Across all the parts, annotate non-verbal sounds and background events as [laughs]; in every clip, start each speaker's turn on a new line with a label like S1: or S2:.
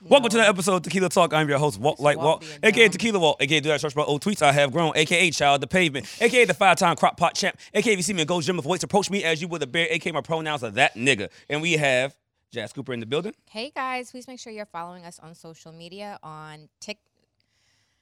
S1: Welcome to the episode of Tequila Talk. I'm your host, Walt Light Walt,
S2: Walt being
S1: aka
S2: dumb.
S1: Tequila Walt, aka Do That Church My Old Tweets I Have Grown, aka Child the Pavement, aka the five time crop pot champ, aka if you see me in Gold Gym of Weights, approach me as you would a bear, aka my pronouns are that nigga. And we have Jazz Cooper in the building,
S2: Hey guys, please make sure you're following us on social media. On Tik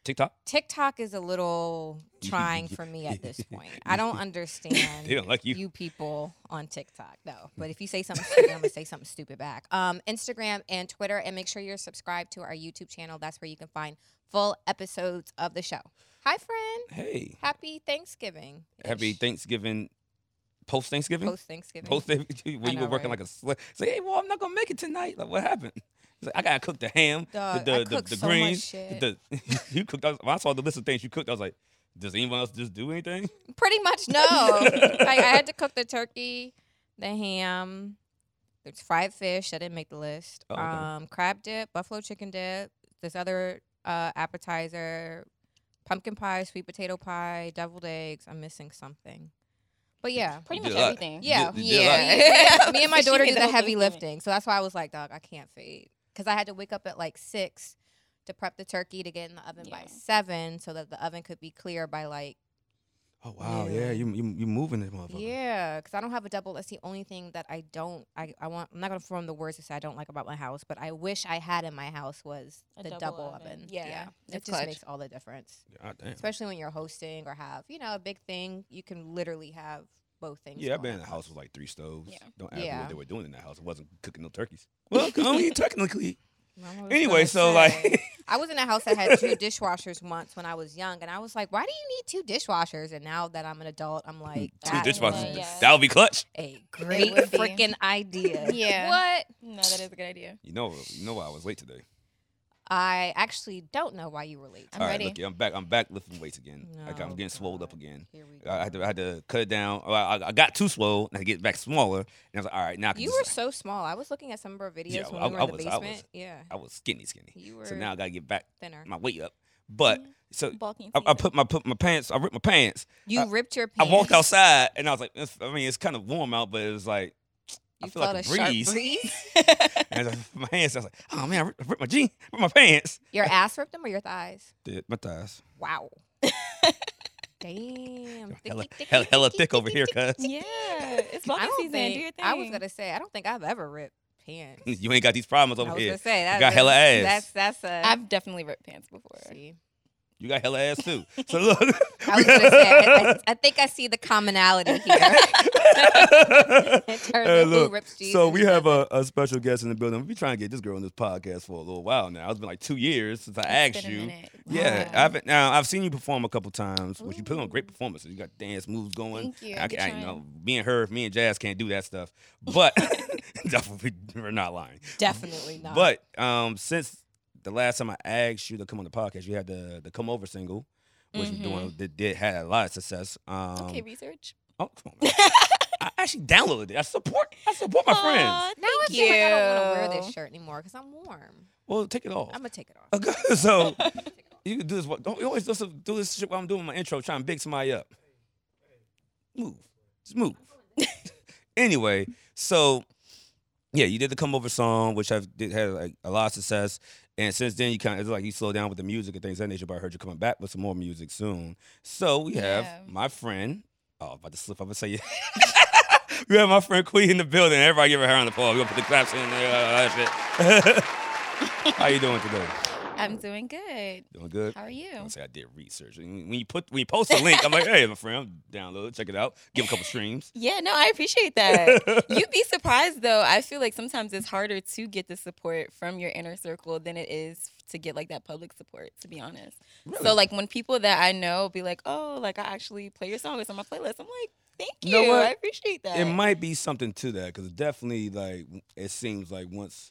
S1: TikTok.
S2: TikTok is
S1: [laughs]
S2: a little trying for me at this point. I don't understand
S1: They don't like you.
S2: people on TikTok though. But if you say something stupid, I'm gonna say something
S1: [laughs]
S2: stupid back. Um, Instagram and Twitter, and make sure you're subscribed to our YouTube channel. That's where you can find full episodes of the show. Hi, friend.
S1: Hey,
S2: Happy Thanksgiving.
S1: happy Thanksgiving, post Thanksgiving?
S2: Post Thanksgiving.
S1: Post Thanksgiving, [laughs] when
S2: I
S1: you
S2: know,
S1: were working
S2: right?
S1: like a slut. Say, hey, well, I'm not gonna make it tonight. Like, what happened? He's like, I gotta cook the ham,
S2: Dog,
S1: the,
S2: I
S1: the, the,
S2: cooked
S1: the
S2: so much
S1: greens.
S2: shit.
S1: The, [laughs] you cooked, I, was- when I saw the list of things you cooked, I was like, does anyone else just do anything?
S2: Pretty
S1: [laughs]
S2: much no. like I had to cook the turkey, the ham, there's fried fish. I didn't make the list.
S1: Oh, okay.
S2: Um, crab dip, buffalo chicken dip, this other uh, appetizer, pumpkin pie, sweet potato pie, deviled eggs. I'm missing something. But yeah.
S1: You
S3: Pretty
S1: did
S3: much
S1: a lot.
S3: everything.
S1: You
S2: Yeah,
S1: did- you did a
S2: [laughs]
S1: lot.
S2: yeah. Me
S1: [laughs]
S2: and my
S3: She
S2: daughter
S3: made
S2: do
S3: the
S2: the
S3: whole
S2: heavy
S3: thing.
S2: lifting, so that's why I was like, "Dog, I can't fade," because I had to wake up at like six to prep the turkey to get in the oven by
S3: Yeah.
S2: seven, so that the oven could be clear by like
S1: Oh wow, yeah,
S2: Yeah.
S1: you you you moving this motherfucker.
S2: Yeah, because I don't have a double. That's the only thing that I don't. I, I want. I'm not gonna form the words to say I don't like about my house, but I wish I had in my house was
S3: A
S2: the double,
S3: double
S2: oven.
S3: oven.
S2: Yeah,
S3: Yeah,
S2: it
S3: it's
S2: just
S3: clutch.
S2: makes all the difference,
S1: God Ah, damn.
S2: especially when you're hosting or have you know a big thing. You can literally have both things.
S1: Yeah, I've
S2: going
S1: been in
S2: at
S1: the house with
S2: once.
S1: like three stoves.
S3: Yeah.
S1: Don't ask me
S2: Yeah.
S1: what they were doing in that house. It wasn't cooking no
S2: [laughs]
S1: turkeys. Well, I mean, technically.
S2: Mama was
S1: Anyway,
S2: gonna
S1: so
S2: say.
S1: like, [laughs]
S2: I was in a house that had two dishwashers once when I was young, and I was like, "Why do you need two dishwashers?" And now that I'm an adult, I'm like,
S1: Hmm, two
S2: "That
S1: dishwashers.
S2: was
S3: Yeah.
S1: That would be clutch.
S2: a great
S3: would be.
S2: freaking idea."
S3: [laughs] Yeah.
S2: What?
S3: No, that is a good idea.
S1: You know, you know why I was late today.
S2: I actually don't know why you were late.
S3: I'm
S1: All right,
S3: ready.
S1: look, I'm back. I'm back lifting weights again. like I'm
S2: No,
S1: getting swolled up
S2: God.
S1: again.
S2: Here we
S1: I I had to, I had to cut it down. Well, I, I got too swole, and I get back smaller. And I was like, all right, now I can
S2: you were
S1: just-
S2: so small. I was looking at some of our videos
S1: Yeah,
S2: when
S1: I-
S2: we were
S1: I
S2: in the
S1: was- I was-
S2: basement. yeah,
S1: I was skinny, skinny.
S2: you were
S1: So now I gotta get back
S2: thinner.
S1: my weight up. But so
S3: Bulking.
S1: I, I put my put my pants. I ripped my pants.
S2: You
S1: I-
S2: ripped your
S1: I
S2: pants.
S1: walked outside, and I was like, it's, I mean, it's kind of warm out, but it was like I
S2: You
S1: feel like
S2: felt
S1: a
S2: sharp
S1: breeze.
S2: breeze.
S1: [laughs] and I, my hands. I was like, oh man, I ripped, I ripped my jeans, ripped my pants.
S2: your ass ripped them or your thighs?
S1: Did my thighs. [laughs]
S2: Wow. Damn.
S1: Hella,
S2: Thicky, thicky,
S1: hella, hella
S2: thicky,
S1: thick over
S2: thicky,
S1: here,
S2: thicky.
S1: cuz.
S3: [laughs] Yeah, it's
S2: I
S3: bulking
S2: don't
S3: season.
S2: think
S3: Do your thing.
S2: I was gonna say I don't think I've ever ripped pants.
S1: [laughs] You ain't got these problems
S2: I
S1: over
S2: was
S1: here.
S2: gonna say that
S1: got hella
S2: that's-
S1: ass.
S2: That's that's a.
S3: I've definitely ripped pants before.
S2: see.
S1: You got hella ass
S2: [laughs]
S1: too. So look.
S2: I was gonna say I, I, I think I see
S1: [laughs]
S2: the commonality
S3: [laughs]
S2: here. In [laughs] terms
S1: Hey,
S2: of who
S1: look,
S2: rips
S1: [laughs]
S2: jeans
S1: so
S2: and
S1: we
S2: who
S1: have a, a special guest in the building. We've been trying to get this girl on this podcast for a little while now. It's been like two years since I
S3: It's
S1: asked
S3: been a
S1: you.
S3: minute.
S1: Yeah,
S2: Wow.
S1: I've now I've seen you perform a couple times. Which you put on
S3: Ooh.
S1: great performances. You got dance moves going.
S3: Thank you.
S1: I,
S3: I've been
S1: I, you
S3: trying.
S1: know, me and her, me and Jazz can't do that
S3: [laughs]
S1: stuff. But [laughs] definitely, we're not lying.
S2: Definitely not.
S1: But um, since the last time I asked you to come on the podcast, you had the the come over single, which
S3: Mhm.
S1: you're doing that did had a lot of success. Um,
S3: okay, research.
S1: oh, come on,
S3: [laughs]
S1: man. I actually downloaded it. I support I support my friends.
S3: Aw,
S2: Now I
S3: thank
S2: feel like I don't want to wear
S3: you.
S2: this shirt anymore because I'm warm.
S1: Well, take it off.
S2: I'm gonna take it
S1: [laughs]
S2: off.
S1: Okay, so you can do this. Don't you always do this, do this shit while I'm doing my intro, trying to big somebody up. Move, just move. [laughs] anyway, so yeah, you did the come over song, which I've did, had like a lot of success, and since then you kind of it's like you slowed down with the music and things of that nature. But I heard you coming back with some more music soon. So we have
S3: Yeah.
S1: my friend. Oh, I'm about to slip up and say [laughs] it. We have my friend Queen in the building. Everybody give her a round of applause. We're gonna put the claps in there, all that shit. [laughs] How you doing today?
S3: I'm doing good.
S1: Doing good?
S3: How are you?
S1: I say I did research. And When you put when you post a link, I'm like, hey, my friend, download it, check it out, give it a couple streams.
S3: Yeah, no, I
S1: [laughs]
S3: appreciate that. You'd be surprised though. I feel like sometimes it's harder to get the support from your inner circle than it is to get like that public support, to be honest.
S1: Really?
S3: So like when people that I know be like, "Oh, like I actually play your song. It's on my playlist." I'm like, "Thank
S1: You
S3: you.
S1: know what?
S3: I appreciate that."
S1: it might be something to that because definitely, like, it seems like once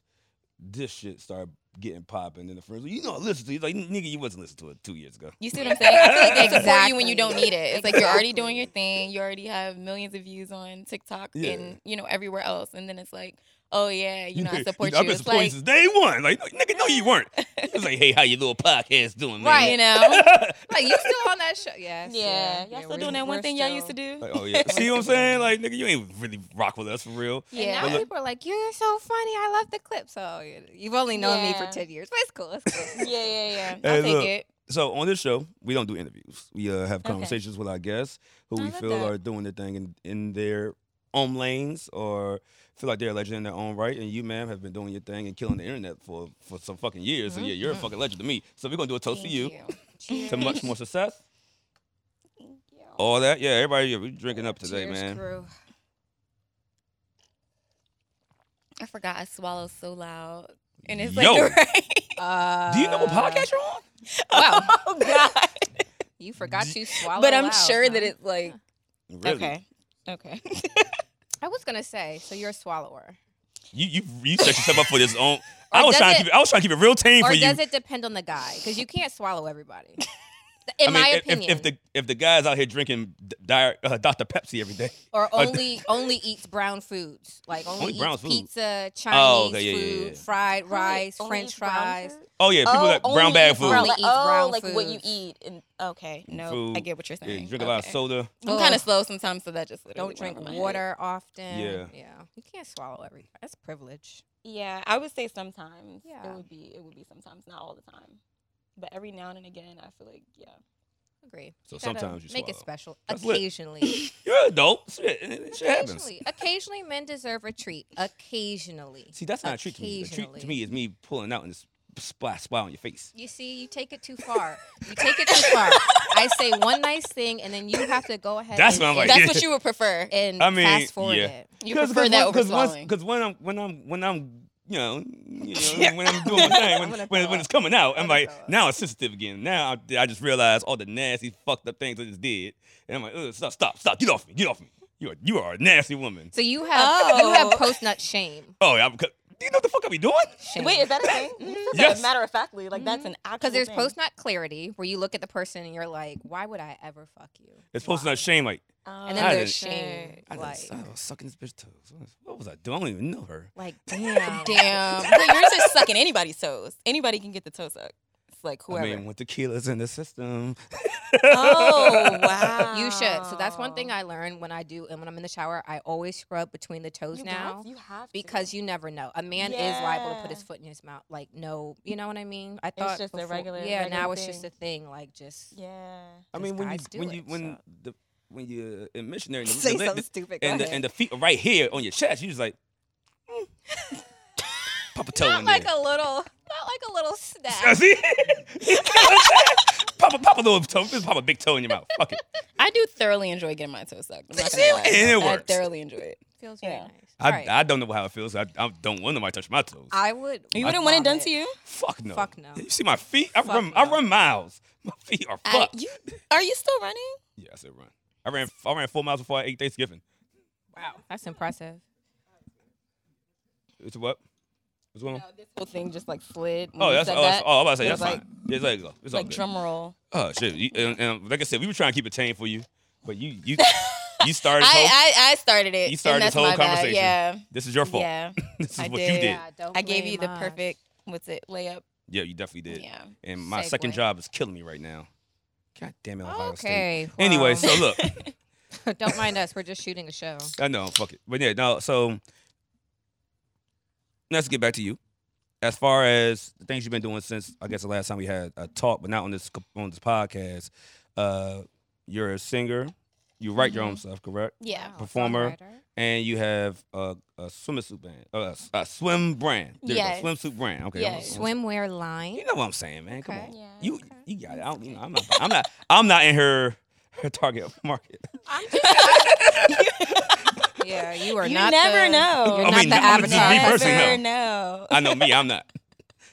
S1: this shit started getting popping, then the friends, you know, I listened to it. He's like, nigga, you wasn't listening to it two years ago.
S3: you see what I'm saying? I feel like they support you when
S2: Exactly.
S3: you don't need it. It's like you're already doing
S2: Exactly.
S3: your thing. You already have millions of views on TikTok
S1: Yeah.
S3: and you know everywhere else. And then it's like, "Oh yeah, you know I
S1: [laughs] You-
S3: support
S1: I've
S3: you."
S1: been
S3: It's
S1: supporting
S3: like
S1: since day one. Like, nigga, no, you weren't. It's like, hey, how your little podcast doing, man?
S2: Right.
S1: [laughs]
S3: You know?
S2: [laughs] Like you still on that show? Yes.
S3: yeah. Y'all still
S2: we're-
S3: doing that one
S2: we're
S3: thing y'all used to
S2: still-
S3: do?
S1: Like, oh yeah. See what I'm saying? Like, nigga, you ain't really rock with us for real.
S2: And
S3: Yeah.
S2: now
S1: But look-
S2: people are like, "You're so funny. I love the clip." So you- you've only known me for
S3: Yeah.
S2: ten years, but it's cool. It's
S3: [laughs] yeah,
S2: cool.
S3: yeah, yeah.
S1: Hey,
S3: I'll take
S1: look.
S3: it.
S1: So on this show, we don't do interviews. We uh, have conversations with our guests who
S3: I
S1: we
S3: love
S1: feel
S3: that.
S1: are doing their thing in, in their own lanes or feel like they're a legend in their own right. And you, ma'am, have been doing your thing and killing the internet for, for some fucking years. And yeah, you're a
S2: Mhm.
S1: fucking legend to me. So we're gonna do a toast
S3: Thank
S1: to you.
S3: [laughs] Cheers.
S1: to much more
S2: [laughs]
S1: success.
S3: Thank you.
S1: All that, yeah. Everybody, yeah, we drinking up today,
S2: Cheers,
S1: man.
S2: crew.
S3: I forgot I swallow so loud. And it's
S1: Yo.
S3: like, [laughs] right?
S2: Uh,
S1: Do you know what podcast you're on?
S2: Wow.
S1: [laughs]
S3: Oh, God.
S2: [laughs] You forgot you swallowed.
S3: [laughs] but I'm
S2: loud,
S3: sure
S2: huh?
S3: that it's like,
S1: Really?
S3: okay. [laughs] Okay.
S2: I was gonna say, so you're a swallower,
S1: You you you set yourself up for this own. I
S2: Or
S1: was
S2: does
S1: trying
S2: it-
S1: to keep it. I was trying to keep it real tame
S2: or
S1: [laughs] for you.
S2: does it depend on the guy? Because you can't swallow everybody.
S1: [laughs]
S2: In
S1: I mean,
S2: my
S1: if, if-
S2: opinion,
S1: if the if the guys out here drinking D- Diet- uh, Dr Pepsi every day,
S2: or
S1: uh, [laughs]
S2: only only eats brown foods, like only,
S1: Only
S2: eats
S1: brown food.
S2: pizza, Chinese
S1: Oh, okay, yeah, yeah,
S2: food,
S1: yeah.
S2: fried rice,
S3: Only
S2: French
S3: eat brown
S2: fries.
S3: food?
S1: oh yeah, people
S3: Oh,
S1: that brown
S3: only
S1: bag
S3: eat
S1: food,
S3: brown-
S2: Only
S3: like,
S2: eat
S3: oh,
S2: brown
S3: like what you
S2: foods.
S3: eat. And, okay, no, I
S1: Food.
S3: get what you're
S1: yeah,
S3: saying.
S1: you drink a lot of
S3: Okay.
S1: soda.
S3: I'm
S2: Ugh.
S3: kind of slow sometimes, so that just literally
S2: Don't drink
S3: went over my head.
S2: water often.
S1: Yeah.
S2: yeah. You can't swallow everything. That's privilege.
S3: Yeah, I would say sometimes.
S2: Yeah.
S3: It would be it would be sometimes, not all the time. But every now and again, I feel like yeah.
S2: Agree.
S1: So
S2: Gotta
S1: sometimes you
S2: make it
S1: swallow.
S2: special.
S1: That's lit. [laughs]
S2: occasionally,
S1: You're an adult. Shit, and it- shit happens.
S2: occasionally, occasionally, men deserve a treat. Occasionally.
S1: See, that's not a treat to me. A treat to
S2: Occasionally.
S1: me is me pulling out and just splat splat on your face.
S2: You see, you take it too far. You take it too far. I say one nice thing, and then you have to go ahead.
S1: That's
S2: and,
S1: what I'm like,
S2: and-
S3: That's
S1: yeah. [laughs]
S3: what you would prefer.
S2: and
S1: I mean,
S2: fast forward
S1: yeah.
S2: it.
S3: You
S1: Cause,
S3: prefer
S1: cause
S3: that
S1: one-
S3: over
S1: cause once-
S3: swallowing.
S1: Cause when I'm when I'm when I'm you know, you know
S3: Yeah.
S1: when I'm doing my thing, when,
S2: I'm gonna
S1: when,
S2: throw
S1: when
S2: up.
S1: it's coming out, I'm
S2: I'm gonna
S1: like
S2: throw up.
S1: now it's sensitive again. Now I, I just realized all the nasty fucked up things I just did, and I'm like Ugh, stop stop stop get off me get off me. You are you are a nasty
S2: [laughs]
S1: woman.
S2: So you have you
S3: Oh.
S2: have post nut shame.
S1: Oh yeah, I'm, do you know what the fuck I be doing?
S2: shame.
S3: Wait, is that a [laughs] thing? This is
S1: Yes.
S3: a matter of factly, like that's an actual.
S2: because there's
S3: thing.
S2: post nut clarity where you look at the person and you're like, why would I ever fuck you?
S1: It's supposed
S2: Why?
S1: to not shame like
S3: Oh.
S2: And then
S1: I
S2: there's
S1: didn't-
S2: shame.
S1: I,
S2: Like,
S1: just, I was sucking this bitch toes. What was- What was I doing? I don't even know her.
S2: like damn. [laughs]
S3: Damn, but yours is sucking anybody's toes. Anybody can get the toe suck. It's like whoever.
S1: I mean,
S3: [laughs]
S1: when tequila's in the system. [laughs]
S3: oh wow.
S2: You should. So that's one thing I learned when I do, and when I'm in the shower, I always scrub between the toes
S3: you
S2: now.
S3: Have, you have to.
S2: because you never know. A man is liable to put
S3: Yeah.
S2: his foot in his mouth. Like, no, you know what I mean? I thought
S3: just a
S2: before-
S3: regular-
S2: Yeah, now
S3: regular
S2: it's just
S3: thing.
S2: a thing. Like, just
S3: Yeah.
S1: I
S2: Cause
S1: mean, when you
S2: guys do
S1: when
S2: it,
S1: you when
S2: so.
S1: the when you're a missionary,
S2: [laughs]
S1: and the-
S2: say
S1: the-
S2: something stupid. Go
S1: and the,
S2: ahead.
S1: and the feet are right here on your chest. You just like mm.
S2: [laughs]
S1: pop a toe
S2: not
S1: in
S2: like
S1: there.
S2: a little, not like a
S1: [laughs]
S2: little
S1: I
S2: snack.
S1: See, [laughs] pop a pop a little toe, just pop a big toe in your mouth. Fuck it.
S3: I do thoroughly enjoy getting my toes sucked. I'm not
S1: See,
S3: gonna lie.
S1: and it
S3: I
S1: works.
S3: thoroughly enjoy it.
S2: Feels very
S3: Yeah.
S2: nice.
S1: I,
S2: Alright.
S1: I don't know how it feels. I, I don't want nobody to touch my toes.
S2: I would.
S3: You wouldn't want it done
S2: vomit.
S3: to you?
S1: fuck no.
S2: fuck no.
S1: You see my feet? I
S2: Fuck
S1: run. I
S2: no.
S1: run miles. My feet are
S3: I-
S1: fucked.
S3: you, are you still running?
S1: yeah, I said run. I ran. I ran four miles before I ate Thanksgiving.
S2: Wow, that's impressive.
S1: It's what? What's going on?
S3: this whole thing just like slid.
S1: oh, that's oh, that's- oh, I'm about to say
S3: it
S1: that's
S3: was like-
S1: fine. It's like it's all
S3: like
S1: good.
S3: drum roll.
S1: Oh shit! You, and, and like I said, we were trying to keep it tame for you, but you
S3: [laughs]
S1: you you started. this whole-
S3: I, I I started it.
S1: You started
S3: and
S1: this
S3: that's
S1: whole
S3: my bad.
S1: conversation.
S3: Yeah,
S1: this is your fault.
S3: yeah.
S1: [laughs] this is
S3: I
S1: what you
S3: did.
S1: did.
S2: don't
S3: I gave you the
S2: blame us.
S3: perfect. What's it? Layup.
S1: Yeah, you definitely did.
S3: Yeah.
S1: And my second
S2: Segue.
S1: job is killing me right now. God damn it, Ohio State.
S2: Okay.
S1: Anyway,
S2: well,
S1: so look,
S2: [laughs]
S3: [laughs]
S2: don't mind us. We're just shooting a show.
S1: I know, fuck it, but yeah, no. So let's get back to you. As far as the things you've been doing since I guess the last time we had a talk, but not on this on this podcast, uh, you're a singer. You write your own
S2: Mm-hmm.
S1: stuff, correct?
S3: Yeah.
S2: Wow,
S1: Performer.
S2: songwriter.
S1: and you have a, a swimsuit band, uh, a, s- a swim brand. There you go,
S3: Yes.
S1: swimsuit brand. Okay, I'm-
S3: Yes.
S1: I'm-
S2: Swimwear
S1: [laughs]
S2: line.
S1: You know what I'm saying, man? Come
S2: Okay.
S1: on,
S3: Yeah,
S1: you
S3: okay.
S1: you got it. I don't, you know, I'm not. I'm not. I'm not in her her target [laughs] market.
S2: I'm just. yeah, you are
S3: [laughs] You
S2: not.
S3: never
S2: the-
S3: know.
S2: You're
S1: I
S2: not
S1: mean,
S2: the
S1: no, I'm just me
S2: avatar.
S1: personally, no.
S3: Never know.
S1: I know me. I'm not.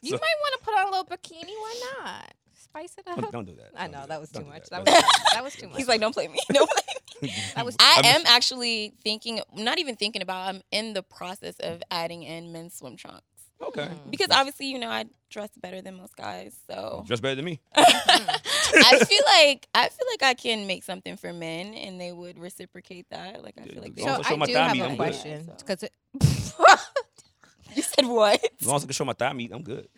S2: You
S1: So-
S2: might want to put on a little bikini. Why not? Spice it
S1: Don't,
S2: up.
S1: don't do that.
S2: I
S1: Don't
S2: know
S1: do
S2: that was too
S1: Don't do
S2: much. That
S1: Don't
S2: was
S1: do
S2: that was too much.
S3: He's like, don't play me. [laughs]
S1: [laughs]
S3: Don't play me.
S2: that was.
S3: I
S1: I'm-
S3: am actually thinking, not even thinking about. I'm in the process of adding in men's swim trunks
S1: Okay.
S2: Mm.
S3: because obviously, you know, I dress better than most guys.
S2: Oh.
S3: So
S1: Dress better than me.
S3: [laughs] I feel like I feel like I can make something for men, and they would reciprocate that. Like I
S1: Yeah,
S3: feel like
S1: as
S3: they
S1: long
S2: So
S1: as I show
S2: I
S1: my
S2: do
S1: thigh
S2: have
S1: meat,
S2: a
S1: I'm good.
S2: question because
S3: [laughs] You said what?
S1: As long as I can show my thigh meat, I'm good.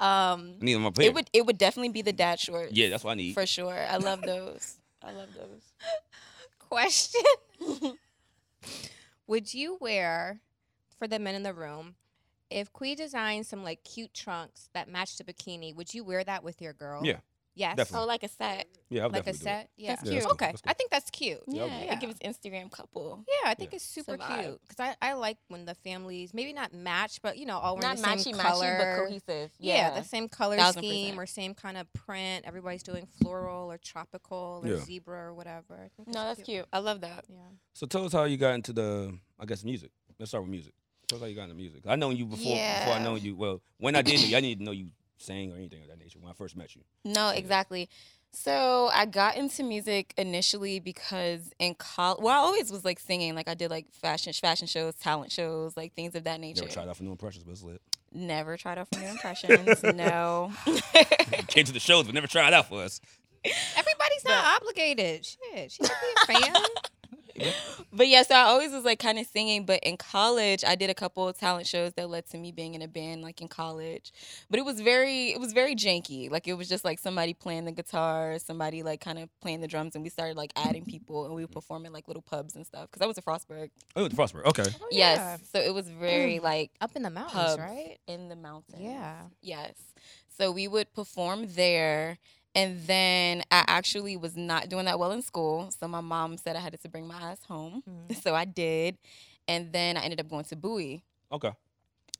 S2: Um,
S1: I need my pants.
S3: It would it would definitely be the dad shorts.
S1: yeah, that's what I need.
S3: for sure. I love those. I love those. [laughs]
S2: question. [laughs] Would you wear for the men in the room if Quee designed some like cute trunks that matched the bikini? Would you wear that with your girl?
S1: Yeah,
S2: Yes.
S1: definitely.
S3: Oh, like a set.
S1: yeah, I'll
S2: Like
S1: definitely
S2: a
S1: do it.
S2: set. Yeah.
S3: That's Yeah, that's cute.
S1: cool,
S2: Okay.
S1: that's
S2: I think that's cute.
S1: Yeah,
S3: Yeah,
S1: okay.
S2: Yeah.
S3: it gives Instagram couple.
S2: Yeah, I think
S1: Yeah.
S2: it's super
S3: It's a vibe.
S2: cute because I, I like when the families maybe not match, but you know all wearing
S3: Not
S2: the
S3: matchy
S2: same
S3: matchy,
S2: color.
S3: but cohesive.
S2: Yeah. the same color
S3: Thousand
S2: scheme
S3: percent.
S2: or same kind of print. Everybody's doing floral or tropical or
S1: Yeah.
S2: zebra or whatever. I think
S3: no, that's cute. I love that.
S2: Yeah.
S1: So tell us how you got into the, I guess, music. Let's start with music. Tell us how you got into music. I known you before. Before I
S3: Yeah.
S1: know you, well, when I did know you, I didn't know you sang or anything of that nature when I first met you.
S3: No,
S1: Yeah.
S3: exactly. So I got into music initially because in college, well, I always was like singing. Like I did like fashion fashion shows, talent shows, like things of that nature.
S1: Never tried out for new impressions, but it's
S2: [laughs]
S1: lit. [laughs]
S3: Never tried out for new impressions. no. [laughs]
S1: Came to the shows, but never tried out for us.
S2: Everybody's not obligated. Shit, she could be
S3: [laughs]
S2: a fan. Oh,
S3: but yeah, so I always was like kind of singing. But in college, I did a couple of talent shows that led to me being in a band, like in college. But it was very, it was very janky. Like it was just like somebody playing the guitar, somebody like kind of playing the drums, and we started like adding people, and we
S1: Mm-hmm.
S3: would perform in like little pubs and stuff. Because I was a Frostburg.
S1: Oh, the Prosper. Okay.
S2: Oh, yeah.
S3: Yes. So it was very like
S2: Up in the mountains,
S3: pubs
S2: right?
S3: in the mountains.
S2: Yeah.
S3: Yes. So we would perform there. And then I actually was not doing that well in school. So my mom said I had to bring my ass home.
S2: Mhm.
S3: So I did. And then I ended up going to Bowie.
S1: Okay.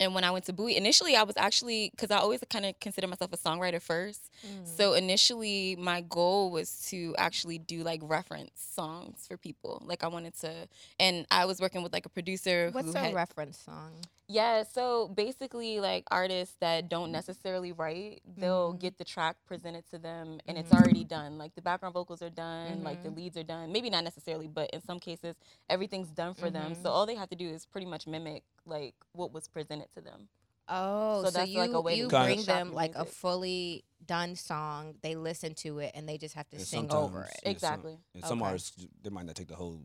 S3: And when I went to Bowie, initially I was actually, because I always kind of consider myself a songwriter first. [laughs] So
S2: Mm.
S3: initially, my goal was to actually do like reference songs for people. Like I wanted to, and I was working with like a producer.
S2: What's
S3: who
S2: a
S3: had,
S2: reference song?
S3: yeah, so basically, like artists that
S2: Mm.
S3: don't necessarily write, they'll
S2: Mhm.
S3: get the track presented to them and it's
S2: Mhm.
S3: already done. Like the background vocals are done, like
S2: Mm-hmm.
S3: the leads are done. Maybe not necessarily, but in some cases, everything's done for them.
S2: Mhm.
S3: So all they have to do is pretty much mimic like what was presented to them.
S2: Oh,
S3: So
S2: so,
S3: that's
S2: you
S3: like a way to
S2: you
S1: kinda
S2: bring
S3: shop
S2: them
S3: the
S2: like a
S3: music.
S2: fully done song. They listen to it and they just have to
S1: And
S2: sing over
S1: sometimes-
S2: it.
S1: Yeah, some-
S3: Exactly.
S1: And some
S2: Okay.
S1: artists, they might not take the whole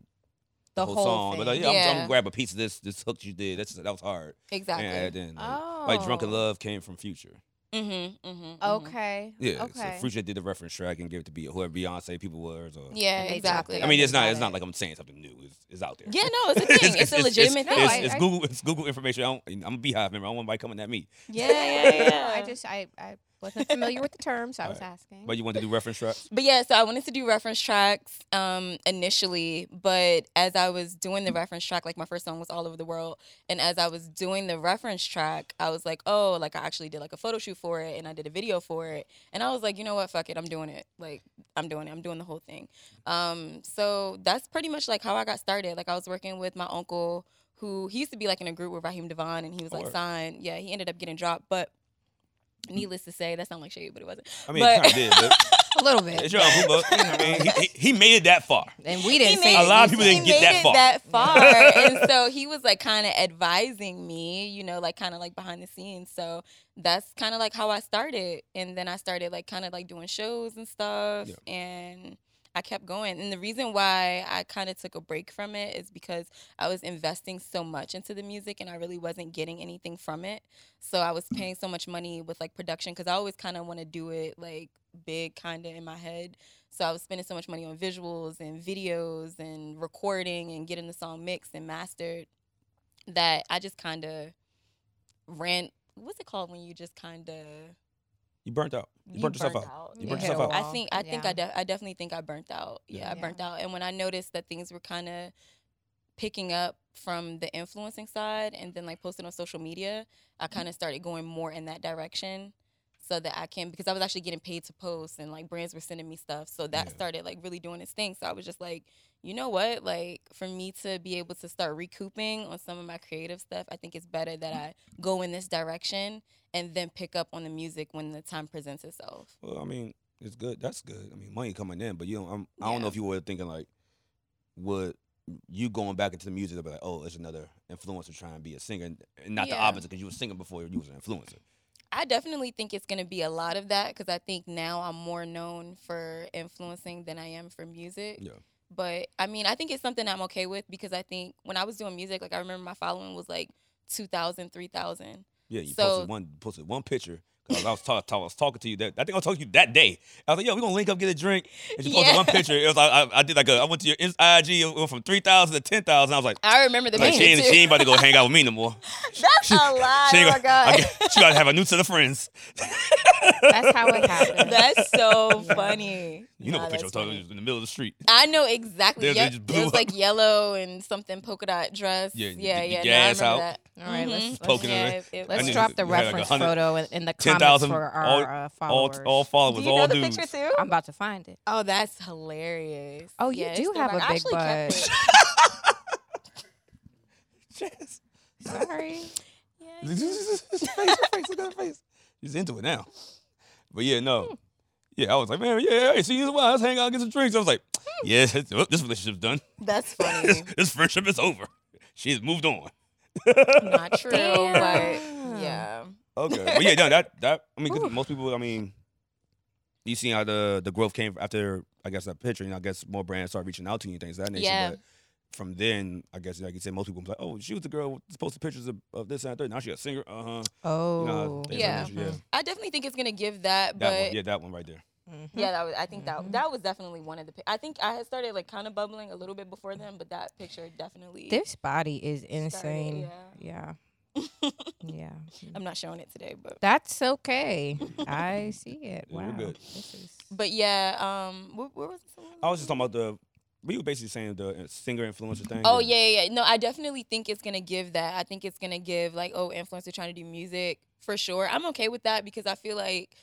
S2: The whole,
S1: song,
S2: thing.
S1: but like, yeah, I'm- I'm,
S3: Yeah.
S1: gonna grab a piece of this this hook you did. That's that was hard.
S3: Exactly.
S1: And add in, like,
S2: Oh,
S1: like Drunken Love came from Future.
S3: Mm-hmm, mm-hmm,
S2: Okay.
S1: Yeah.
S2: Okay.
S1: So Future did the reference track and gave it to be whoever Beyonce people was. Or
S3: Yeah,
S2: And they dropped
S3: exactly.
S2: it.
S1: I mean, it's
S2: Got
S1: not it's
S2: it.
S1: not like I'm saying something new. It's, it's out there.
S3: yeah, no,
S1: [laughs]
S3: it's a thing. It's, a legitimate
S2: No,
S3: thing.
S1: It's,
S2: I-
S1: it's
S2: I-
S1: Google. It's Google information. I don't, I'm a beehive member. I don't want nobody coming at me.
S3: yeah, yeah, yeah.
S2: [laughs] I just I, I wasn't familiar with the term, so I was
S1: Alright.
S2: asking.
S1: But you want to do reference tracks?
S3: But yeah, so I wanted to do reference tracks um, initially, but as I was doing the reference track, like my first song was All Over the World, and as I was doing the reference track, I was like, oh, like I actually did like a photo shoot for it, and I did a video for it, and I was like, you know what, fuck it, I'm doing it, like I'm doing it, I'm doing the whole thing. Um, so that's pretty much like how I got started. Like I was working with my uncle, who he used to be like in a group with Raheem Devon, and he was
S1: Oh,
S3: like
S1: word.
S3: signed. Yeah, he ended up getting dropped, but. Needless to say, that sounded like shade, but it wasn't.
S1: I mean,
S3: But-
S1: it kind of did.
S3: [laughs]
S1: But
S2: a little
S1: it's
S2: bit,
S1: your uncle, but I mean, he, he, he made it that far.
S2: and we didn't
S3: He
S2: say
S1: made- A
S2: it.
S1: lot
S2: You
S1: of people
S2: said
S1: didn't
S2: it.
S1: get that
S3: made
S1: far. [laughs]
S3: it that far. and so he was like kind of advising me, you know, like kind of like behind the scenes. So that's kind of like how I started. And then I started like kind of like doing shows and stuff.
S1: Yeah.
S3: And I kept going. And the reason why I kind of took a break from it is because I was investing so much into the music and I really wasn't getting anything from it. So I
S1: Mm.
S3: was paying so much money with like production because I always kind of want to do it like big, kind of in my head. So I was spending so much money on visuals and videos and recording and getting the song mixed and mastered that I just kind of ran. What's it called when you just kind of
S1: You burnt out. You, burnt yourself out. You burnt
S2: Yeah.
S1: yourself out.
S2: Wall.
S3: I think I think
S2: Yeah.
S3: I, de- I definitely think I burnt out. Yeah,
S1: Yeah.
S3: I burnt out. And when I noticed that things were kind of picking up from the influencing side and then like posting on social media, I kind of started going more in that direction so that I can because I was actually getting paid to post and like brands were sending me stuff. So that
S1: Yeah.
S3: started like really doing its thing. So I was just like, you know what? Like for me to be able to start recouping on some of my creative stuff, I think it's better that I go in this direction and then pick up on the music when the time presents itself.
S1: Well, I mean, it's good. That's good. I mean, money coming in, but you don't. I'm, I don't know
S3: Yeah.
S1: if you were thinking like, would you going back into the music? They'll be like, oh, it's another influencer trying to be a singer, and not the
S3: Yeah.
S1: opposite because you were singing before you was an influencer.
S3: I definitely think it's going to be a lot of that because I think now I'm more known for influencing than I am for music.
S1: Yeah.
S3: But I mean, I think it's something I'm okay with because I think when I was doing music, like I remember my following was like 2,000, 3,000.
S1: Yeah, you
S3: So-
S1: posted one posted one picture, 'Cause I was, ta- ta- I was talking to you that I think I was talking to you that day. I was like, "Yo, we gonna link up, get a drink." And she posted
S3: Yeah.
S1: one picture. It was like I, I did like a, I went to your Ins- IG. It went from three thousand to ten thousand. I was like,
S3: I remember the
S1: like she,
S3: picture
S1: ain't,
S3: too. [laughs]
S1: she ain't about to go hang out with me no more.
S3: That's a lie.
S1: she
S3: Oh
S1: ain't gonna-
S3: my
S1: I
S3: god.
S1: guess- she gotta have a new set of friends.
S2: That's how it happened. [laughs]
S3: [laughs] That's
S1: [laughs]
S3: so funny.
S1: You know
S3: Nah,
S1: what picture I'm
S3: that's
S1: talking
S3: funny.
S1: about, in the middle of the street.
S3: I know exactly.
S1: There's-
S3: Yep.
S1: they just blew
S3: It was
S1: up.
S3: like yellow and something polka dot dress.
S1: Yeah,
S3: Yeah,
S1: you
S3: yeah,
S1: get your
S3: yeah. no, I
S1: gas
S3: remember
S1: out.
S3: that.
S2: All right, let's-
S3: Mhm.
S2: let's-
S1: Poking her.
S3: it- it
S1: I
S2: Let's
S1: knew
S3: was-
S2: drop the
S1: we had like
S2: reference
S1: 100
S2: photo in, in the comments
S1: 10,000
S2: for our
S1: all-
S2: uh,
S1: All,
S2: followers.
S1: all
S3: Do
S1: followers,
S3: you
S1: all
S3: know the
S1: dudes.
S3: picture too?
S2: I'm about to find it.
S3: Oh, that's hilarious.
S2: Oh, you
S3: Yeah,
S2: do
S3: it's
S2: have
S3: the
S2: a
S3: rock. I
S2: big
S3: actually kept
S2: butt. [laughs]
S3: it.
S1: [laughs] Jazz. [laughs]
S2: Sorry.
S3: Yeah,
S1: His face, her face, look at her face. She's into it now. But yeah,
S3: Hmm.
S1: no. Yeah, I was like, man, yeah, hey, see you in a while. Let's hang out, get some drinks. I was like, yeah, [laughs] this this relationship's done. [laughs]
S3: That's
S1: This,
S3: Hmm. funny.
S1: this friendship is over. She's moved on.
S3: [laughs] Not true,
S2: Damn.
S3: but yeah.
S1: Okay. but yeah, no, that that I mean, 'cause most people, I mean, you see how the the growth came after I guess that picture, and I guess more brands started reaching out to you and things of that nature.
S3: Yeah.
S1: But from then, I guess like you said, most people was like, oh, she was the girl who posted pictures of, of this and that. third. Now she a singer. Uh huh.
S2: Oh.
S3: Yeah.
S1: yeah.
S3: I definitely think it's gonna give
S1: That
S3: that, but
S1: one, yeah, that one right there.
S2: Mhm.
S3: Yeah, that was. I think
S2: Mhm.
S3: that that was definitely one of the. pic- I think I had started like kind of bubbling a little bit before then, but that picture definitely.
S2: This body is
S3: started,
S2: insane.
S3: yeah.
S2: Yeah. [laughs] Yeah.
S3: I'm not showing it today, but
S2: That's okay. [laughs] I see it.
S1: Yeah, we're
S2: Wow.
S1: good.
S2: This is
S3: but yeah. Um, what, what was it? someone
S1: I was just
S3: said?
S1: talking about the. We were basically saying the singer influencer thing.
S3: Oh
S1: and-
S3: yeah, yeah, yeah. No, I definitely think it's gonna give that. I think it's gonna give like oh, influencer trying to do music for sure. I'm okay with that because I feel like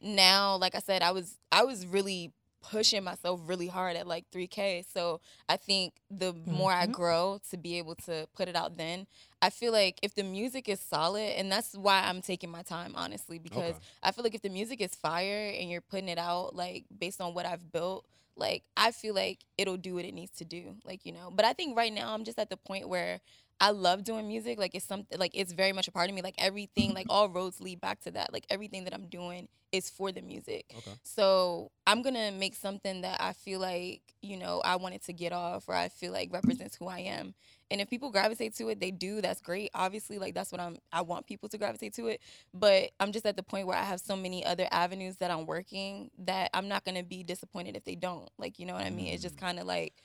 S3: now, like I said, I was I was really pushing myself really hard at like 3K. So I think the more I
S1: Mm-hmm.
S2: Mhm.
S3: grow to be able to put it out, then I feel like if the music is solid, and that's why I'm taking my time honestly because
S1: Okay.
S3: I feel like if the music is fire and you're putting it out like based on what I've built, like I feel like it'll do what it needs to do, like you know. But I think right now I'm just at the point where I love doing music. Like it's something like it's very much a part of me. Like everything, like all roads lead back to that. Like everything that I'm doing is for the music.
S1: Okay.
S3: So I'm gonna make something that I feel like, you know, I wanted to get off or I feel like represents who I am. And if people gravitate to it, they do, that's great. Obviously, like that's what I'm I want people to gravitate to it. But I'm just at the point where I have so many other avenues that I'm working that I'm not gonna be disappointed if they don't. Like, you know what I mean? It's just
S1: Mm.
S3: kinda like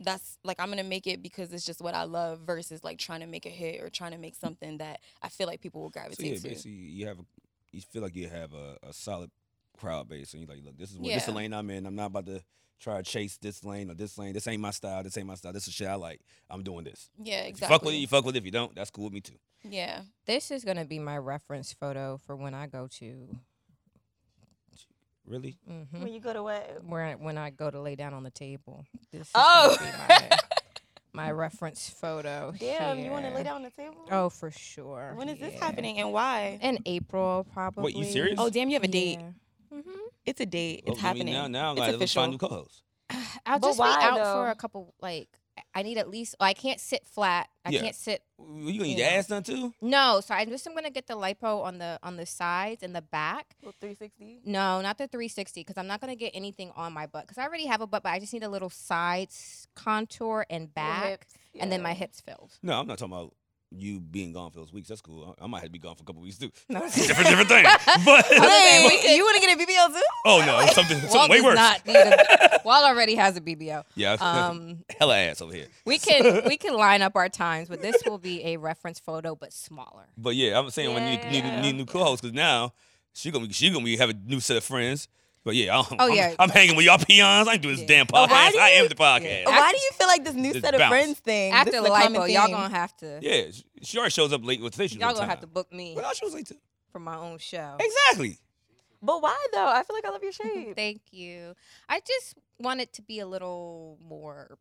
S3: that's like I'm gonna make it because it's just what I love versus like trying to make a hit or trying to make something that I feel like people will
S1: So yeah,
S3: gravitate to.
S1: basically you have a, you feel like you have a, a solid crowd base, and you're like, look, this is what this the
S3: Yeah.
S1: lane I'm in. I'm not about to try to chase this lane or this lane. This ain't my style. This ain't my style. This is shit I like. I'm doing this.
S3: Yeah,
S1: If you fuck with it,
S3: exactly.
S1: you fuck with it. If you don't, that's cool with me too.
S3: Yeah.
S2: this is gonna be my reference photo for when I go to
S1: Really?
S2: hmm
S3: When you go to what?
S2: where I, when I go to lay down on the table. This is
S3: Oh.
S2: gonna be [laughs] my, my reference photo.
S3: Damn, you want to
S2: here.
S3: lay down on the table?
S2: Oh, for sure.
S3: When is this
S2: yeah.
S3: happening and why?
S2: In April, probably.
S1: Wait, you serious?
S3: Oh, damn, you have a date. Mm-hmm.
S2: hmm
S3: It's a date.
S1: Oh,
S3: It's
S1: I mean,
S3: happening.
S1: Now, now I'm
S3: It's
S1: like, let's find
S3: official.
S1: new co-hosts.
S2: [sighs] I'll
S3: But
S2: just
S3: why,
S2: be out for
S3: though?
S2: a couple. Like, I need at least. I can't sit flat. I
S1: Yeah.
S2: can't sit.
S1: You gonna eat
S2: Yeah.
S1: your ass done too?
S2: No, so I just am gonna get the lipo on the on the sides and the back.
S3: 360.
S2: No, not the 360 because I'm not gonna get anything on my butt because I already have a butt, but I just need a little sides contour and back, and then my hips filled.
S1: No, I'm not talking about you being gone for those weeks. That's cool. I, I might have to be gone for a couple weeks
S3: [laughs]
S1: too.
S2: No.
S1: different, different thing. But
S2: I'm just saying, we
S3: you want to get a BBL too?
S1: oh no, something,
S2: Walt
S1: something way
S2: does
S1: worse.
S2: not need a- Walt already has a BBO.
S1: [laughs] yeah,
S2: Um,
S1: [laughs] hella ass over here.
S2: we can
S1: [laughs]
S2: we can line up our times, but this will be a reference photo but smaller.
S1: But yeah, I'm saying when you need,
S2: Yeah.
S1: need new co-hosts because now she gonna be she gonna be have a new set of friends. But yeah, I'm,
S2: Oh,
S1: I'm,
S2: yeah.
S1: I'm hanging with y'all peons. I ain't doing this
S2: Yeah.
S1: damn
S3: Oh, why
S1: podcast.
S3: do
S1: I am
S3: you-
S1: the podcast.
S2: Yeah.
S3: Why do you feel like this new
S1: Just
S3: set of
S1: bounce.
S3: friends thing?
S2: After
S3: this
S2: the
S3: is a common
S2: lipo, y'all
S3: theme.
S2: gonna have to
S1: Yeah, sh- she already shows up late with this.
S2: y'all gonna have to book me
S1: What else she was late to?
S2: for my own show.
S1: Exactly.
S3: But why though? I feel like I love your [laughs] shape.
S2: Mm, Thank you. I just want it to be a little more.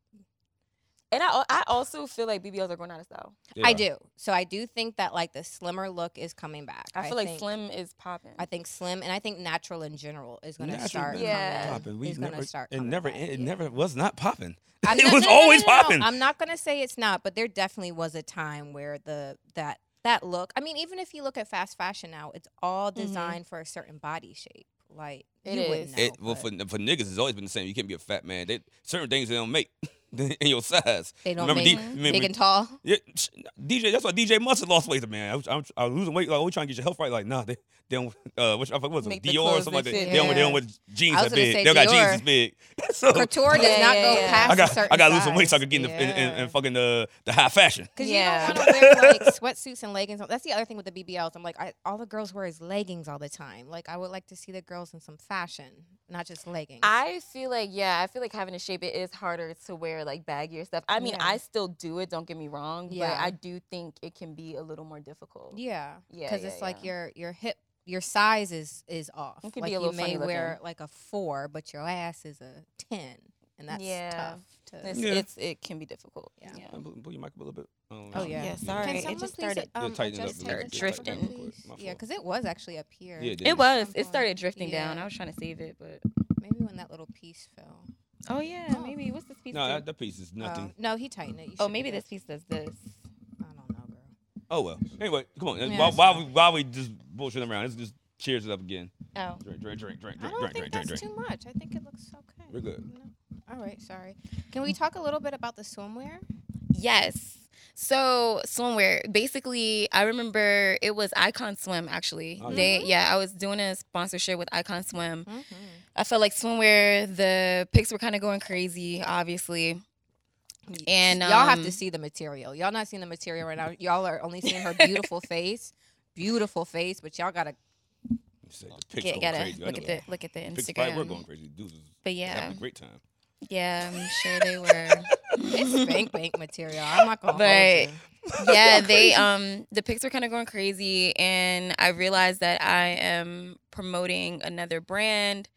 S3: and I, al- I also feel like BBLs are going out of style.
S1: Yeah.
S2: I do. So I do think that like the slimmer look is coming back.
S3: I feel like
S2: think-
S3: slim is popping.
S2: I think slim, and I think natural in general is gonna
S1: Natural
S2: start.
S1: is
S3: Yeah.
S2: coming-
S1: Poppin'. We
S2: is
S1: never,
S2: gonna start.
S1: it
S2: coming
S1: never,
S2: back,
S1: it,
S2: yeah.
S1: never was not popping. [laughs]
S2: I'm
S1: it
S2: not-
S1: was
S2: no, no, no, no,
S1: always
S2: no, no.
S1: popping.
S2: I'm not gonna say it's not, but there definitely was a time where the that that look. I mean, even if you look at fast fashion now, it's all designed for a certain body shape. Like
S3: It
S2: you
S3: is.
S2: wouldn't know.
S1: It, well,
S2: but-
S1: for, for niggas, it's always been the same. You can't be a fat man. They, certain things they don't make. [laughs] in your size.
S2: They don't
S1: Remember
S2: make
S1: D-
S2: big
S1: remember- [laughs]
S2: and tall.
S1: Yeah, sh- DJ. That's why DJ Mustard lost weight, man. I was, I'm, I was losing weight. Like, we trying to get your health right. Like, nah, they, they don't. Uh, which I forgot what it was
S3: Make
S1: it
S3: the
S1: Dior or
S3: clothes
S1: something like that.
S3: that
S1: They
S3: fit.
S1: don't. They don't
S2: Yeah.
S1: wear jeans
S2: I was
S1: that
S2: gonna
S1: big. They
S2: say
S1: don't got
S2: Dior.
S1: jeans as big. [laughs] so
S2: Couture does
S3: Yeah,
S2: not go
S3: yeah, yeah.
S2: past
S1: Oh. I got.
S2: a certain
S1: I got to lose some weight so I
S2: size.
S1: could get in, the, in, in,
S2: Yeah.
S1: in fucking the the high fashion.
S2: Cause
S3: Yeah.
S2: you don't want to wear [laughs] like sweatsuits and leggings. That's the other thing with the BBLs. I'm like, I, all the girls wear is leggings all the time. Like, I would like to see the girls in some fashion, not just leggings.
S3: I feel like yeah, I feel like having a shape it is harder to wear like baggier stuff. I mean,
S2: Yeah.
S3: I still do it. Don't get me wrong,
S2: Yeah.
S3: but I do think it can be a little more difficult.
S2: yeah,
S3: yeah,
S2: because
S3: yeah,
S2: it's like
S3: yeah.
S2: your your hip, your size is is off.
S3: It could be
S2: like
S3: a
S2: you
S3: little
S2: may
S3: funny looking.
S2: wear like a four, but your ass is a ten, and that's
S3: Yeah.
S2: tough. To,
S3: It's,
S1: Yeah.
S3: it's it can be difficult.
S2: Yeah.
S1: Uh, Pull pull your mic up a little bit. Um,
S2: Oh, yeah.
S3: Yeah,
S1: Can
S3: sorry.
S2: Can
S3: it
S2: someone
S3: just
S2: please,
S3: started-
S1: Yeah,
S2: um,
S1: tighten it up
S2: adjust
S1: a little
S2: it?
S3: bit. Start
S2: Tighten it
S3: drifting.
S2: up, please.
S1: My
S2: Yeah,
S1: fault.
S2: because it was actually up here.
S1: Yeah, it did.
S3: It was. It
S2: Someone-
S3: started drifting down.
S2: Yeah.
S3: I was trying to save it, but
S2: Maybe when that little piece fell.
S3: oh yeah,
S2: Oh.
S3: maybe what's this piece?
S1: No,
S3: do?
S1: that, that piece is nothing.
S2: Oh, no, he tightened it. You
S3: oh,
S2: should be
S3: maybe
S2: good.
S3: this piece does this.
S2: I don't know, girl.
S1: oh well. Anyway, come on.
S2: Yeah,
S1: while,
S2: that's
S1: while we
S2: fine.
S1: while we just bullshitting around, let's just cheers it up again.
S3: Oh.
S1: Drink, drink, drink, drink, drink,
S2: I don't
S1: drink,
S2: think
S1: drink, drink,
S2: that's
S1: drink.
S2: too much. I think it looks okay.
S1: We're good.
S2: No. All right, sorry. Can we talk a little bit about the swimwear?
S3: Yes. So swimwear, basically, I remember it was Icon Swim actually.
S1: Oh, yeah.
S3: They yeah, I was doing a sponsorship with Icon Swim.
S2: Mm-hmm.
S3: I felt like swimwear, the pics were kind of going crazy, obviously. And
S2: y'all have
S3: um,
S2: to see the material. Y'all not seeing the material right now. Y'all are only seeing her beautiful face, beautiful face. But y'all gotta
S1: You said the pics
S3: get,
S1: going
S3: gotta
S1: crazy. I
S3: look
S1: know
S3: at
S1: that.
S3: the look at the
S1: Pics probably were
S3: Instagram.
S1: going crazy. Dudes was
S3: but
S1: having
S3: yeah,
S1: a great time.
S3: yeah, I'm sure
S1: [laughs]
S3: they were. [laughs]
S2: it's bank bank material. I'm not gonna
S3: Right.
S2: hold you.
S3: yeah, they um the pics were kind of going crazy, and I realized that I am promoting another brand,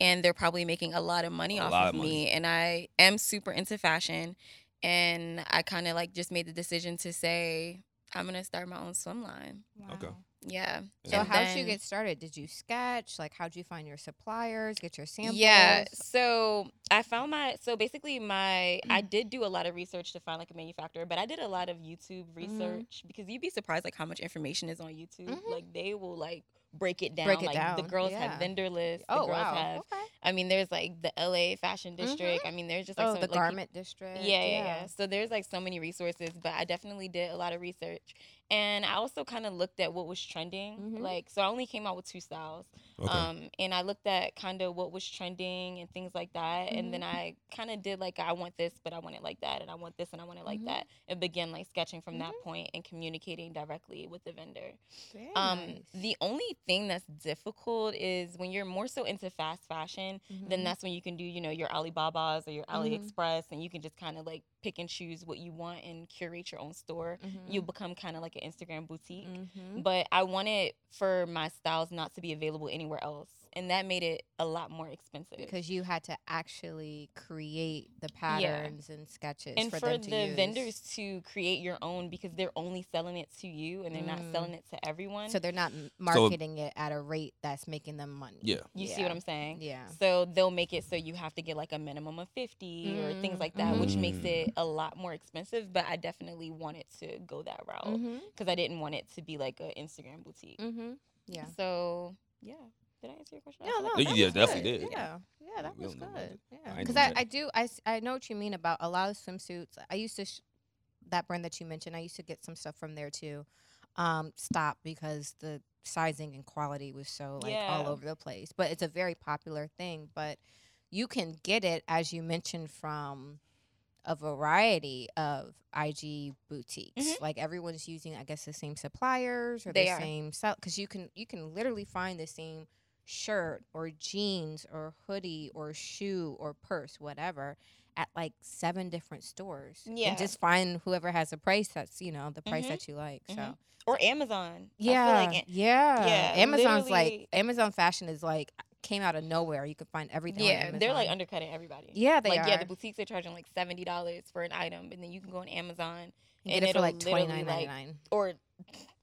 S3: and they're probably making a lot of money
S1: A
S3: off
S1: lot
S3: of
S1: of money.
S3: me, and I am super into fashion, and I kind of like just made the decision to say I'm gonna start my own swim line.
S1: Okay.
S2: Wow.
S3: Yeah.
S2: So
S3: And
S2: how did
S3: then-
S2: you get started? Did you sketch? Like how'd you find your suppliers? Get your samples?
S3: Yeah. So I found my so basically my
S2: [clears throat]
S3: I did do a lot of research to find like a manufacturer, but I did a lot of YouTube
S2: Mm-hmm.
S3: research because you'd be surprised like how much information is on YouTube.
S2: Mhm.
S3: Like they will like break it down.
S2: Break it
S3: like the
S2: down,
S3: girls
S2: yeah.
S3: have vendor lists. The
S2: Oh
S3: girls
S2: wow.
S3: have
S2: okay.
S3: I mean there's like the LA fashion district. I mean there's just like
S2: oh,
S3: so,
S2: the
S3: like,
S2: garment district.
S3: yeah, yeah, yeah. So there's like so many resources, but I definitely did a lot of research. And I also kind of looked at what was trending.
S2: Mhm.
S3: Like so I only came out with two styles. Um, and I looked at kind of what was trending and things like that. And then I kind of did like, I want this, but I want it like that. And I want this and I want it like
S2: Mhm.
S3: that. And began like sketching from that point and communicating directly with the vendor.
S2: Very
S3: Um,
S2: nice.
S3: The only thing that's difficult is when you're more so into fast fashion, then
S2: Mhm.
S3: that's when you can do, you know, your Alibabas or your
S2: Mhm.
S3: AliExpress and you can just kind of like pick and choose what you want and curate your own store.
S2: Mhm.
S3: You'll become kind of like an Instagram boutique
S2: Mhm.
S3: but I wanted for my styles not to be available anywhere else, and that made it a lot more expensive.
S2: because you had to actually create the patterns and sketches
S3: and
S2: for,
S3: for,
S2: them to
S3: the
S2: use.
S3: vendors to create your own because they're only selling it to you and they're not
S2: Mm.
S3: selling it to everyone.
S2: so they're not m- marketing it at a rate that's making them money.
S1: Yeah.
S3: you see what I'm saying?
S2: Yeah.
S3: So they'll make it so you have to get like a minimum of 50 or
S2: Mm,
S3: things like that, which makes
S1: mhm.
S3: it a lot more expensive. But I definitely wanted to go that route because
S2: Mhm.
S3: I didn't want it to be like an Instagram boutique.
S2: Mhm. Yeah.
S3: So, yeah. Did I answer your question? I
S2: No,
S3: feel
S2: no.
S3: like
S1: You-
S2: that
S3: I
S1: yeah,
S2: was
S1: definitely
S2: good.
S1: did.
S2: Yeah. Yeah, that
S1: We
S2: was
S1: don't know what
S2: good.
S1: it-
S2: Yeah.
S1: ain't
S2: Because
S1: gonna
S2: I,
S1: check.
S2: I do I, s- I know what you mean about a lot of swimsuits. I used to sh- that brand that you mentioned. I used to get some stuff from there too. Um, stop because the sizing and quality was so like all
S3: Yeah.
S2: over the place. But it's a very popular thing. But you can get it as you mentioned from a variety of IG boutiques.
S3: Mhm.
S2: Like everyone's using, I guess, the same suppliers or
S3: They
S2: the
S3: are.
S2: same sell because you can you can literally find the same shirt or jeans or hoodie or shoe or purse, whatever, at like seven different stores.
S3: Yeah.
S2: And just find whoever has a price that's, you know, the price
S3: Mhm.
S2: that you like.
S3: Mhm.
S2: So
S3: or Amazon. I
S2: yeah,
S3: feel like it-
S2: yeah.
S3: yeah,
S2: Amazon's like
S3: literally-
S2: Amazon fashion is like came out of nowhere. You can find everything. on
S3: yeah, they're like
S2: Amazon.
S3: undercutting everybody.
S2: Yeah, they
S3: like
S2: are.
S3: yeah, the boutiques are charging like seventy dollars for an item, and then you can go on Amazon
S2: You get
S3: and
S2: it for
S3: it'll
S2: like
S3: literally,
S2: twenty nine ninety
S3: like,
S2: nine.
S3: or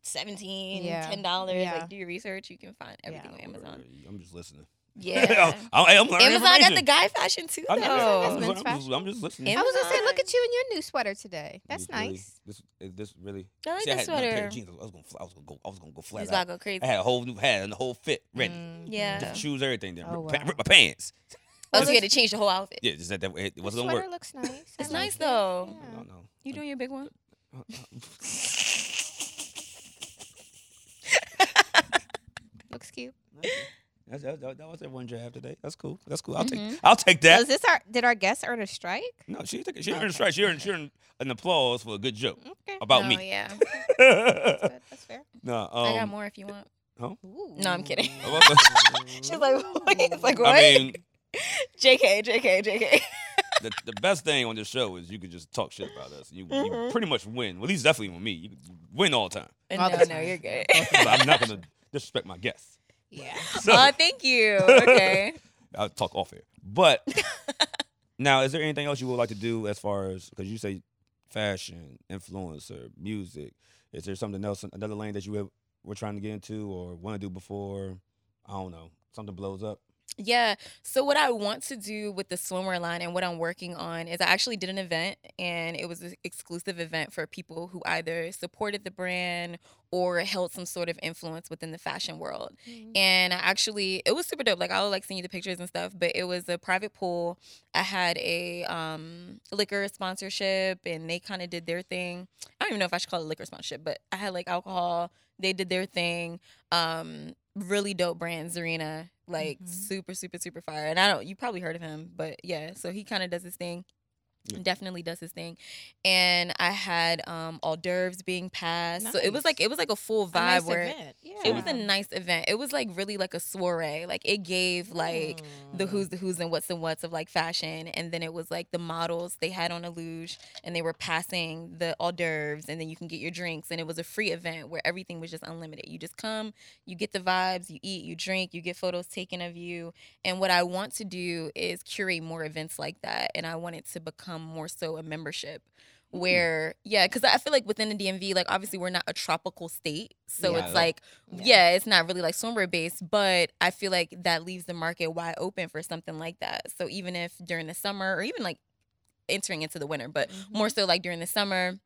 S3: seventeen,
S2: Yeah.
S3: ten dollars.
S2: Yeah.
S3: Like do your research, you can find everything on
S1: Word,
S3: Oh, Amazon.
S1: [laughs] I'm just listening.
S3: Yeah,
S1: I'm, I'm learning
S3: Amazon got the
S1: information.
S3: guy fashion too.
S1: I know.
S3: though.
S1: I'm,
S2: Men's
S1: just, I'm, just, I'm just listening.
S2: I was gonna say, look
S3: Amazon.
S2: at you in your new sweater today. That's
S1: This really-
S2: nice.
S1: This is this really.
S3: I like
S1: See, I
S3: the
S1: had another pair
S3: sweater.
S1: of jeans. I was gonna, fl- I was gonna go. I was gonna go
S3: He's
S1: flat
S3: about
S1: out.
S3: to go crazy.
S1: I had a whole new hat and the whole fit ready.
S2: Mm,
S3: Yeah.
S1: Different shoes, everything. There.
S2: Oh,
S1: Rip pa-
S2: wow.
S1: rip my pants.
S3: Oh, so you had to change the whole outfit.
S1: Yeah, just that that it
S2: The
S1: wasn't gonna
S2: sweater
S1: work. [laughs]
S2: looks nice. I like
S3: It's nice
S2: it.
S3: though.
S1: I
S2: Yeah.
S1: don't know.
S3: You doing your big one?
S2: Looks cute.
S1: That's- that, that, that was their one draft today. That's cool. That's cool. I'll
S3: Mhm.
S1: take. I'll take
S2: So
S1: that.
S2: is this our? Did our guests earn a strike?
S1: no, she took. it- She
S2: Okay.
S1: earned a strike. She earned. She earned an applause for a good joke
S2: Okay.
S1: about
S3: no,
S1: me.
S2: [laughs]
S3: Yeah.
S2: That's good. That's fair.
S1: no, um,
S3: I got more if you want.
S2: Ooh.
S3: No, I'm kidding.
S1: [laughs] She's
S3: [laughs] She's
S1: [laughs]
S3: like, it's like what?
S1: I mean,
S3: JK, JK, JK.
S1: the, the best thing on this show is you can just talk shit about us. You, you
S3: Mhm.
S1: pretty much win. Well, at least definitely with me. You win all
S3: [laughs]
S1: the time.
S2: All
S3: no,
S2: the
S3: no,
S1: [laughs]
S2: time.
S3: you're good. [laughs]
S1: But I'm not gonna disrespect my guests.
S2: Yeah.
S1: So,
S3: oh, thank you.
S1: [laughs]
S3: Okay.
S1: I'll talk off here.
S3: [laughs]
S1: But now, is there anything else you would like to do as far as because you say fashion, influencer, music? Is there something else, another lane that you were- were trying to get into or want to do before? I don't know. Something blows up.
S3: Yeah. So what I want to do with the swimwear line and what I'm working on is I actually did an event and it was an exclusive event for people who either supported the brand or held some sort of influence within the fashion world.
S2: Hmm. Mm-hmm.
S3: And I actually it was super dope. Like I'll like send you the pictures and stuff, but it was a private pool. I had a um liquor sponsorship and they kind of did their thing. I don't even know if I should call it liquor sponsorship, but I had like alcohol. They did their thing. Um, really dope brand, Zarina. Like
S2: Mhm.
S3: super, super, super fire. And I don't you probably heard of him, but yeah, so he kind of does his thing.
S1: Yeah.
S3: Definitely does his thing. And I had um hors d'oeuvres being passed. So it was
S2: Nice.
S3: like it was like a full vibe
S2: A nice
S3: where
S2: event. Yeah.
S3: it was a nice event. It was like really like a soiree. Like it gave like the
S2: Mm.
S3: who's the who's and what's the what's of like fashion and then it was like the models they had on a luge and they were passing the hors d'oeuvres and then you can get your drinks and it was a free event where everything was just unlimited you just come you get the vibes you eat you drink you get photos taken of you and what i want to do is curate more events like that and i want it to become more so a membership
S2: Mm.
S3: where yeah because i feel like within the dmv like obviously we're not a tropical state so
S1: Yeah.
S3: it's like yeah. it's not really like swimwear based, but I feel like that leaves the market wide open for something like that. So even if during the summer or even like entering into the winter, but
S2: Mhm.
S3: more so like during the summer,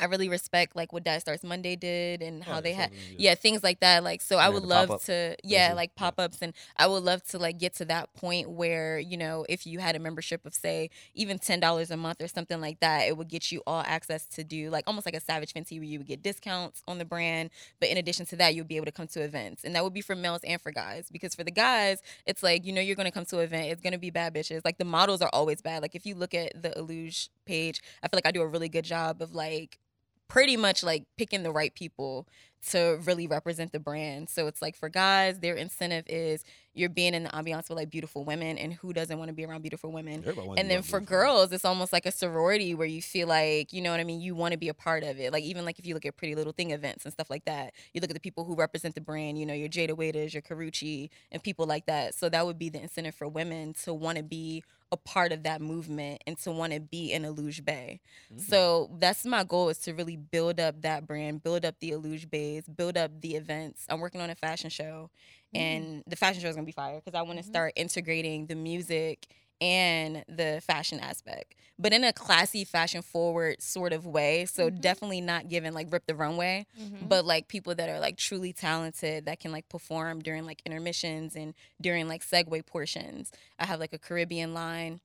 S3: I really respect like what Diet Starts Monday did and how they had yeah things like that like so i
S1: Yeah,
S3: would
S1: the
S3: love
S1: pop-up
S3: to yeah
S1: things,
S3: like
S1: yeah.
S3: pop-ups and i would love to like get to that point where you know if you had a membership of say even $10 a month or something like that it would get you all access to do like almost like a savage fenty where you would get discounts on the brand but in addition to that you'll be able to come to events and that would be for males and for guys because for the guys it's like you know you're gonna come to an event it's gonna be bad bitches like the models are always bad like if you look at the illuge page i feel like i do a really good job of like pretty much like picking the right people to really represent the brand. So it's like for guys, their incentive is you're being in the ambiance with like beautiful women, and who doesn't want to be around beautiful women? And then for girls, it's almost like a sorority where you feel like, you know what I mean, you want to be a part of it. Like even like if you look at Pretty Little Thing events and stuff like that, you look at the people who represent the brand, you know, your Jada Waiters, your Karuchi, and people like that. So that would be the incentive for women to want to be a part of that movement and to want to be in Illuge Bay.
S1: Mm. Mm-hmm.
S3: So that's my goal is to really build up that brand, build up the Illuge Bays, build up the events. I'm working on a fashion show, and the fashion show is gonna be fire because I want to
S2: Mhm.
S3: start integrating the music and the fashion aspect, but in a classy, fashion forward sort of way. So
S2: Mhm.
S3: definitely not giving like rip the runway,
S2: Mhm.
S3: but like people that are like truly talented that can like perform during like intermissions and during like segue portions. I have like a Caribbean line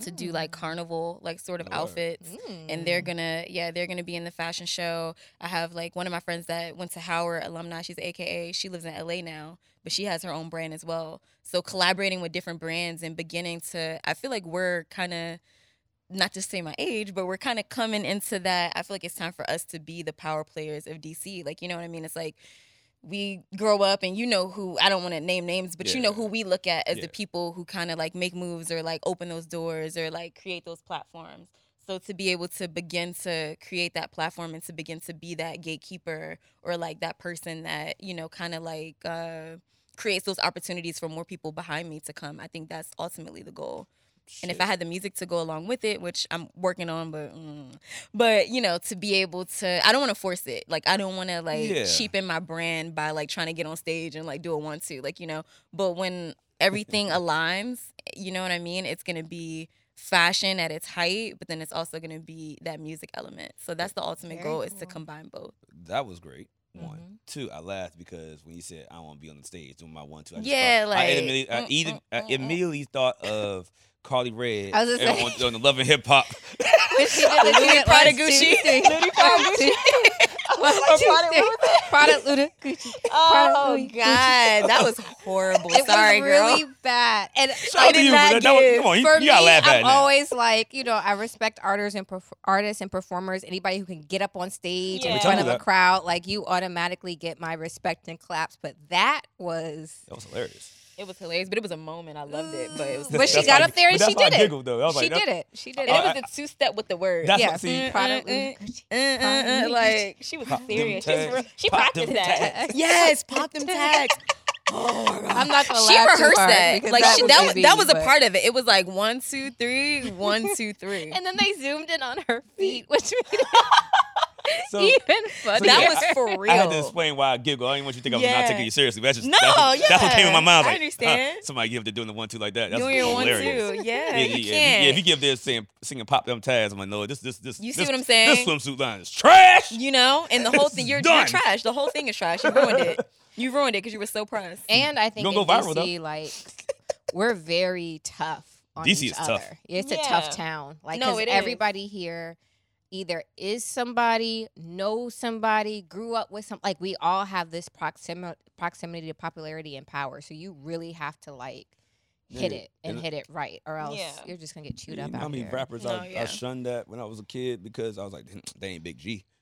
S3: to do like
S2: Mm.
S3: carnival like sort of
S1: Word.
S3: outfits and
S2: Hmm. [laughs]
S3: they're gonna yeah they're gonna be in the fashion show i have like one of my friends that went to howard alumni she's aka she lives in la now but she has her own brand as well so collaborating with different brands and beginning to i feel like we're kind of not to say my age but we're kind of coming into that i feel like it's time for us to be the power players of dc like you know what i mean it's like we grow up and you know who i don't want to name names but you know
S1: Yeah.
S3: who we look at as
S1: Yeah.
S3: the people who kind of like make moves or like open those doors or like create those platforms so to be able to begin to create that platform and to begin to be that gatekeeper or like that person that, you know, kind of like uh, creates those opportunities for more people behind me to come. I think that's ultimately the goal. And if I had the music to go along with it, which I'm working on, but mm, but you know, to be able to, I don't want to force it. Like I don't want to like
S1: Yeah.
S3: cheapen my brand by like trying to get on stage and like do a one two, like you know. But when everything aligns, you know what I mean. It's gonna be fashion at its height, but then it's also gonna be that music element. So that's the ultimate
S2: Very
S3: goal is to
S2: cool.
S3: [laughs] combine both.
S1: that was great. One,
S3: Mm-hmm.
S2: Mhm.
S1: two. I laughed because when you said I want to be on the stage doing my one, two. I just
S3: Yeah,
S1: thought- I
S3: like,
S1: immediately, I,
S3: mm,
S1: either,
S3: mm,
S1: I
S3: mm, mm.
S1: immediately thought of Carly Red
S2: I was gonna
S1: and
S2: say-
S1: on, on the Love and Hip Hop. [laughs]
S2: When she
S3: [laughs]
S2: did the
S3: Ludi
S2: unit,
S3: Prada
S2: like, [laughs]
S3: Gucci.
S2: two, three.
S3: [laughs] Ludi Prada Gucci.
S2: One,
S3: Or
S2: two,
S3: Prada-
S2: three.
S3: what
S2: Prada Luda Gucci. [laughs]
S3: Oh
S2: Louis
S3: God, [laughs] that was horrible. Sorry,
S2: it was
S3: girl.
S2: really bad. And
S1: Shout out to
S3: did
S1: you,
S3: not
S1: but that was,
S3: give.
S1: come on, you,
S2: for
S1: you gotta
S2: me,
S1: laugh at
S2: I'm
S1: it now.
S2: always like, you know, I respect artists and perf- artists and performers. Anybody who can get up on stage
S3: Yeah.
S2: in
S3: We
S2: front
S3: told
S2: of
S1: you
S2: a
S1: that.
S2: crowd, like you automatically get my respect and claps. But that was.
S1: That was hilarious.
S3: It was hilarious, but it was a moment. I loved it, but it was.
S2: But she
S1: That's
S2: got
S1: why-
S2: up there and
S1: but
S2: she
S1: that's why
S2: did
S1: I
S2: it.
S1: giggled, though. Oh, I Oh, was
S2: she
S1: like, that-
S2: did it. She did
S3: and
S2: it.
S1: I-
S3: it was a two step with the word.
S1: That's
S2: yeah.
S1: what, see,
S3: Mm,
S2: Prada
S3: mm,
S2: Luda Gucci.
S3: Uh, uh, uh, like she was
S1: Pop them
S3: serious. She's
S1: tags.
S3: real- she
S1: Pop them
S3: practiced
S2: [laughs]
S3: that.
S1: tags.
S3: [laughs] Yes, pop them tags. Oh my god.
S2: I'm not gonna
S3: She
S2: laugh too
S3: rehearsed
S2: hard
S3: that.
S2: because
S3: Like that, she,
S2: would
S3: that,
S2: be
S3: was,
S2: me,
S3: that was a
S2: but-
S3: part of it. It was like one, two, three, one, two, [laughs] three.
S2: And then they zoomed in on her feet, [laughs] which made
S1: so,
S2: it even funnier.
S1: yeah,
S3: that was for
S1: [laughs]
S3: real.
S1: I had to explain why I giggle. I didn't want you to think I was not
S3: Yeah.
S1: taking you seriously. but That's just
S3: No,
S1: that's, what- that's what came in
S3: yeah.
S1: my mind.
S3: I
S1: Like, huh,
S3: understand.
S1: somebody give the doing the one two like that. That's
S3: Doing your one, two.
S1: hilarious.
S3: Yeah,
S1: Yeah, yeah,
S3: you
S1: yeah. If,
S3: can't.
S1: yeah, if you give this singing, singing pop them tags, I'm like, no, this, this, this.
S3: You see
S1: this,
S3: what I'm saying?
S1: This swimsuit line is trash.
S3: You know, and the whole thing, you're, you're
S1: Done.
S3: trash. The whole thing is trash. You ruined it. You ruined it because you were so pressed.
S2: And I think
S1: Gonna go
S2: in
S1: viral, [laughs]
S2: DC, like we're very tough on
S1: DC
S2: each
S1: is
S2: other.
S1: tough.
S2: It's a
S3: Yeah.
S2: tough town. Like
S3: No,
S2: 'cause
S3: it is.
S2: everybody here either is somebody, knows somebody, grew up with some. Like we all have this proximity, proximity to popularity and power. So you really have to like hit
S1: Yeah.
S2: it and
S1: And-
S2: hit it right, or else
S3: Yeah.
S2: you're just gonna get chewed
S1: You
S2: up
S1: know how
S2: out
S1: many
S2: here.
S1: rappers
S3: No,
S1: I,
S3: yeah.
S1: I shunned that when I was a kid because I was like, "Mm, they ain't Big G. [laughs]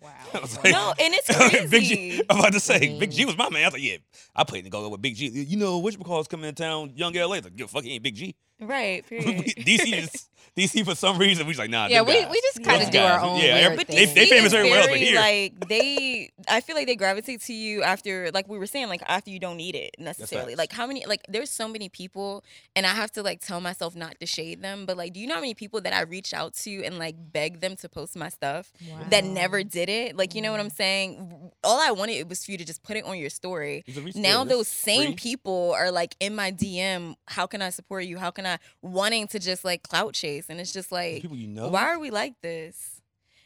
S2: Wow.
S1: I was like-
S3: no, and it's
S1: [laughs] Big G.
S3: crazy.
S1: I'm about to say, Big
S2: Mm.
S1: G was my man. I was like, yeah, I played in the go with Big G. You know, which McCall's coming in town, young LA. Like, yo, fuck, he ain't Big G. [laughs]
S3: right. Period.
S1: DC is DC for some reason. We was like, nah.
S2: yeah,
S1: them
S2: we,
S1: guys.
S2: we just
S3: Those
S2: kind of do our
S1: guys,
S2: own.
S1: yeah,
S2: weird
S1: everybody-
S3: But they,
S1: they-
S2: thing.
S1: they famous
S3: is
S1: everywhere else, but
S3: very,
S1: here.
S3: Like they, I feel like they gravitate to you after, like we were saying, like after you don't need it necessarily.
S1: facts.
S3: Like how many, like there's so many people, and I have to like tell myself not to shade them. But like, do you know how many people that I reached out to and like begged them to post my stuff that
S2: Wow.
S3: never did it? Like you know what I'm saying? All I wanted was for you to just put it on your story.
S1: It's a reach
S3: Now
S1: there.
S3: those
S1: It's
S3: same
S1: free.
S3: people are like in my DM. How can I support you? How can I wanting to just like clout chase? And it's just
S1: The
S3: like
S1: people you know.
S3: why are we like this?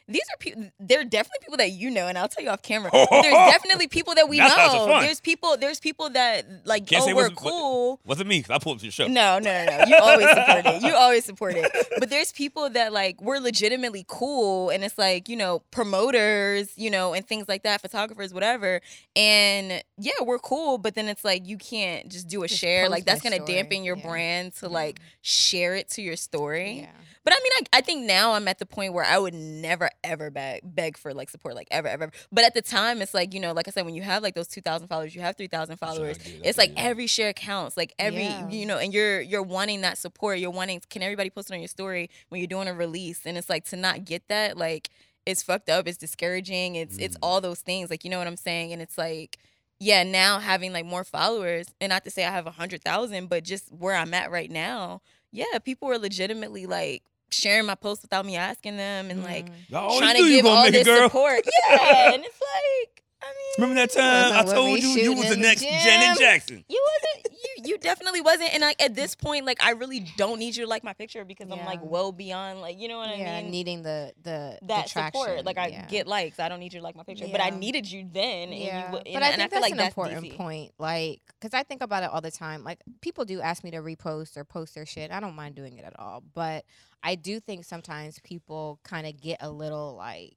S3: These are people. They're definitely people that you know, and I'll tell you
S1: [laughs]
S3: off camera. There's definitely people that we
S1: That's lots of
S3: know.
S1: fun.
S3: There's people. There's people that like.
S1: Can't
S3: oh,
S1: say
S3: we're
S1: what's- what-
S3: cool.
S1: Wasn't me. 'cause I pulled up to [laughs] your show.
S3: No, no, no, no. You always support it. You always support it. But there's people that like we're legitimately cool, and it's like you know promoters, you know, and things like that, photographers, whatever. And yeah, we're cool. But then it's like you can't just do a
S2: Just
S3: share.
S2: post
S3: Like that's
S2: my
S3: gonna
S2: story.
S3: dampen your
S2: Yeah.
S3: brand to
S2: Yeah.
S3: like share it to your story.
S2: Yeah.
S3: But I mean, I, I think now I'm at the point where I would never ever beg beg for like support, like ever ever. But at the time, it's like you know, like I said, when you have like those two thousand followers, you have three thousand followers. It's like every share counts, like every
S2: Yeah.
S3: you know, and you're you're wanting that support. You're wanting can everybody post it on your story when you're doing a release, and it's like to not get that like it's fucked up. It's discouraging. It's it's
S1: Mm.
S3: all those things. Like you know what I'm saying, and it's like. Yeah, now having like more followers, and not to say I have a hundred thousand, but just where I'm at right now, yeah, people were legitimately like sharing my posts without me asking them and
S2: Mm.
S3: like
S1: Oh,
S3: trying to give all this support. Yeah, and it's like, I mean,
S1: Remember that
S2: Remember
S1: time I
S2: when we
S1: told you you
S2: shooting
S1: was
S2: in
S1: the
S2: the
S1: next Janet
S2: gym?
S1: Jackson?
S3: you wasn't, you you definitely wasn't, and like at this point, like I really don't need you to like my picture because I'm like
S2: Yeah.
S3: well beyond, like you know what
S2: yeah,
S3: I mean.
S2: needing the the the
S3: that support,
S2: traction,
S3: like I
S2: yeah.
S3: get likes. I don't need you to like my picture, but I
S2: Yeah.
S3: needed you then. And you, w- and,
S2: but I
S3: and
S2: think
S3: feel
S2: that's
S3: like
S2: an
S3: that's
S2: important
S3: DC.
S2: point. Like, because I think about it all the time. Like, people do ask me to repost or post their shit. I don't mind doing it at all. But I do think sometimes people kind of get a little like,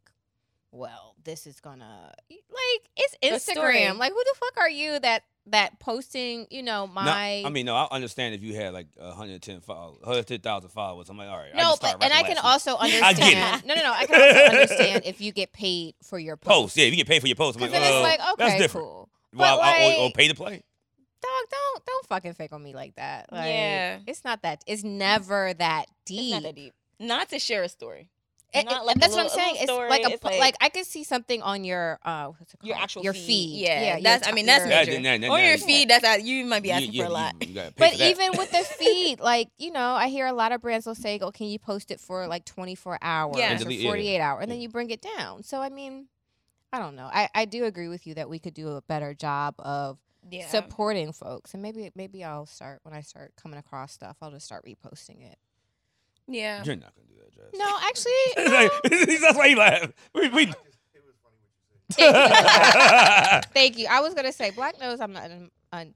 S2: well, this is gonna like it's
S3: The story.
S2: Instagram. Like, who the fuck are you that that posting? You know,
S1: No,
S2: my
S1: I mean, no, I understand if you had like 110 followers, 110,000 followers. I'm like, all right. I
S2: no,
S1: just
S2: but
S1: started
S2: and I
S1: rapping
S2: can
S1: last [laughs]
S2: also
S3: I
S1: get it.
S2: understand. no, no, no. I can
S1: [laughs]
S2: also understand if you get paid for your
S1: week. post. Yeah, if you get paid for your post. I'm
S2: Because
S1: like,
S2: then
S1: uh,
S2: it's like,
S1: that's
S2: okay,
S1: different.
S2: cool.
S1: Well,
S2: But,
S1: I- or- or
S2: like-
S1: pay to play.
S2: Dog, don't don't fucking fake on me like that. Like,
S3: Yeah.
S2: it's not that. It's never that
S3: It's
S2: deep.
S3: not that deep. Not to share a story.
S2: It- it-
S3: Not like a
S2: that's what I'm
S3: little- a
S2: saying. It's
S3: little
S2: like
S3: story.
S2: a
S3: It's
S2: po- like,
S3: like-
S2: I could see something on your uh what's it called?
S3: Your actual
S2: your
S3: feed.
S2: feed.
S3: Yeah,
S2: your
S3: that's- I
S2: top-
S3: mean, that's
S2: your-
S1: That-
S3: major.
S1: that- that-
S3: on your
S1: that-
S3: feed, that's out. You might be
S1: you-
S3: asking
S1: yeah,
S3: for a
S1: you-
S3: lot.
S1: You, gotta pay
S2: But
S1: for that. [laughs]
S2: even with
S3: [laughs]
S2: the feed, like you know, I hear a lot of brands will say, "Oh, can you post it for like 24 hours
S3: Yeah. And
S2: or
S1: delete- yeah.
S2: 48 hours?" And then
S1: Yeah.
S2: you bring it down. So I mean, I don't know. I I do agree with you that we could do a better job of
S3: Yeah.
S2: supporting folks, and maybe maybe I'll start when I start coming across stuff. I'll just start reposting it.
S3: yeah.
S1: [laughs] You're not going to do that, Jazz. [laughs]
S2: [laughs] No, actually,
S1: It's like- that's why he laughed. We, we,
S2: Thank you. [laughs]
S1: [laughs]
S2: Thank you. I was gonna say black knows I'm not. Un, un,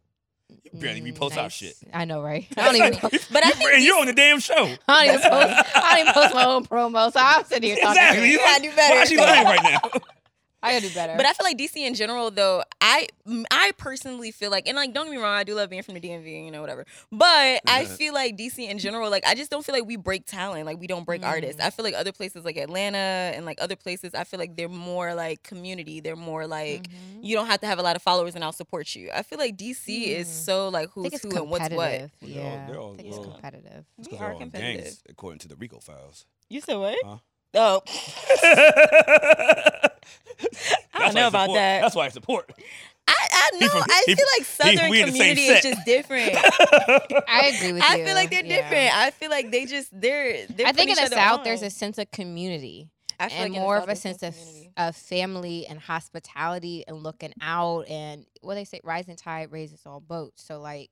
S1: barely
S2: mm,
S1: repost our shit.
S2: I
S1: [laughs]
S2: know, right? I don't even. po-
S3: But I think
S1: and you're on the damn
S2: [laughs]
S1: show.
S2: I don't even post. I don't even post my own promo, so I'm sitting here talking.
S1: Exactly.
S2: Shit.
S1: You
S3: I
S1: like,
S3: do
S1: Why is she
S3: better.
S1: lying right
S2: [laughs]
S1: now?
S2: I gotta do better.
S3: But I feel like DC in general, though, I m- I personally feel like, and like, don't get me wrong, I do love being from the DMV, you know, whatever. But I
S1: Yeah.
S3: feel like DC in general, like, I just don't feel like we break talent, like we don't break
S2: Mm.
S3: artists. I feel like other places like Atlanta and like other places, I feel like they're more like community. They're more like
S2: Mhm.
S3: you don't have to have a lot of followers, and I'll support you. I feel like DC is
S2: Mm.
S3: so like
S2: I
S3: who's
S2: think it's
S3: who and what's what.
S2: competitive.
S1: Well, they're all-
S2: Yeah,
S1: they're all
S2: I think it's
S1: low.
S2: competitive.
S1: It's 'cause
S3: We
S1: they're
S3: are
S1: all gangs,
S3: competitive.
S1: according to the Rico files.
S3: You said what?
S1: Huh?
S3: Oh,
S1: I
S3: know about that.
S1: That's why I support.
S3: I, I know.
S1: from-
S3: I
S1: [laughs] he-
S3: feel like Southern
S1: we in the same
S3: community is
S1: set. [laughs]
S3: just different. [laughs]
S2: I agree with
S3: I
S2: you.
S3: feel like they're
S2: Yeah.
S3: different. I feel like they just they're. they're
S2: I think in
S3: putting
S2: the
S3: each other
S2: South, there's
S3: on.
S2: a sense of community
S3: I feel
S2: and
S3: like in the
S2: more of
S3: South,
S2: a
S3: there's no
S2: sense of,
S3: community.
S2: of family and hospitality and looking out and what they say, rising tide raises all boats. So like,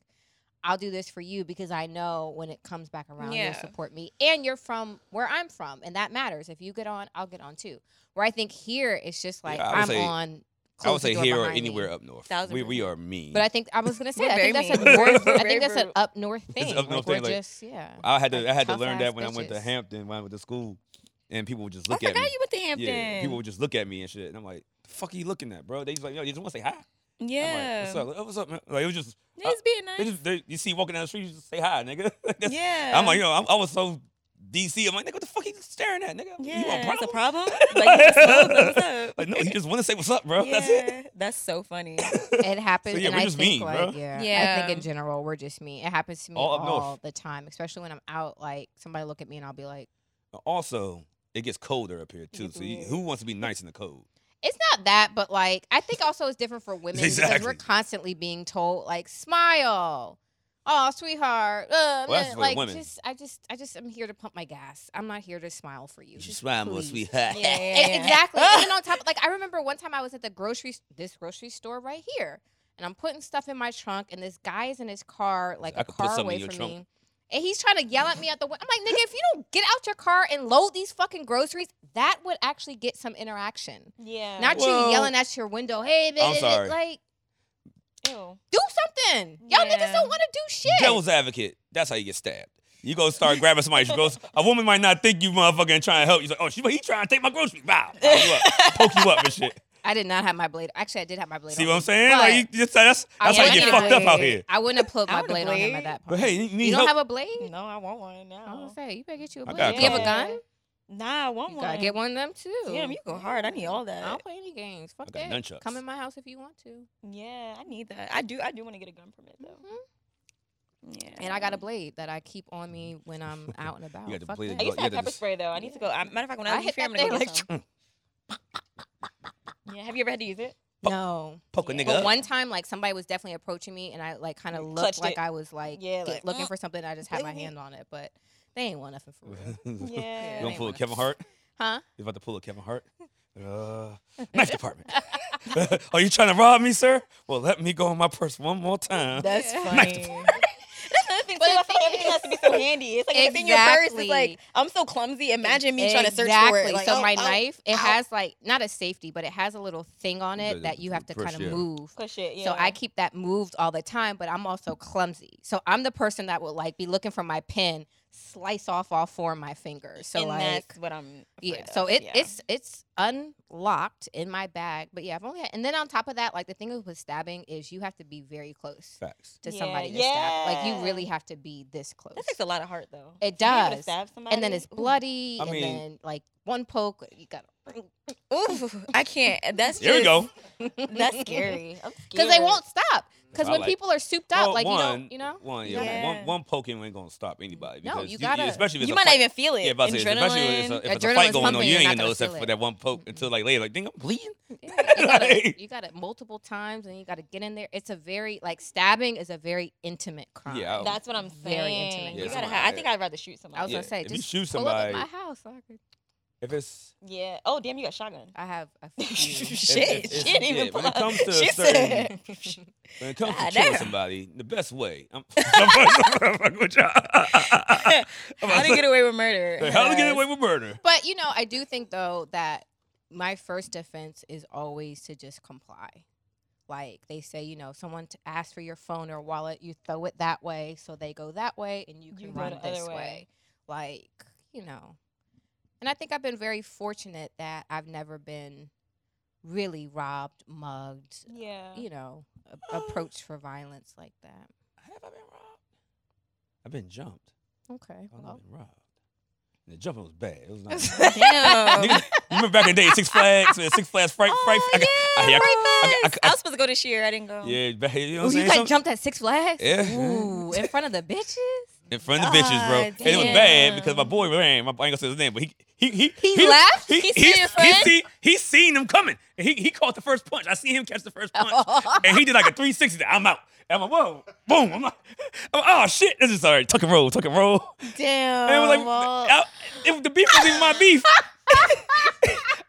S2: I'll do this for you because I know when it comes back around, you'll
S3: Yeah.
S2: support me, and you're from where I'm from, and that matters. If you get on, I'll get on too. Where I think here, it's just like
S1: I would
S2: I'm
S1: say-
S2: on.
S1: I would
S2: close the
S1: say
S2: door
S1: here or
S2: behind me.
S1: anywhere up north.
S3: Thousand
S1: We, we
S3: percent.
S1: are mean.
S2: But I think I was gonna say
S3: We're
S2: I think
S3: very
S2: that's a
S3: mean. [laughs]
S2: north. I
S3: Very
S2: think that's an
S3: rude.
S2: up north thing.
S1: up north
S2: like, we're
S1: thing, like-
S2: just yeah.
S1: I had to
S2: Like
S1: I had to
S2: tough
S1: learn
S2: ass
S1: that when I went to
S2: bitches.
S1: Hampton when I went to school, and people would just
S3: I
S1: look at
S3: forgot
S1: me.
S3: Oh you went to Hampton.
S1: Yeah, people would just look at me and shit, and I'm like, "The fuck are you looking at, bro?" They just like, "Yo, you just want to say hi."
S3: yeah.
S1: I'm like, "What's up? Oh, What's up?" Man? Like it was just
S3: They just being
S1: they
S3: nice.
S1: just they, you see walking down the street, you just say hi, nigga. [laughs] That's-
S3: yeah.
S1: I'm like, yo, I'm, I was so DC. I'm like, nigga, what the fuck are you staring at, nigga?
S3: yeah.
S1: you want a
S3: It's a
S1: problem?
S3: problem.
S1: [laughs]
S3: Like, you just know what's up.
S1: Like, no, you just want to say what's up, bro. That's it.
S3: yeah. That's so funny.
S2: it happens.
S1: So, [laughs] yeah,
S2: and
S1: we're
S2: I
S1: just
S2: think,
S1: mean,
S2: like,
S1: bro.
S2: Yeah, I
S3: Yeah.
S2: think in general we're just mean. It happens to me
S1: All
S2: all,
S1: up north.
S2: the time, especially when I'm out. Like somebody look at me and I'll be like,
S1: Also, it gets colder up here too.
S3: gets
S1: So you,
S3: weird.
S1: who wants to be nice in the cold?
S2: "It's not that," but like I think also it's different for women because we're
S1: Exactly.
S2: constantly being told like, "Smile." Oh, sweetheart. Uh,
S1: Well, that's
S2: man,"
S1: for
S2: like,
S1: women.
S2: just, I just, I just, am here to pump my gas. I'm not here to smile for you. Just
S1: smile
S2: more, please.
S1: sweetheart.
S3: Yeah,
S1: [laughs]
S2: E-
S3: yeah, yeah. [laughs]
S2: Exactly. and then on top, like I remember one time I was at the grocery s- this grocery store right here, and I'm putting stuff in my trunk, and this guy is in his car like
S1: I
S2: a
S1: could put
S2: car
S1: something
S2: away
S1: in your
S2: from
S1: trunk.
S2: me, and he's trying to yell at me at the. Way. I'm like, nigga, if you don't get out your car and load these fucking groceries, that would actually get some interaction.
S3: Yeah.
S2: Not
S1: Well-
S2: you yelling at your window, hey,
S1: I'm
S2: bitch,
S1: sorry.
S2: like
S3: Ew.
S2: do something. Y'all
S3: Yeah.
S2: niggas don't want to do shit.
S1: Devil's advocate. That's how you get stabbed. You go start grabbing somebody's groceries. A woman might not think you motherfucking and try and help. You like, oh, she, he trying to take my groceries. Wow, poke you up and
S2: [laughs]
S1: shit.
S2: I did not have my blade. Actually, I did have my blade.
S1: See
S2: on
S1: what I'm
S2: me,
S1: saying?
S2: but
S1: like, you just, that's
S2: I
S1: that's how you
S2: wouldn't
S1: get
S2: have
S1: fucked up out
S2: blade-
S1: here.
S2: I wouldn't have put
S3: I
S2: my
S3: want a
S2: blade, on him at
S3: blade.
S2: that point.
S1: But hey, you need
S2: you don't
S1: help.
S2: have a blade?
S3: No, I want one now.
S2: I was gonna say you better get you a
S1: I
S2: blade.
S1: got a
S2: Do you have a
S3: couple.
S2: gun?
S3: Nah, I want
S2: Oh, You
S3: one.
S2: gotta get one of them too. Oh.
S3: Damn, you go hard. I need all that. Mm-hmm.
S2: I don't play any games. Fuck
S1: got
S2: that.
S1: nunchucks.
S2: Come in my house if you want to.
S3: Yeah, I need that. I do. I do want to get a gun permit though.
S2: Mhm.
S3: Yeah.
S2: And I got a blade that I keep on me
S1: [laughs]
S2: when I'm out and about.
S1: got the
S2: Fuck
S1: blade
S2: that.
S3: I
S1: You
S3: used to have
S1: gotta
S3: pepper
S1: just-
S3: spray though. I need to go. I, matter of fact, when I,
S2: I
S3: leave
S2: hit
S3: here, I'm
S2: that
S3: gonna go
S2: thing
S3: get some. [laughs] Yeah. Have you ever had to use it?
S2: No.
S1: Poke a
S3: Yeah.
S1: nigga
S2: But
S1: up.
S2: one time, like somebody was definitely approaching me, and I like kind of
S3: You
S2: looked
S3: clutched
S2: like
S3: it.
S2: I was like,
S3: Yeah,
S2: get-
S3: like,
S2: looking
S3: mm,
S2: for something. I just had my
S3: bling.
S2: hand on it, but they ain't want nothing for real,
S1: [laughs] you
S3: Yeah.
S1: gonna
S2: Don't
S3: [laughs]
S1: pull a
S2: wanna-
S1: Kevin Hart?
S2: huh?
S1: You about to pull a Kevin Hart?
S2: [laughs]
S1: Uh, knife department. [laughs] Are you trying to rob me, sir? Well, let me go in my purse one more time.
S3: That's
S2: Yeah.
S3: funny. That's another thing too.
S2: But
S3: I
S2: the
S3: feel like
S2: thing
S3: everything
S2: [laughs]
S3: has to be so handy. It's like everything in your purse is
S2: Exactly.
S3: like I'm so clumsy. Imagine me trying to search for
S2: exactly.
S3: it. Like,
S2: so
S3: oh,
S2: my
S3: oh,
S2: knife, it
S3: ow.
S2: has like not a safety, but it has a little thing on
S1: Yeah,
S2: it that
S1: the-
S2: you
S1: the
S2: have to
S1: push,
S2: kind of
S1: yeah.
S2: move.
S3: Push it. Yeah.
S2: So I keep that moved all the time, but I'm also clumsy. So I'm the person that would like be looking for my pen, slice off all four of my fingers. So
S3: and
S2: like
S3: that's what I'm.
S2: yeah.
S3: afraid
S2: So
S3: of,
S2: it
S3: yeah.
S2: it's it's unlocked in my bag. But yeah, I've only had, and then on top of that, like the thing with stabbing is you have to be very close
S1: Facts.
S2: to
S3: Yeah,
S2: somebody to stab. Like you
S3: yeah.
S2: really have to be this close.
S3: That takes a lot of heart though.
S2: It
S3: To be able to
S2: does.
S3: stab
S2: and then
S3: somebody,
S2: it's
S3: ooh.
S2: bloody,
S1: I mean-
S2: and then like one poke, uh, you got [laughs]
S3: Ooh, I can't. That's
S1: Here we
S3: just-
S1: go.
S3: [laughs] That's
S2: [laughs]
S3: scary. I'm
S2: because they
S3: scared.
S2: won't stop. Because
S1: I
S2: when
S1: like-
S2: people are souped up,
S1: Well,
S2: like you
S1: one,
S2: don't, you know,
S1: One,
S2: you
S1: yeah,
S2: gotta-
S1: One,
S3: Yeah.
S1: one poking ain't gonna stop anybody.
S2: No,
S1: Because
S2: you gotta-
S1: especially if it's
S3: You
S1: a
S3: might
S1: fight.
S3: not even feel it.
S1: Yeah, about to say, especially if it's
S3: Adrenaline.
S1: a, if it's a fight
S2: Adrenaline's
S1: going on,
S2: pumping,
S1: you
S2: you're
S1: ain't
S2: not
S1: gonna
S2: gonna
S1: notice that
S2: feel
S1: for
S2: it.
S1: that one poke
S2: Mm-hmm.
S1: until like later. Like, dang, I'm bleeding.
S2: Yeah, you, gotta,
S1: Like-
S2: you gotta multiple times, and you gotta get in there. It's a very like stabbing is a very intimate crime.
S1: Yeah, I-
S3: That's what I'm
S2: Very
S3: saying.
S2: intimate.
S1: Yeah,
S3: you gotta
S1: something
S3: have,
S1: like
S3: I think
S1: that.
S3: I'd rather shoot somebody.
S2: I was
S1: Yeah,
S2: gonna say,
S1: if you
S2: just
S1: shoot
S2: pull up at
S1: somebody-
S2: my house. I, could-
S1: If it's
S3: yeah. Oh damn, you got shotgun.
S2: I have [laughs] a few.
S3: Shit,
S1: if-
S3: she
S1: if-
S3: didn't
S1: yeah,
S3: even
S1: when
S3: pull
S1: it
S3: out.
S1: comes to
S3: She
S1: certain-
S3: said,
S1: when it
S2: Ah,
S1: comes to
S3: God
S1: killing
S3: damn.
S1: somebody, the best way.
S2: [laughs]
S1: I'm, [laughs] I'm fucking- I'm fucking with y'all. [laughs] I'm
S3: "How
S1: about
S3: to
S1: to
S3: get away with murder?"
S1: say, How to get away with murder?
S2: But you know, I do think though that my first defense is always to just comply. Like they say, you know, someone t- asks for your phone or wallet, you throw it that way, so they go that way, and you can
S3: You go
S2: run
S3: the other
S2: this way.
S3: way.
S2: Like you know, and I think I've been very fortunate that I've never been really robbed, mugged,
S3: Yeah.
S2: you know, a-
S3: Uh.
S2: approached for violence like that.
S1: Have I been robbed? I've been jumped.
S2: Okay,
S1: I've not been robbed. And the jumping was bad. It was
S2: [laughs]
S1: not.
S3: Damn.
S1: Niggas- you remember back in the day, Six Flags, man, Six Flags, Frank, Frank.
S3: Oh,
S1: I got- I-
S3: yeah,
S1: I- I-
S3: Frank
S1: I-
S3: Fest.
S1: I-
S3: I was supposed to go this year. I didn't go.
S1: yeah, back, you know
S2: Oh,
S1: what I'm
S2: you
S1: saying?
S2: like
S1: Some-
S2: jumped at Six Flags?
S1: Yeah.
S2: Ooh, in front of the bitches?
S1: in front of the bitches, bro.
S2: Ah,
S1: And it was bad
S3: damn.
S1: because my boy ran. My, I ain't gonna say his name, but he he he
S2: He left?
S1: He
S3: He
S1: he,
S3: seen
S1: he,
S3: your friend?
S1: see, he seen them coming. And he he caught the first punch. I seen him catch the first punch,
S2: [laughs]
S1: and he did like a 360. I'm out. And I'm like, whoa, boom. I'm like, I'm like, oh shit, this is sorry. Tuck and roll, tuck and roll.
S3: Damn.
S1: And it was like,
S3: well,
S1: I- it- the beef wasn't even my beef. [laughs]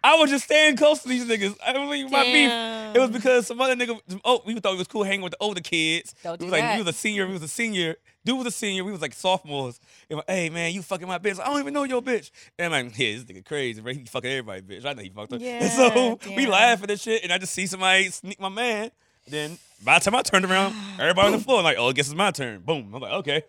S1: I was just staying close to these niggas. I wasn't even my beef. It was
S3: Damn.
S1: because some other nigga, oh, we thought it was cool hanging with the older kids.
S2: Don't
S1: we
S2: do
S1: was like,
S2: that.
S1: we was a senior, we was a senior. Dude was a senior, we was like sophomores. And like, hey man, you fucking my bitch. I don't even know your bitch. And I'm like, yeah, this nigga crazy, bro. He fucking everybody, bitch. I know he fucked her. and so [laughs]
S3: Yeah,
S1: we
S3: damn.
S1: laugh at this shit, and I just see somebody sneak my man. Then by the time I turned around, everybody on the floor, like, oh, I guess it's my turn. Boom. I'm like, okay.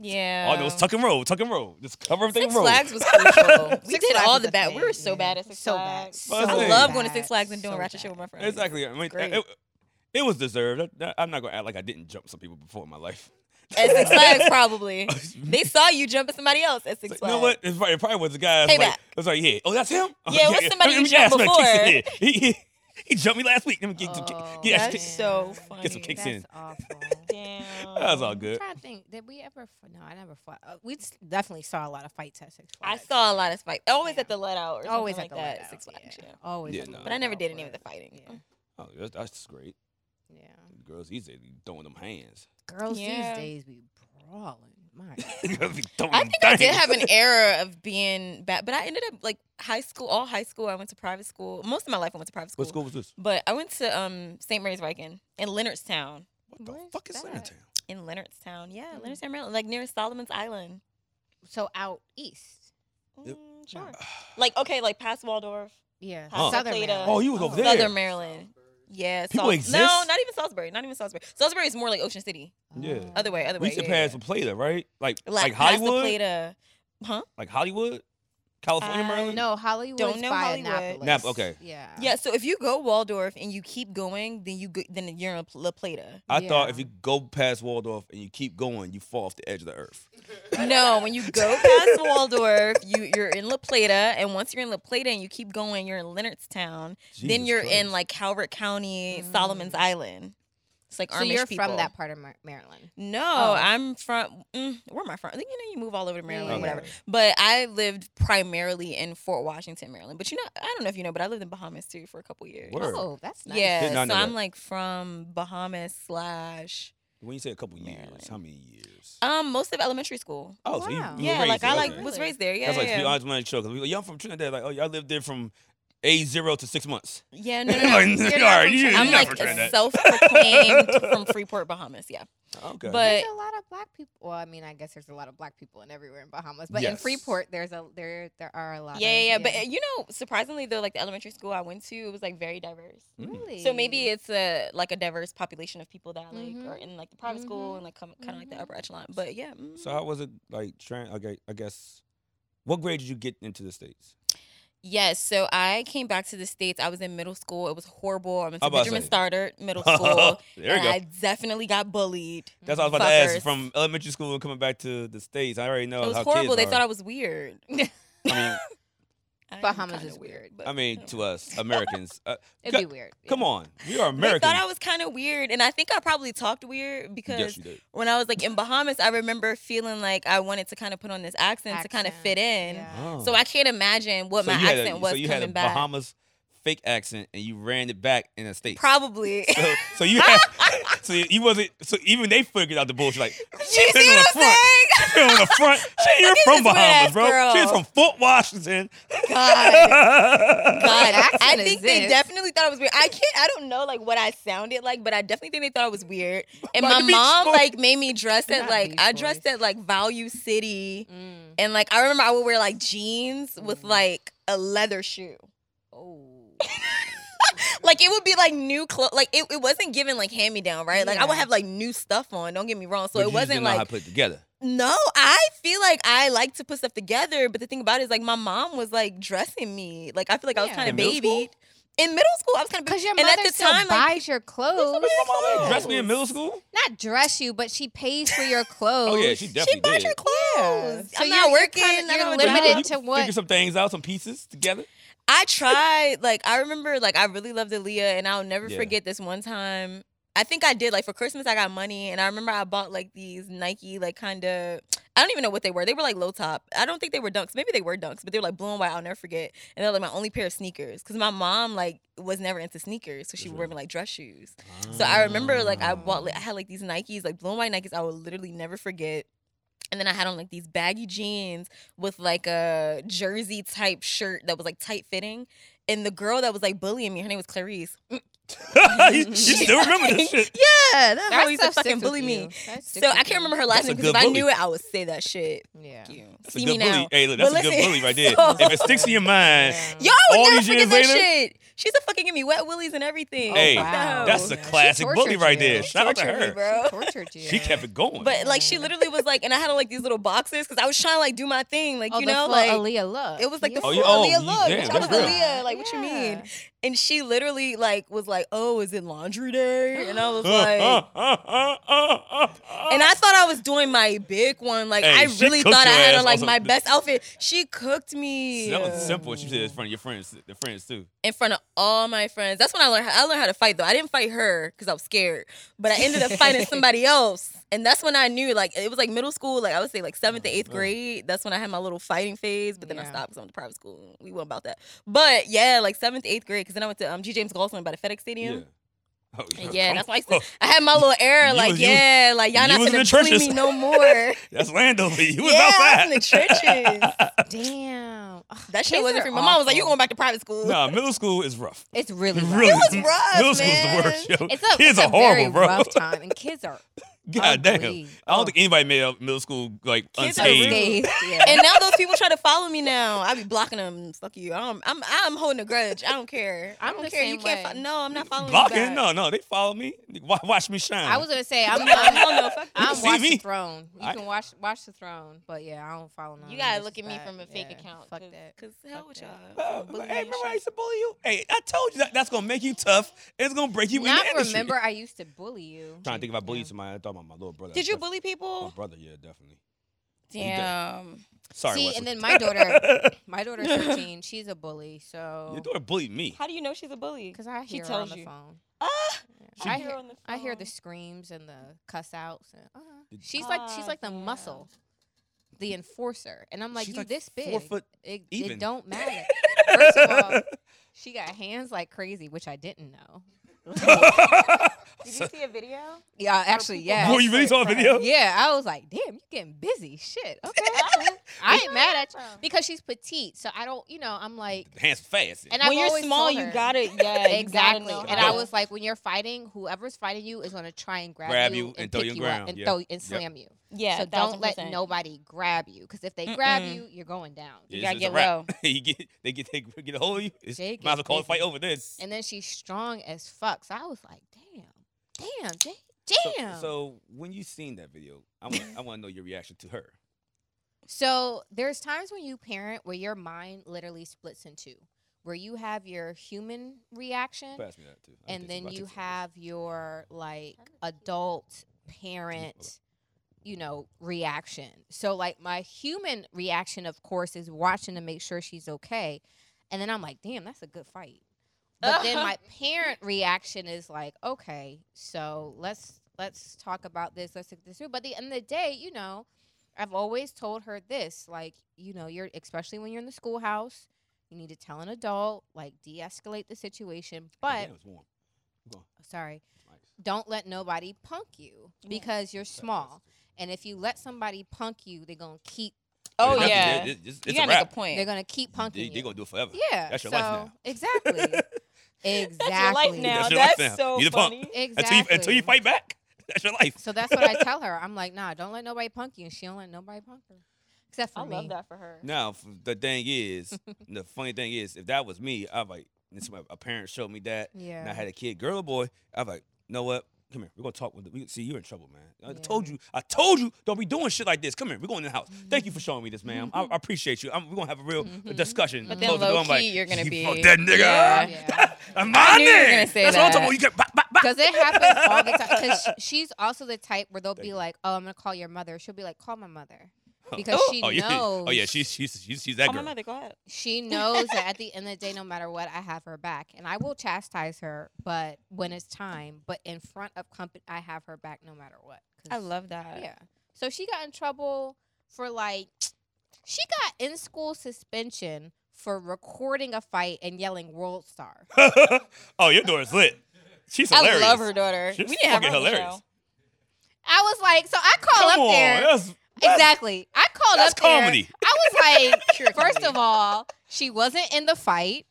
S3: yeah.
S1: All it was tuck and roll, tuck and roll. Just cover everything
S3: Um, Six
S1: roll.
S3: Flags was crucial. we
S2: Six
S3: did
S2: Flags
S3: all
S2: was
S3: the
S2: a
S3: bad. We were
S2: thing,
S3: so
S2: yeah.
S3: bad at Six
S2: So bad.
S3: Flags.
S1: So
S3: I
S1: bad.
S3: love going to Six
S2: So
S3: Flags and doing
S2: bad.
S3: ratchet shit with my friends.
S1: Exactly. I mean,
S3: Great.
S1: it, it was deserved. I, am not gonna act like I didn't jump some people before in my life.
S3: At Six
S1: [laughs]
S3: Flags, probably. They saw you jump at somebody else at Six
S1: Like,
S3: Flags.
S1: you know what? It probably, it probably was the guy. It was,
S3: Payback.
S1: like, it was like, yeah. Oh, that's him. [laughs] Oh,
S3: Yeah, it was somebody
S1: Let me-
S3: you jumped
S1: let me ask him that
S3: before.
S1: kicks in. [laughs] He, he, he jumped me last week. Let me get, some kick-
S2: Oh,
S1: get, some
S3: That's
S2: man.
S1: kick-
S3: so funny.
S1: get some kicks
S2: That's
S1: in. [laughs]
S2: awful.
S3: Damn.
S1: That was all
S2: I'm
S1: good.
S2: trying to think. Did we ever? f- No, I never fought. Uh, we s- definitely saw a lot of fights at Six
S3: I
S2: Flags.
S3: saw a lot of spikes. Always
S2: Yeah.
S3: at the let out or
S2: always
S3: something
S2: at the
S3: like that.
S2: Let Out,
S3: Six Flags. Yeah.
S2: Always.
S1: Yeah,
S2: at the
S1: no.
S3: But I never
S2: Let
S3: did
S2: Out,
S3: any of the
S2: but-
S3: fighting.
S2: Yeah.
S1: Oh, that's, that's just great.
S2: yeah.
S1: girls these days be throwing them hands. [laughs]
S2: Girls
S3: Yeah.
S2: these days be brawling. My
S1: Girls be throwing
S3: [laughs] I
S1: them
S3: think I did
S1: things.
S3: have
S1: [laughs]
S3: an era of being bad, but I ended up like high school, all high school. I went to private school. Most of my life I went to private school.
S1: What school was this?
S3: But I went to um St. Mary's Riken in Leonardstown.
S1: What the
S2: Where's
S1: fuck is
S2: that?
S1: Leonardtown?
S3: In Leonardstown, yeah,
S2: Mm.
S3: Leonardstown, Maryland, like near Solomon's Island.
S2: so out east.
S1: Yep. Ah.
S3: Mm, sure. Like okay, like past Waldorf,
S2: Yeah.
S1: Huh.
S2: Southern.
S3: Plata.
S2: Maryland.
S1: Oh, you was over there.
S3: Southern Maryland. Yeah,
S1: People
S3: Sal-
S1: exist?
S3: No, not even Salisbury. Not even Salisbury. Salisbury is more like Ocean City.
S2: Oh.
S1: Yeah.
S3: Other way, other
S1: we
S3: way.
S1: used to
S3: yeah, yeah,
S1: pass the Plata, right? Like
S3: yeah.
S1: like
S3: past the
S1: Hollywood,
S3: Plata. Huh?
S1: like Hollywood, California,
S3: I
S1: Maryland.
S2: Oh, No, Hollywood.
S3: Don't know
S2: by
S3: Hollywood.
S2: Annapolis.
S1: Nap- okay.
S2: Yeah.
S3: Yeah. So if you go Waldorf and you keep going, then you go, then you're in La Plata.
S1: I thought if
S2: Yeah.
S1: you go past Waldorf and you keep going, you fall off the edge of the earth.
S3: No, when you go
S1: [laughs]
S3: past Waldorf, you you're in La Plata, and once you're in La Plata and you keep going, you're in Leonardstown. then
S1: Jesus
S3: you're in
S1: Christ.
S3: like Calvert County,
S2: Mm.
S3: Solomon's Island. It's like
S2: So
S3: Amish
S2: you're
S3: people.
S2: from that part of Mar- Maryland.
S3: No,
S2: Oh.
S3: I'm from. Mm, where am I from? I think you know you move all over to
S1: Oh,
S3: Maryland,
S2: Yeah.
S3: or whatever. But I lived primarily in Fort Washington, Maryland. But you know, I don't know if you know, but I lived in Bahamas too for a couple years.
S1: Word.
S2: Oh, that's nice.
S3: Yeah,
S1: Did not
S3: so
S1: know
S3: I'm
S1: that.
S3: like from Bahamas slash
S1: When you say a couple years,
S3: Maryland.
S1: how many years?
S3: um most of elementary school.
S1: oh, so you,
S2: wow.
S1: you
S3: yeah,
S1: were
S3: like
S1: raised
S3: I
S1: there,
S3: like
S1: okay.
S3: was raised there. Yeah,
S1: That's like
S3: yeah.
S1: to be
S3: yeah.
S1: honest, man, sure. Cause we, y'all from Trinidad, like oh, y'all lived there from a zero to six months.
S3: yeah, no, no,
S1: Like,
S3: no.
S1: you
S3: You're
S1: are- [laughs]
S3: not from
S1: you-
S3: Trinidad.
S1: you're
S3: I'm
S1: not
S3: like
S1: from Trinidad. [laughs]
S3: a self-proclaimed from Freeport, Bahamas. Yeah,
S1: Okay,
S3: But-
S2: there's a lot of black people. Well, I mean, I guess there's a lot of black people in everywhere in Bahamas, but in
S1: Yes.
S2: Freeport, there's a there there are a lot.
S3: yeah,
S2: of,
S3: yeah, yeah. But uh, you know, surprisingly though, like the elementary school I went to, it was like very diverse.
S1: Mm.
S2: really,
S3: So maybe it's a like a diverse population of people that like
S2: Mhm.
S1: Mm-hmm.
S3: are in like the private school
S2: Mhm.
S3: and like come, kind of like the
S2: Mhm.
S3: upper echelon. But yeah.
S1: so
S3: mhm.
S1: how was it like? Trying, okay, I guess. What grade did you get into the states?
S3: Yes, so I came back to the states. I was in middle school. It was horrible. I went
S1: I
S3: to
S1: about to
S3: Benjamin
S1: say.
S3: Stoddard Middle
S1: [laughs] there
S3: School,
S1: you
S3: and
S1: go.
S3: I definitely got bullied.
S1: That's what I was about to ask.
S3: Fuckers.
S1: From elementary school and coming back to the states, I already know
S3: it was
S1: Oh, how
S3: horrible. They
S1: kids
S3: thought I
S1: are.
S3: was weird.
S1: I, mean,
S3: I am
S2: Bahamas
S3: kinda
S2: is weird.
S3: but
S1: I mean,
S3: you know.
S1: to us Americans,
S3: [laughs]
S1: uh,
S2: it'd be weird.
S1: come
S2: yeah.
S1: on, we are
S3: They
S1: Americans.
S3: thought I was kind of weird, and I think I probably talked weird because
S1: yes, you did.
S3: when I was like in Bahamas, I remember feeling like I wanted to kind of put on this accent, to kind of
S2: Accent,
S3: fit in.
S2: yeah.
S1: Oh.
S3: So I can't imagine what
S1: So
S3: my
S1: you had a-
S3: accent was
S1: So you
S3: coming
S1: had a
S3: back.
S1: Bahamas fake accent, and you ran it back in the states. [laughs]
S3: Probably. [laughs]
S1: So, so you had, so you wasn't. So even they figured out the bullshit.
S3: [laughs]
S1: Like
S3: you
S1: she
S3: see what I'm saying?
S1: She
S3: [laughs]
S1: on the front. She ain't
S3: Look at
S1: from
S3: this weird-ass
S1: Bahamas, bro. She's
S3: girl.
S1: from Fort Washington.
S3: God. God,
S2: Accent
S3: I think they
S2: exists.
S3: definitely thought I was weird. I can't. I don't know like what I sounded like, but I definitely think they thought I was weird.
S1: Like
S3: And my
S1: the Beach
S3: mom
S1: Boys.
S3: like made me dress at
S2: Not
S3: like
S2: Beach
S3: I
S2: Boys.
S3: dressed at like Value City,
S2: Mm.
S3: and like I remember I would wear like jeans with
S2: Mm.
S3: like a leather shoe.
S2: Oh.
S3: [laughs] like it would be like new clothes. Like it, it wasn't given like hand me down, right? Like I would
S2: Yeah.
S3: have like new stuff on. Don't get me wrong. So
S1: But you
S3: it
S1: just
S3: wasn't
S1: didn't know how
S3: like
S1: to put it together.
S3: no. I feel like I like to put stuff together, but the thing about it is like my mom was like dressing me. Like I feel like I was
S2: Yeah.
S3: kind
S1: In
S3: of
S1: middle school?
S3: babied. In middle school, I was kind of
S2: Because your
S3: and
S2: mother
S3: at the
S2: still
S3: time, like,
S2: buys your clothes.
S1: Hey, dressed me in middle school?
S2: Not dress you, but she pays for your
S1: [laughs]
S2: clothes.
S1: Oh yeah, she definitely
S3: she bought
S1: did.
S3: your clothes.
S2: So
S3: I'm
S2: you're-
S3: not
S2: you're
S3: working.
S2: kinda-
S3: I
S2: you're
S3: don't have a
S2: limited
S3: job.
S2: to what-
S1: Figure some things out, some pieces together.
S3: I tried. Like I remember, like I really loved Aaliyah, and I'll never
S1: Yeah.
S3: forget this one time. I think I did. Like for Christmas, I got money, and I remember I bought like these Nike, like kind of. I don't even know what they were. They were like low top. I don't think they were dunks. Maybe they were dunks, but they were like blue and white. I'll never forget. And they're like my only pair of sneakers because my mom like was never into sneakers, so she would wear me like dress shoes. So I remember like I bought like I had like these Nikes, like blue and white Nikes I will literally never forget. And then I had on like these baggy jeans with like a jersey type shirt that was like tight fitting. And the girl that was like bullying me, her name was Clarice.
S1: [laughs] you, you still remember this shit?
S3: Yeah, that
S2: That
S3: hoe used to
S2: stuff sticks
S3: fucking
S2: with
S3: bully
S2: you.
S3: me.
S2: That sticks
S3: So I
S2: with
S3: can't
S2: you.
S3: remember her last
S1: That's a
S3: name because if
S1: good
S3: I
S1: bully.
S3: knew it, I would say that shit.
S2: Yeah.
S3: Fuck you.
S1: That's a
S3: See
S1: good
S3: me
S1: bully.
S3: now.
S1: Hey, look, that's
S3: But
S1: a good
S3: listen-
S1: bully right there.
S3: Yo.
S1: If it sticks in your mind,
S2: Yeah.
S3: [laughs] Y'all would
S1: All
S3: never
S1: these years
S3: forget that
S1: later?
S3: shit. She used to fucking give me wet willies and everything.
S1: Hey,
S3: Fuck that hoe.
S1: that's a
S2: Yeah. She
S1: classic bully
S2: tortured
S1: right
S2: you.
S1: there.
S3: She
S1: Shout out to
S3: tortured me,
S1: her.
S3: bro.
S2: She tortured you.
S1: She kept it going. [laughs]
S3: But like she
S2: Mhm.
S3: literally was like, and I had on like these little boxes because I was trying to like do my thing, like
S2: oh,
S3: you
S2: the
S3: know,
S2: full
S3: like
S2: Aaliyah look.
S3: it was like the
S1: Oh,
S3: full
S1: yeah. Oh,
S3: Aaliyah
S1: you-
S3: look.
S1: damn,
S3: bitch, I
S1: that's
S3: was
S1: real.
S3: Aaliyah, like what you mean? And she literally like was like, oh, is it laundry day? And I
S1: [laughs]
S3: was
S1: Uh,
S3: like.
S1: uh, uh, uh, uh, uh, uh.
S3: And I thought I was doing my big one. Like
S1: Hey,
S3: I
S1: she
S3: really
S1: cooked
S3: thought I
S1: your
S3: had
S1: ass
S3: on like
S1: also.
S3: my best outfit. She cooked me
S1: that was simple. She did it in front of your friends, the friends too.
S3: in front of all my friends. That's when I learned. How, I learned how to fight though. I didn't fight her because I was scared, but I ended up
S1: [laughs]
S3: fighting somebody else. And that's when I knew. Like it was like middle school. Like I would say like seventh to eighth
S1: yeah.
S3: grade. That's when I had my little fighting phase. But then I
S2: Yeah.
S3: stopped because I went to private school. We weren't about that. But yeah, like seventh to eighth grade. Because then I went to um, G James Galston by the FedEx Stadium.
S1: Oh, [laughs]
S3: And Yeah, that's why I, used
S1: Oh,
S3: to, I had my little era.
S1: You
S3: like,
S1: was- you was-
S3: yeah, like y'all
S1: you
S3: not
S1: was in
S3: gonna
S1: the
S3: bully
S1: trenches.
S3: me no
S1: [laughs]
S3: more.
S1: that's Lando Lee. You [laughs] was
S3: yeah,
S1: outside.
S3: I was in the trenches.
S2: Damn. Ugh,
S3: That shit
S2: kids
S3: wasn't
S2: are
S3: free. My mom was like, "You
S2: awful.
S3: going back to private
S1: [laughs]
S3: school?"
S1: Nah, middle school is rough.
S2: It's really. rough.
S1: Really, [laughs]
S3: was rough,
S1: middle school's
S3: man.
S1: the worst. Yo,
S2: It's a,
S1: kids
S2: it's a
S1: are horrible,
S2: very
S1: bro.
S2: rough time, and kids are
S1: [laughs] God damn.
S2: ugly.
S1: I don't
S2: Oh.
S1: think anybody made out middle school like
S3: Kids are
S1: unscathed.
S3: rude.
S2: unscathed. Yeah.
S3: And now those people try to follow me now. I be blocking them. Fuck you. I'm I'm I'm holding a grudge. I don't care. I
S2: I'm
S3: don't
S2: the
S3: care.
S2: same
S3: you can't.
S2: way.
S3: Fo- no, I'm not following. You
S1: Blocking?
S3: back.
S1: No, no, they follow me. Wa- Watch me shine.
S2: I was gonna say [laughs] I'm
S3: Hell
S2: I'm,
S3: no, [laughs] fuck you.
S2: I'm
S1: See
S2: watch
S1: me?
S2: the throne. You
S1: I-
S2: can watch watch the throne, but yeah, I don't follow none.
S3: You
S2: of
S3: gotta
S2: them
S3: look at me
S2: bitches
S3: from a
S2: back.
S3: fake
S2: Yeah,
S3: account.
S2: Fuck
S3: cause,
S2: that.
S3: Cause hell with y'all.
S1: Uh,
S3: Fucking
S1: [laughs]
S3: bullying
S1: hey,
S3: and
S1: remember I
S3: shit.
S1: used to bully you? Hey, I told you that, that's gonna make you tough. It's gonna break you in
S2: Not
S1: the industry.
S2: remember I used to bully you.
S1: I'm trying to think if I bullied somebody. I thought about my little brother.
S3: Did you
S1: Definitely.
S3: bully people?
S1: my brother? Yeah, definitely. did.
S3: Damn.
S1: Sorry.
S2: See,
S1: Wesley.
S2: and then my daughter, my daughter's 13. She's a bully, so
S1: [laughs] your daughter bullied me.
S3: How do you know she's a bully?
S2: because I
S3: She
S2: hear her
S3: tells
S2: on the
S3: you.
S2: phone.
S3: Ah,
S2: I hear-
S3: her on the phone.
S2: I hear
S1: Uh-huh.
S2: the screams and the cuss outs. And, uh,
S1: Did-
S2: she's like she's
S3: Ah,
S2: like the
S3: damn.
S2: muscle, the enforcer, and I'm like
S1: She's
S2: you
S1: like
S2: this big.
S1: four foot
S2: it,
S1: even.
S2: it don't matter.
S1: [laughs]
S2: First of all, she got hands like crazy, which I didn't know.
S3: Did you see a video?
S2: Yeah, actually,
S3: people
S2: yeah.
S1: Boy, you really saw a video?
S2: Yeah, I was like, damn, you getting busy.
S3: [laughs]
S2: Shit. Okay. I ain't mad at you. Because she's petite. So I don't, you know, I'm like,
S1: Hands fast.
S2: and I've
S3: when you're
S2: always
S3: small,
S2: told
S3: you
S2: her-
S3: got it. Yeah, you gotta
S2: Exactly.
S3: know
S2: And
S3: how
S2: I
S1: to-
S2: was like, when you're fighting, whoever's fighting you is going to try and grab,
S1: Grab you
S2: you
S1: and throw you
S2: pick
S1: on
S2: you
S1: ground.
S2: up and
S1: Yeah.
S2: throw and
S1: Yep.
S2: slam you.
S3: Yeah.
S2: so don't let
S3: 1000%.
S2: nobody grab you. Because if they grab
S3: Mm-mm.
S2: you, you're going down.
S3: You
S1: It's-
S3: gotta
S1: it's a
S3: get
S1: wrap.
S3: low.
S1: [laughs] you get, they get they get a hold of you. It's,
S2: Jake
S1: might as well
S2: is
S1: call a
S2: busy.
S1: fight over this.
S2: And then she's strong as fuck. So I was like, damn, damn,
S1: So-
S2: Jake, damn.
S1: So, when you seen that video, I want I want to know your reaction to
S2: [laughs]
S1: her.
S2: So there's times when you parent where your mind literally splits in two, where you have your human reaction
S1: Pass me that too. I don't
S2: and
S1: think
S2: then
S1: so, but I
S2: you
S1: think so.
S2: have your like adult parent, you know, reaction. So like my human reaction, of course, is watching to make sure she's okay, and then I'm like, damn, that's a good fight. But then my parent reaction is like, okay, so let's let's talk about this. Let's think this through. But at the end of the day, you know, I've always told her this, like, you know, you're especially when you're in the schoolhouse, you need to tell an adult, like de-escalate the situation.
S1: Oh,
S2: But
S1: damn, it's warm. I'm going.
S2: sorry,
S1: It's nice.
S2: don't let nobody punk you
S3: Yeah.
S2: because you're
S1: That- that's-
S2: small. And if you let somebody punk you, they're gonna keep
S3: Oh
S1: It's-
S3: yeah.
S1: it's- it's, it's
S3: You
S1: a
S3: gotta make a
S1: wrap.
S3: point.
S2: they're gonna keep punking
S1: They, they
S2: you.
S1: gonna do it forever.
S2: yeah,
S1: That's your
S2: so,
S1: life now. [laughs]
S2: exactly, exactly.
S3: That's your life now.
S1: That's
S3: That's,
S1: your life now.
S3: so
S1: You the punk.
S3: funny.
S1: Until
S2: Exactly. [laughs]
S1: you, until you fight back, [laughs] that's your life.
S2: So that's what I tell her. I'm like, nah, don't let nobody punk you, and she don't let nobody punk her, except for
S3: I
S2: me.
S3: love that for her. [laughs]
S1: Now f- the thing is, the funny thing is, if that was me, I'm like, and so my a parent showed me that. And I
S2: Yeah. [laughs]
S1: had a kid, girl or boy. I was like, you know what? Come here. We're gonna talk with. The, we, see, you're in trouble, man. I
S2: Yeah.
S1: told you. I told you. Don't be doing shit like this. Come here. We're going in the house. Thank you for showing me this, ma'am.
S2: Mm-hmm.
S1: I, I appreciate you. I'm, we're gonna have a real discussion.
S3: But then
S1: Close the door,
S3: low
S1: I'm like,
S3: key, you're gonna
S1: "You
S3: be-
S1: fuck that nigga.
S3: Yeah.
S1: [laughs]
S2: Yeah.
S1: That's
S3: I
S1: my
S3: knew you were
S1: nigga.
S3: gonna say
S1: That's what I'm
S3: that.
S1: talking about. You kept, bah, bah, bah.
S2: Because it happens all the time.
S1: [laughs]
S2: Because she's also the type where they'll be like, "Oh, I'm gonna call your mother." She'll be like, "Call my mother," because she
S1: oh, yeah.
S2: knows.
S1: Oh yeah, she's she's she's, she's that
S3: Call my
S1: girl.
S3: mother. Go ahead.
S2: she knows that at the end of the day, no matter what, I have her back, and I will chastise her, but when it's time, but in front of company, I have her back no matter what. 'cause-
S3: I love that.
S2: Yeah. So she got in trouble for like, she got in school suspension for recording a fight and yelling "World Star."
S1: [laughs] oh, your door is lit. She's
S3: I
S1: hilarious.
S3: love her daughter.
S1: She's
S3: we didn't have her
S1: fucking
S3: on the
S1: hilarious.
S3: show.
S2: I was like, so I call
S1: Come
S2: up
S1: on,
S2: there.
S1: that's, that's
S2: exactly. I called
S1: that's
S2: up there.
S1: comedy.
S2: I
S1: [laughs]
S2: was
S3: Pure
S2: like, first
S3: comedy.
S2: of all, she wasn't in the fight.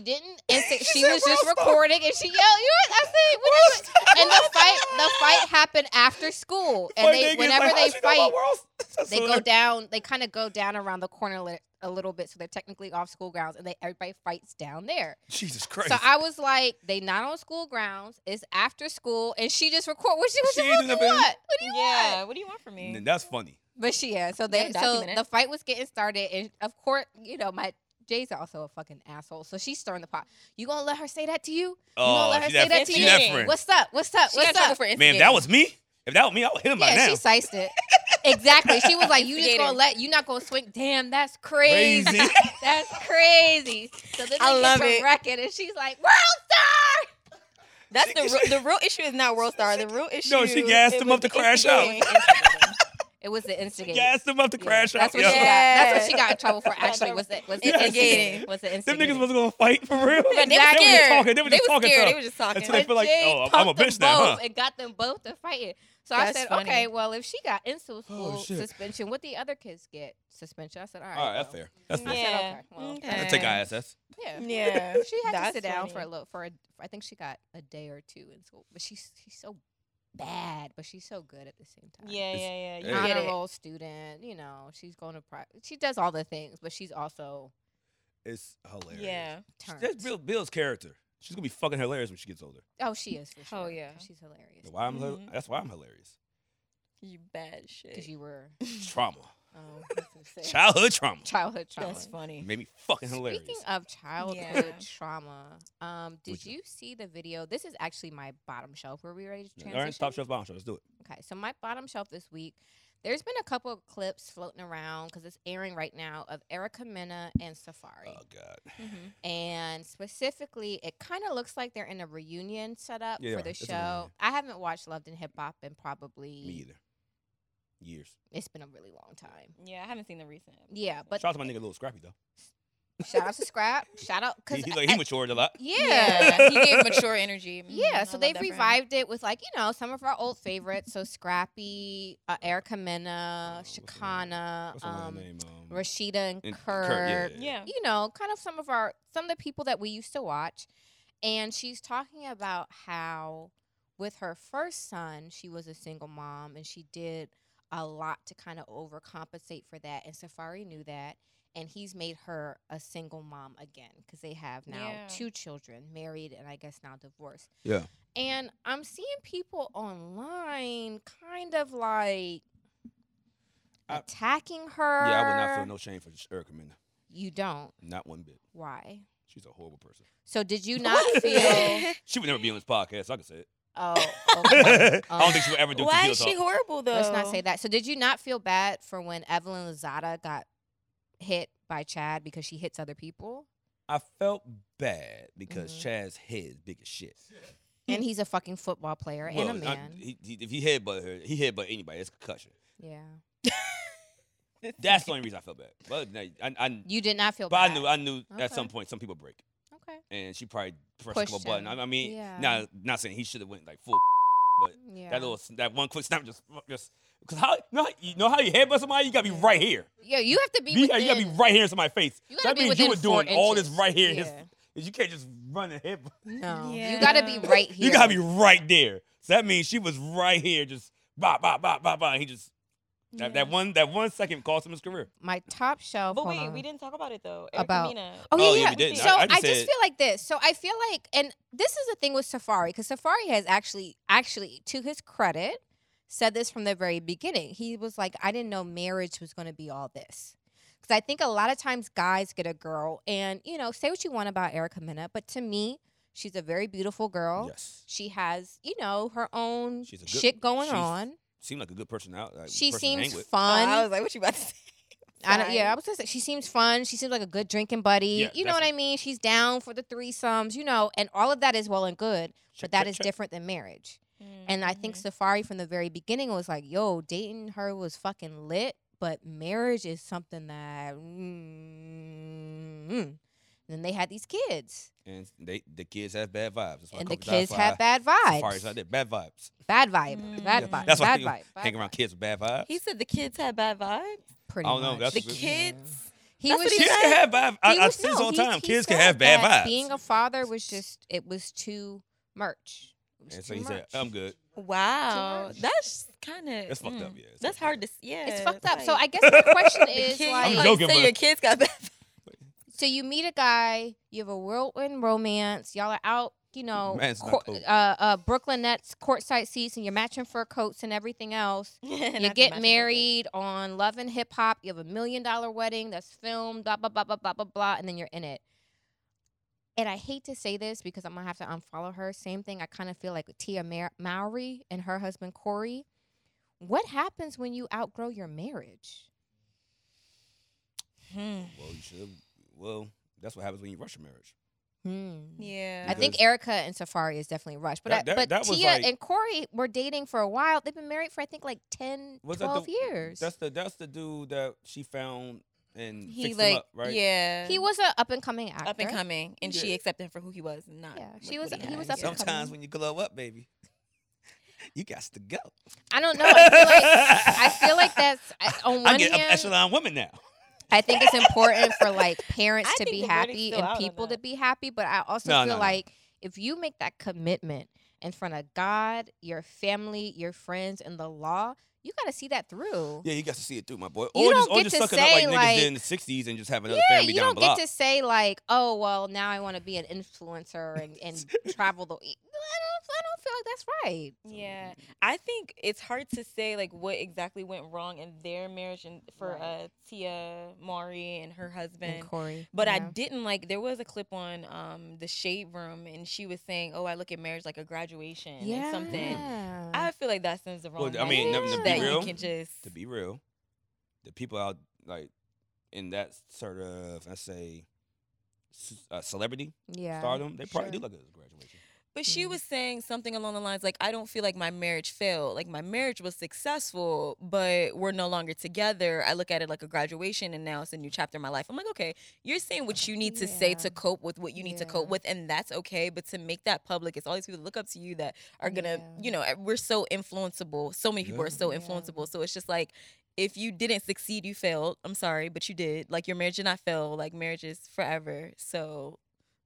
S1: [laughs]
S2: didn't. And so-
S1: She
S2: she
S1: said
S2: was just
S1: roast her.
S2: recording, and she yelled. You know what I said? What is it? And the fight, the fight happened after school, and
S1: Funny
S2: they,
S1: thing is,
S2: whenever
S1: like, how
S2: they
S1: she know about
S2: fight,
S1: worlds? [laughs] That's
S2: they go
S1: hilarious.
S2: down. They kind of go down around the corner li- a little bit, so they're technically off school grounds, and they everybody fights down there.
S1: Jesus Christ.
S2: So I was like, they not on school grounds. It's after school, and she just record. What she was
S1: She ain't
S2: supposed to
S1: do
S2: what?
S1: nothing.
S2: What do you want?
S3: Yeah. What do you want from me?
S1: And that's funny.
S2: But she yeah, so
S3: Yeah,
S2: they so
S3: document it.
S2: the fight was getting started, and of course, you know my Jay's also a fucking asshole, so she's stirring the pot. You gonna let her say that to you?
S1: Oh,
S2: let her
S1: she that,
S2: say that
S1: she
S2: to
S1: that
S3: you?
S1: friend.
S2: What's up? What's up?
S3: She got in
S2: What's
S3: trouble
S2: up?
S3: for
S1: Man, if
S3: instigating.
S1: that was me. If that was me, I would hit him by
S2: yeah,
S1: now.
S2: she sized it. [laughs] exactly. She was like, "You just gonna
S3: Instigator.
S2: let you not gonna swing? Damn, that's crazy.
S1: Crazy.
S2: [laughs] that's crazy." So then
S3: I
S2: they
S3: love
S2: get
S3: it.
S2: to wrecking, and she's like, "World star!"
S3: That's the
S1: She-
S3: real, the real issue is not World Star. The real issue.
S1: she gassed
S3: it
S1: him
S3: was
S1: up to
S3: the
S1: crash out. [laughs]
S3: instigating, instigating.
S2: [laughs] It was the instigator.
S1: Gassed him up to
S2: Yeah,
S1: crash out.
S2: That's what
S1: yo.
S2: she got. That's
S3: Yeah.
S2: what she got in trouble for.
S3: That
S2: Actually,
S3: never-
S2: was it was
S1: Yes.
S2: it instigating? Was it
S1: Them
S2: instigating?
S1: niggas was gonna fight for real.
S3: Yeah, they,
S2: Exactly.
S3: were
S1: Oh They were
S3: scared.
S1: talking. They were just talking
S3: scared.
S1: to
S3: They
S1: her.
S3: were just talking.
S1: Until they feel like,
S2: Jay
S1: oh, I'm- I'm a
S2: pumped them
S1: bitch now, huh?
S2: both And got them both to fight it. So I
S3: That's
S2: said,
S3: funny.
S2: okay, well, if she got in school,
S1: Oh, shit.
S2: suspension, what the other kids get suspension? I said, all right.
S1: All right, that's
S2: well.
S1: fair. That's fair.
S2: I
S3: Yeah.
S2: said, okay, well,
S3: Okay.
S1: I'll take
S3: Yeah.
S1: ISS.
S2: yeah.
S3: yeah.
S2: [laughs] She had
S3: That's
S2: to sit down for a
S3: funny.
S2: little. For a, I think she got a day or two in school, but she's she's so bad, but she's so good at the same time.
S3: Yeah,
S1: It's-
S3: yeah, yeah. You
S1: Hey.
S2: honor
S3: get it.
S2: roll student. You know, she's going to private. She does all the things, but she's also
S1: It's hilarious.
S3: Yeah.
S2: turned.
S1: That's Bill, Bill's character. She's gonna be fucking hilarious when she gets older.
S2: oh, she is for sure.
S3: Oh, yeah.
S2: she's hilarious.
S1: That's why I'm. hil-
S2: Mm-hmm.
S3: Mhm.
S1: That's why I'm
S2: [laughs]
S1: hilarious.
S3: You bad shit.
S2: Because
S3: [laughs]
S2: you
S1: [laughs]
S2: were
S1: It's trauma.
S2: um, what's it say?
S1: Childhood trauma.
S2: childhood trauma.
S3: That's funny.
S1: Made me fucking hilarious.
S2: Speaking of childhood
S3: Yeah.
S2: trauma, um, did
S1: Would you-
S2: you see the video? This is actually my bottom shelf. Were we ready to
S1: All right,
S2: transition?
S1: stop shelf bomb show. Let's do it.
S2: Okay, so my bottom shelf this week, there's been a couple of clips floating around because it's airing right now of Erica Mena and Safari,
S1: Oh God.
S2: Mm-hmm.
S3: Mhm.
S2: and specifically, it kind of looks like they're in a reunion setup
S1: Yeah,
S2: for the
S1: it's a
S2: show.
S1: reunion.
S2: I haven't watched Loved in Hip Hop in probably
S1: Me either. Years.
S2: it's been a really long time.
S3: Yeah, I haven't seen the recent.
S2: Yeah,
S3: episode.
S2: but
S1: Shout out to my nigga, little scrappy though.
S2: shout out to Scrap, shout
S1: [laughs]
S2: out
S1: He,
S2: because
S1: he, like, he matured a lot. [laughs]
S2: yeah,
S3: yeah, he gave mature energy.
S2: Yeah,
S3: Mhm, I
S2: so
S3: love
S2: they've
S3: that for him.
S2: revived it with like you know some of our old favorites, so Scrappy, uh, Erica
S1: Uh,
S2: Mena,
S1: what's her name?
S2: Shakana,
S1: What's her
S2: um,
S1: name? Um,
S2: Rashida and
S1: and
S2: Kirk.
S1: yeah, yeah,
S3: Yeah.
S2: You know, kind of some of our some of the people that we used to watch, and she's talking about how with her first son she was a single mom and she did a lot to kind of overcompensate for that, and Safari knew that. And he's made her a single mom again because they have now
S3: Yeah.
S2: two children, married and I guess now divorced.
S1: Yeah.
S2: And I'm seeing people online kind of like
S1: I-
S2: attacking her.
S1: Yeah, I would not feel no shame for Erica Mena.
S2: You don't.
S1: Not one bit.
S2: Why?
S1: She's a horrible person.
S2: So did you not
S3: [laughs]
S2: feel? [laughs]
S3: Why
S1: She would never be on this podcast. I can say it.
S2: Oh, okay.
S1: I don't
S2: Um,
S1: think she would ever do tequila
S3: is she
S1: talk.
S3: horrible though?
S2: let's not say that. So did you not feel bad for when Evelyn Lozada got hit by Chad because she hits other people,
S1: I felt bad because
S2: Mhm.
S1: Chad's head is big as shit.
S2: and he's a fucking football player
S1: Well,
S2: and a
S1: I-
S2: man?
S1: he, he, if he headbutt her, he headbutt anybody. It's concussion.
S2: yeah.
S1: That's the only reason I felt bad. But no, I, I,
S2: You did not feel
S1: but
S2: bad.
S1: I knew, I knew at
S2: Okay.
S1: some point some people break,
S2: Okay.
S1: and she probably pressed a
S2: Pushed
S1: couple button.
S2: him.
S1: I, I mean,
S2: Yeah.
S1: now not saying he should have went like full, but
S2: Yeah.
S1: that little, that one quick snap just, uh, just because how, you know how you know how you headbutt somebody, you gotta be right here.
S2: yeah, you have to be.
S1: You, gotta- you gotta be
S2: within-
S1: right here in somebody's face.
S2: You
S1: So
S2: gotta
S1: that
S2: be
S1: means you
S2: within
S1: were
S2: four
S1: doing all this
S2: inches.
S1: right here. in his-
S2: Yeah.
S1: you can't just run and headbutt.
S2: No, you
S3: Yeah.
S2: gotta be right
S1: [laughs]
S2: here.
S1: You gotta be right there. So that means she was right here, just bop, bop, bop, bop, bop. and He just That, that one that one second cost him his career.
S2: My top shelf.
S3: But
S2: hold
S3: wait,
S2: on.
S3: we didn't talk about it though. Erica
S2: About-
S3: Mina.
S2: Oh, yeah,
S1: Oh, yeah,
S2: yeah.
S1: we didn't.
S2: So I,
S1: I- I just
S2: just
S1: said-
S2: feel like this. So I feel like, and this is the thing with Safari, because Safari has actually, actually, to his credit, said this from the very beginning. He was like, I didn't know marriage was going to be all this. Because I think a lot of times guys get a girl, and you know, say what you want about Erica Mena, but to me, she's a very beautiful girl.
S1: Yes.
S2: She has, you know, her own
S1: She's a good-
S2: shit going
S1: she's
S2: on.
S1: Seemed like a good person out. Like,
S2: She
S1: person to hang
S2: seems
S1: with.
S3: Oh,
S2: fun.
S3: I was like, what you about to say?
S2: I don't, yeah, I
S3: Sorry.
S2: was gonna say she seems fun. She seems like a good drinking buddy.
S1: Yeah,
S2: you know what I mean? She's down for the threesomes, you know, and all of that is well and good,
S1: Check,
S2: but that
S1: check, Mm-hmm.
S2: is
S1: check.
S2: different than marriage. And I think
S3: Mhm.
S2: Safari from the very beginning was like, yo, dating her was fucking lit, but marriage is something that. mm, mm." Then they had these kids,
S1: And they the kids have bad vibes. That's why
S2: and the
S1: Crocodile
S2: kids had
S1: Fire-
S2: bad
S1: Safari's out
S2: vibes.
S1: there, bad vibes.
S2: Bad vibe. Bad
S3: Mm.
S2: vibe.
S1: That's why
S2: bad
S1: you
S2: vibe. bad
S1: Hang around
S2: vibe,
S1: kids with bad vibes.
S3: He said the kids had bad vibes.
S2: Pretty
S1: I don't know, that's
S2: much.
S3: The
S1: Yeah.
S3: kids.
S2: He
S3: That's
S2: was
S3: what he
S2: just-
S1: kids can have bad. I,
S2: He
S1: I
S2: was-
S1: see this
S2: no,
S1: all the
S2: he-
S1: time.
S2: he
S1: Kids can
S2: said
S1: have bad
S2: that
S1: vibes.
S2: Being a father was just it was too much. It was
S1: and
S2: too
S1: so he said,
S2: much.
S1: "I'm good."
S3: Wow,
S2: George.
S3: that's kind of
S1: That's fucked up, yeah, it's
S3: that's
S1: fucked
S3: hard to s- yeah.
S2: It's fucked up.
S3: like-
S2: So I guess my [laughs] question
S3: The
S2: is
S3: kid-
S1: I'm
S3: you
S2: like,
S1: joking.
S3: say
S1: but-
S3: your kids
S2: [laughs]
S3: got bad.
S2: so you meet a guy, you have a whirlwind romance, y'all are out, you know,
S1: Man's not
S2: court,
S1: cool.
S2: uh, uh, Brooklyn Nets courtside seats, and you're matching fur coats and everything else. You get married on Love and Hip Hop. You have a million dollar wedding that's filmed, blah, blah, blah, blah, blah, blah, blah, and then you're in it. And I hate to say this because I'm going to have to unfollow her. Same thing I kind of feel like with Tia Ma- Mowry and her husband, Corey. What happens when you outgrow your marriage?
S3: Hmm.
S1: Well, you should. Well, that's what happens when you rush a marriage.
S2: Hmm.
S3: Yeah.
S2: I think
S1: Because-
S2: Erica and Safari is definitely rushed, but I-
S1: That- that-
S2: but
S1: that was
S2: Tia
S1: like-
S2: and Corey were dating for a while. They've been married for I think like 10,
S1: Was that
S2: 12
S1: the-
S2: years.
S1: That's the that's the dude that she found and
S3: he
S1: fixed him
S3: like
S1: up, right?
S3: yeah.
S2: he was an up and coming actor.
S3: up and coming, and she
S1: Yeah.
S3: accepted him for who he was. and Not
S2: Yeah,
S3: like
S2: she
S3: what
S2: was- he
S3: had.
S2: was up and coming.
S1: Sometimes when you glow up, baby, [laughs] you got to go.
S2: I don't know. I feel like I
S1: [laughs]
S2: feel like that's I, on one
S1: I get an
S2: hand.
S1: echelon woman now.
S2: I think it's important
S1: [laughs]
S2: for like parents
S3: I
S2: to
S3: think
S2: be
S3: the wording's
S2: happy
S3: still out
S2: and
S3: on
S2: people to
S3: that.
S2: be happy, but I also
S1: No,
S2: feel
S1: no, no.
S2: like if you make that commitment in front of God, your family, your friends, and the law, you got to see that through.
S1: Yeah, you got to see it through, my boy.
S2: You
S1: Or just
S2: don't
S1: or
S2: get
S1: just
S2: to
S1: suck it up
S2: say,
S1: like, niggas
S2: like-
S1: did in the '60s and just have another
S2: Yeah,
S1: family
S2: you
S1: down
S2: don't
S1: the block.
S2: get to say like, "Oh, well, now I want to be an influencer and, and
S1: [laughs]
S2: travel the." I don't, I don't feel like that's right.
S3: Yeah,
S2: mm-hmm.
S3: I think it's hard to say like what exactly went wrong in their marriage and for
S2: Right.
S3: uh, Tia Mari and her husband.
S2: And Corey,
S3: But I
S2: yeah.
S3: didn't like. There was a clip on um the shade room, and she was saying, "Oh, I look at marriage like a graduation
S2: yeah.
S3: and something." I feel like that sends the wrong.
S1: Well, I mean,
S2: to-
S3: message
S2: to be
S3: that
S1: real-
S3: you can just
S1: to be real, the people out like in that sort of I say s- uh, celebrity
S2: yeah,
S1: stardom, they probably
S2: sure.
S1: do look at this graduation.
S3: But she
S2: Mhm.
S3: was saying something along the lines like, I don't feel like my marriage failed. Like my marriage was successful, but we're no longer together. I look at it like a graduation and now it's a new chapter in my life. I'm like, okay, you're saying what you need to say
S2: Yeah.
S3: to cope with what you need to cope
S2: Yeah.
S3: with, and that's okay. But to make that public, it's all these people that look up to you that are gonna,
S2: Yeah.
S3: you know, eh, we're so influenceable. So many people
S1: Yeah.
S3: are so
S2: Yeah.
S3: influenceable. So it's just like if you didn't succeed, you failed. I'm sorry, but you did. Like your marriage did not fail. Like marriage is forever. So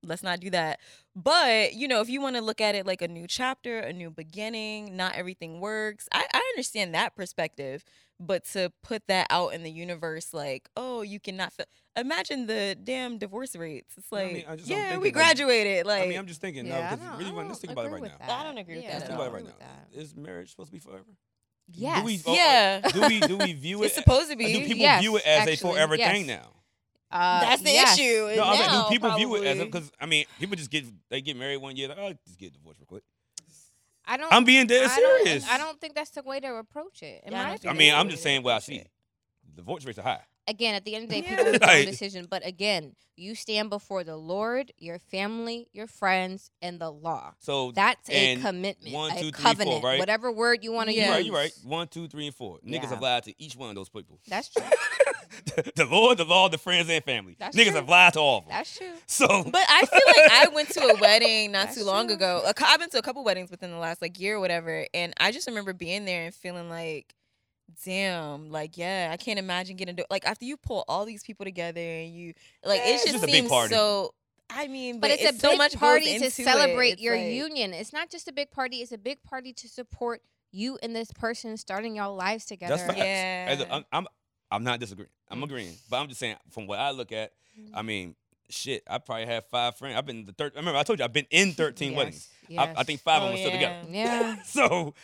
S3: let's not do that. But you know, if you want to look at it like a new chapter, a new beginning, not everything works. I, I understand that perspective, but to put that out in the universe, like, oh, you cannot fail. Imagine the damn divorce rates. It's
S1: No, I
S3: like,
S1: mean, I just- I'm
S3: yeah,
S1: thinking,
S3: we
S1: like-
S3: graduated. Like,
S1: I mean, I'm just thinking,
S2: Yeah, I
S1: no, because
S2: don't-
S1: really,
S2: I
S1: when,
S2: don't
S1: let's think about it
S2: agree
S1: right
S2: with
S1: now.
S2: that.
S3: I don't agree with
S2: Yeah,
S3: that
S1: Let's
S3: at
S1: think
S3: all.
S1: about it right
S2: agree
S1: now.
S2: with that.
S1: Is marriage supposed to be
S2: [laughs]
S1: forever?
S2: Yes.
S1: Do we, oh,
S3: yeah,
S1: Do we do we view
S3: [laughs] it's
S1: it?
S3: supposed to be.
S1: Do people
S2: Yes,
S1: view it as
S2: actually,
S1: a forever
S2: yes.
S1: thing now?
S2: Uh,
S3: That's the
S2: yes.
S3: issue. is
S1: No, I was
S3: now,
S1: like, do people view it as
S3: probably.
S1: because I mean, people just get they get married one year, like, oh, just get divorced real quick.
S2: I don't.
S1: I'm being dead
S2: I don't-
S1: serious.
S2: I don't think that's the way to approach it. in
S3: Yeah, I
S2: my
S3: don't
S1: I
S3: think
S1: mean,
S3: that's
S1: I'm
S3: the
S1: just
S3: way to
S1: saying what I
S3: approach
S1: see.
S3: it.
S1: Divorce rates are high.
S2: again, at the end of the day,
S3: Yeah.
S2: people make their own
S1: Like-
S2: decision. But again, you stand before the Lord, your family, your friends, and the law.
S1: So
S2: That's a
S1: And
S2: commitment,
S1: one,
S2: a
S1: two, three, four,
S2: covenant,
S1: right?
S2: whatever word you want to
S1: you're
S3: Yeah.
S2: use.
S1: right, you're right. One, two, three, and four. Niggas
S2: Yeah.
S1: have lied to each one of those people. [laughs]
S2: That's true.
S1: the Lord, the law, the friends, and family.
S2: That's
S1: Niggas
S2: true.
S1: have lied to all of them.
S2: That's true.
S1: so
S3: But I feel like I went to
S1: [laughs]
S3: a wedding not
S2: That's
S3: too long
S2: true.
S3: ago. A cou- I've been to a couple weddings within the last like year or whatever, and I just remember being there and feeling like, damn, like yeah, I can't imagine getting to, like after you pull all these people together and you like
S1: Yeah,
S3: it
S1: it's
S3: just,
S1: just a big
S3: seems
S1: party.
S3: so. I mean,
S2: But, it's, a
S3: so
S2: big
S3: much goes
S2: party
S3: into
S2: to
S3: it.
S2: celebrate
S3: It's
S2: your
S3: like-
S2: union. It's not just a big party. It's a big party to support you and this person starting your lives together.
S1: That's facts. As a-
S3: Yeah.
S1: I'm, I'm, I'm not disagreeing. I'm
S2: Mm.
S1: agreeing, but I'm just saying from what I look at.
S2: Mhm.
S1: I mean, shit. I probably have five friends. I've been the third. Remember, I told you I've been in 13 weddings.
S2: Yes, Oh,
S1: I, I think five of them are still together.
S2: [laughs]
S3: yeah.
S2: Yeah.
S3: [laughs]
S1: [laughs] So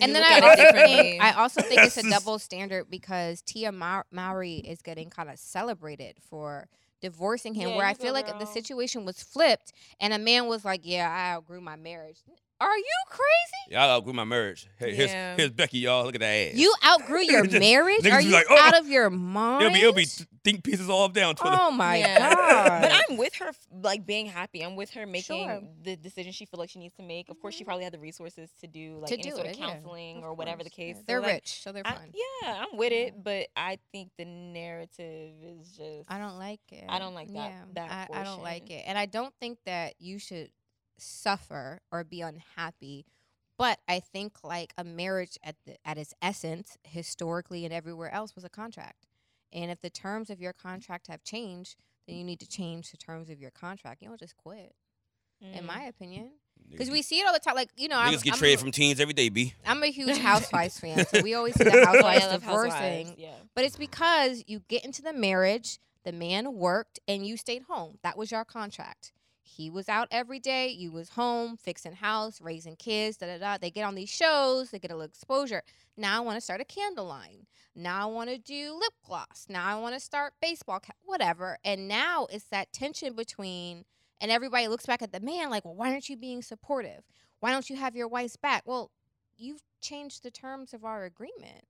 S2: And
S3: You
S2: then
S3: look
S2: I
S3: at it
S1: [laughs]
S2: also
S3: differently.
S2: think I also think it's
S3: [laughs]
S1: That's
S2: a
S1: just-
S2: double standard because Tia Ma- Mowry is getting kind of celebrated for divorcing him,
S3: Yeah,
S2: where
S3: you
S2: I feel
S3: go,
S2: like the
S3: girl.
S2: situation was flipped and a man was like, "Yeah, I outgrew my marriage." Are you crazy?
S1: y'all outgrew my marriage. Hey,
S3: Yeah.
S1: here's here's Becky, y'all. Look at that ass.
S2: You outgrew
S3: [laughs]
S2: your
S1: Just-
S2: marriage?
S1: niggas
S2: Are
S1: be
S2: you
S1: like, "Oh,
S2: out of your mind?
S1: It'll be it'll be th- think pieces all [laughs] down Twitter.
S2: Oh my [laughs]
S1: Yeah.
S2: god!
S3: But I'm with her, f- like being happy. I'm with her making
S2: Sure. Mm-hmm.
S3: the decision she feels like she needs to make. Of course, she probably had the resources to do like
S2: To
S3: any
S2: do
S3: sort
S2: it,
S3: of
S2: yeah.
S3: counseling
S2: Of
S3: [laughs] or whatever the
S2: course,
S3: case.
S2: yeah.
S3: So,
S2: They're
S3: like,
S2: rich, so they're
S3: I-
S2: fine.
S3: yeah, I'm with
S2: Yeah.
S3: it, but I think the narrative is just.
S2: I don't like it.
S3: I don't like that- that
S2: I, I don't like
S3: portion.
S2: it, and I don't think that you should suffer or be unhappy. But I think like a marriage at the, at its essence, historically and everywhere else, was a contract. And if the terms of your contract have changed, then you need to change the terms of your contract. You don't just quit, in
S3: Mm.
S2: my opinion,
S1: Niggas
S2: because
S1: get-
S2: we see it all the time. Like you know, I'm,
S1: niggas get
S2: I'm,
S1: traded from teens every day. B.
S2: I'm
S1: [laughs]
S2: a huge Housewives fan, so we
S3: [laughs]
S2: always see the Housewives
S3: I love
S2: divorcing.
S3: Oh, Housewives, Yeah.
S2: But it's because you get into the marriage, the man worked, and you stayed home. That was your contract. He was out every day, you was home, fixing house, raising kids, da da da. They get on these shows, they get a little exposure. Now I want to start a candle line. Now I want to do lip gloss. Now I want to start baseball, ca- whatever. And now it's that tension between, and everybody looks back at the man like, well, why aren't you being supportive? Why don't you have your wife's back? Well, you've changed the terms of our agreement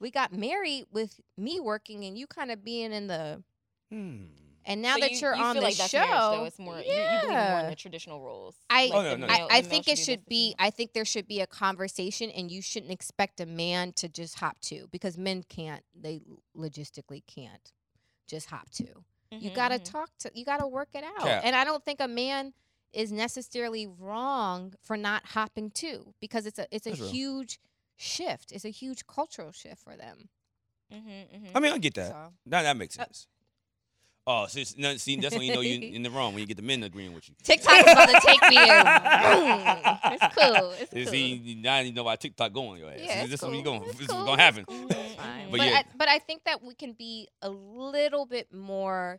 S2: we got married with me working and you kind of being in the
S1: Hmm.
S2: and now
S3: So
S2: that
S3: you,
S2: are
S3: you
S2: on
S3: feel
S2: the
S3: like that's
S2: show
S3: marriage, though. It's more, you- you, believe more in
S2: yeah.
S3: the traditional roles.
S2: I-
S3: Like
S1: Oh, no,
S3: the
S1: no,
S2: I,
S3: male-
S2: I
S3: the male
S2: think it should
S3: do
S2: be
S3: this,
S2: I think there should be a conversation and you shouldn't expect a man to just hop to because men can't they logistically can't just hop to.
S3: the-
S2: You
S3: Mhm,
S2: got to
S3: mhm.
S2: talk to you got to work it out.
S1: Cap.
S2: And I don't think a man is necessarily wrong for not hopping to because it's a it's a
S1: That's real.
S2: huge shift. It's a huge cultural shift for them.
S3: Mhm, mhm.
S1: I mean, I get that.
S2: So
S1: Now that makes
S2: Uh,
S1: sense. Oh, so it's- no, see, that's when you know you're
S2: [laughs]
S1: in- in the wrong when you get the men agreeing with you.
S2: TikTok is about to take me. in. it's cool. It's
S1: You
S2: cool.
S1: see, you- now you know why TikTok going your ass.
S2: yeah, it's
S1: this
S2: cool.
S1: is going.
S2: It's
S1: This is
S2: cool.
S1: gonna happen.
S2: It's cool.
S3: Mhm.
S1: [laughs]
S2: It's fine.
S1: But
S2: But,
S1: yeah.
S2: I, but I think that we can be a little bit more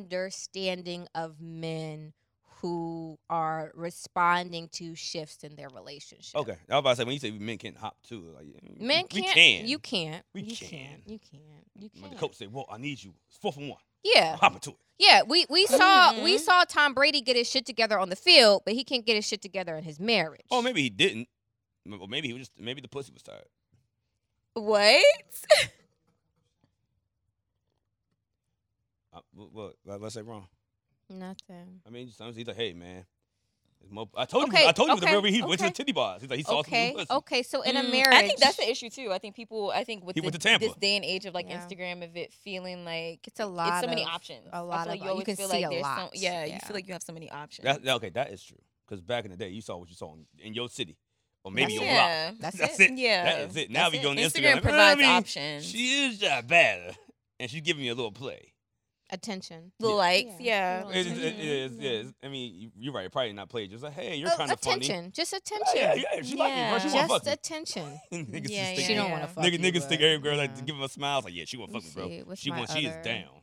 S2: understanding of men who are responding to shifts in their relationship.
S1: Okay, I was about to say when you say men can't hop too, like
S2: Men
S1: we
S2: can't. You can't.
S1: We
S2: you
S1: can.
S2: can't. You can't. You
S1: When the
S2: can't.
S1: coach say, "Well, I need you. It's four for one.
S2: Yeah.
S1: I'm hopping to it."
S2: Yeah, we, we saw we
S3: Mhm.
S2: saw Tom Brady get his shit together on the field, but he can't get his shit together in his marriage.
S1: Oh, maybe he didn't. M- Or maybe he was just maybe the pussy was tired.
S3: What?
S1: Uh, wh- what? What let's say wrong.
S2: nothing.
S1: I mean, sometimes he's like, "Hey, man." it's Mo- I told
S2: Okay,
S1: you, I told you the
S2: okay,
S1: real reason he went to the
S2: okay.
S1: titty bars. He's like, he saw
S2: Okay.
S1: some new pussy.
S2: Okay. So in a
S3: Mm,
S2: marriage,
S3: I think that's the issue too. I think people. I think with
S1: Mm-hmm. He
S3: the,
S1: went to Tampa.
S3: this day and age of like
S2: Yeah.
S3: Instagram, of it feeling like
S2: It's a lot
S3: so many
S2: of-
S3: options.
S2: a
S3: I
S2: lot
S3: feel
S2: of-
S3: like you
S2: you
S3: always
S2: can
S3: feel
S2: see
S3: like
S2: a
S3: there's
S2: lot.
S3: So, yeah, you
S2: Yeah.
S3: feel like you have so many options.
S1: That, that- okay, that is true. Because back in the day, you saw what you saw in, in your city, or maybe
S2: That's
S1: your
S2: it.
S1: block.
S3: yeah.
S2: That's,
S1: That's
S2: it.
S1: it.
S3: Yeah,
S1: That is it. Now
S3: that's
S1: we go on Instagram,
S3: Instagram
S1: like,
S3: provides
S1: "Mommy,
S3: options.
S1: She is that bad, [laughs] and she giving me a little play.
S2: Attention.
S3: the
S1: Yeah.
S3: likes, yeah.
S2: Well,
S1: It is, it
S2: attention.
S1: is,
S2: Oh, Yeah.
S1: yes. I mean, you- you're right. It probably not played. Just like, hey, you're
S2: Oh,
S1: kind of funny.
S2: attention. Just attention.
S1: Oh, yeah, yeah, she like me, bro. She
S3: Yeah.
S1: want
S2: Just
S1: to fuck
S2: attention.
S1: me. [laughs] niggas
S3: Yeah,
S1: just
S3: yeah,
S1: think,
S2: she don't
S3: yeah.
S2: want to fuck
S1: Nigga,
S2: you,
S1: niggas
S2: but,
S1: think every girl
S2: yeah.
S1: like to give him a smile. It's like, yeah, she want to
S2: Let
S1: fuck
S2: me
S1: me, bro.
S2: see, what's
S1: She
S2: my
S1: want, she is
S2: other-
S1: down.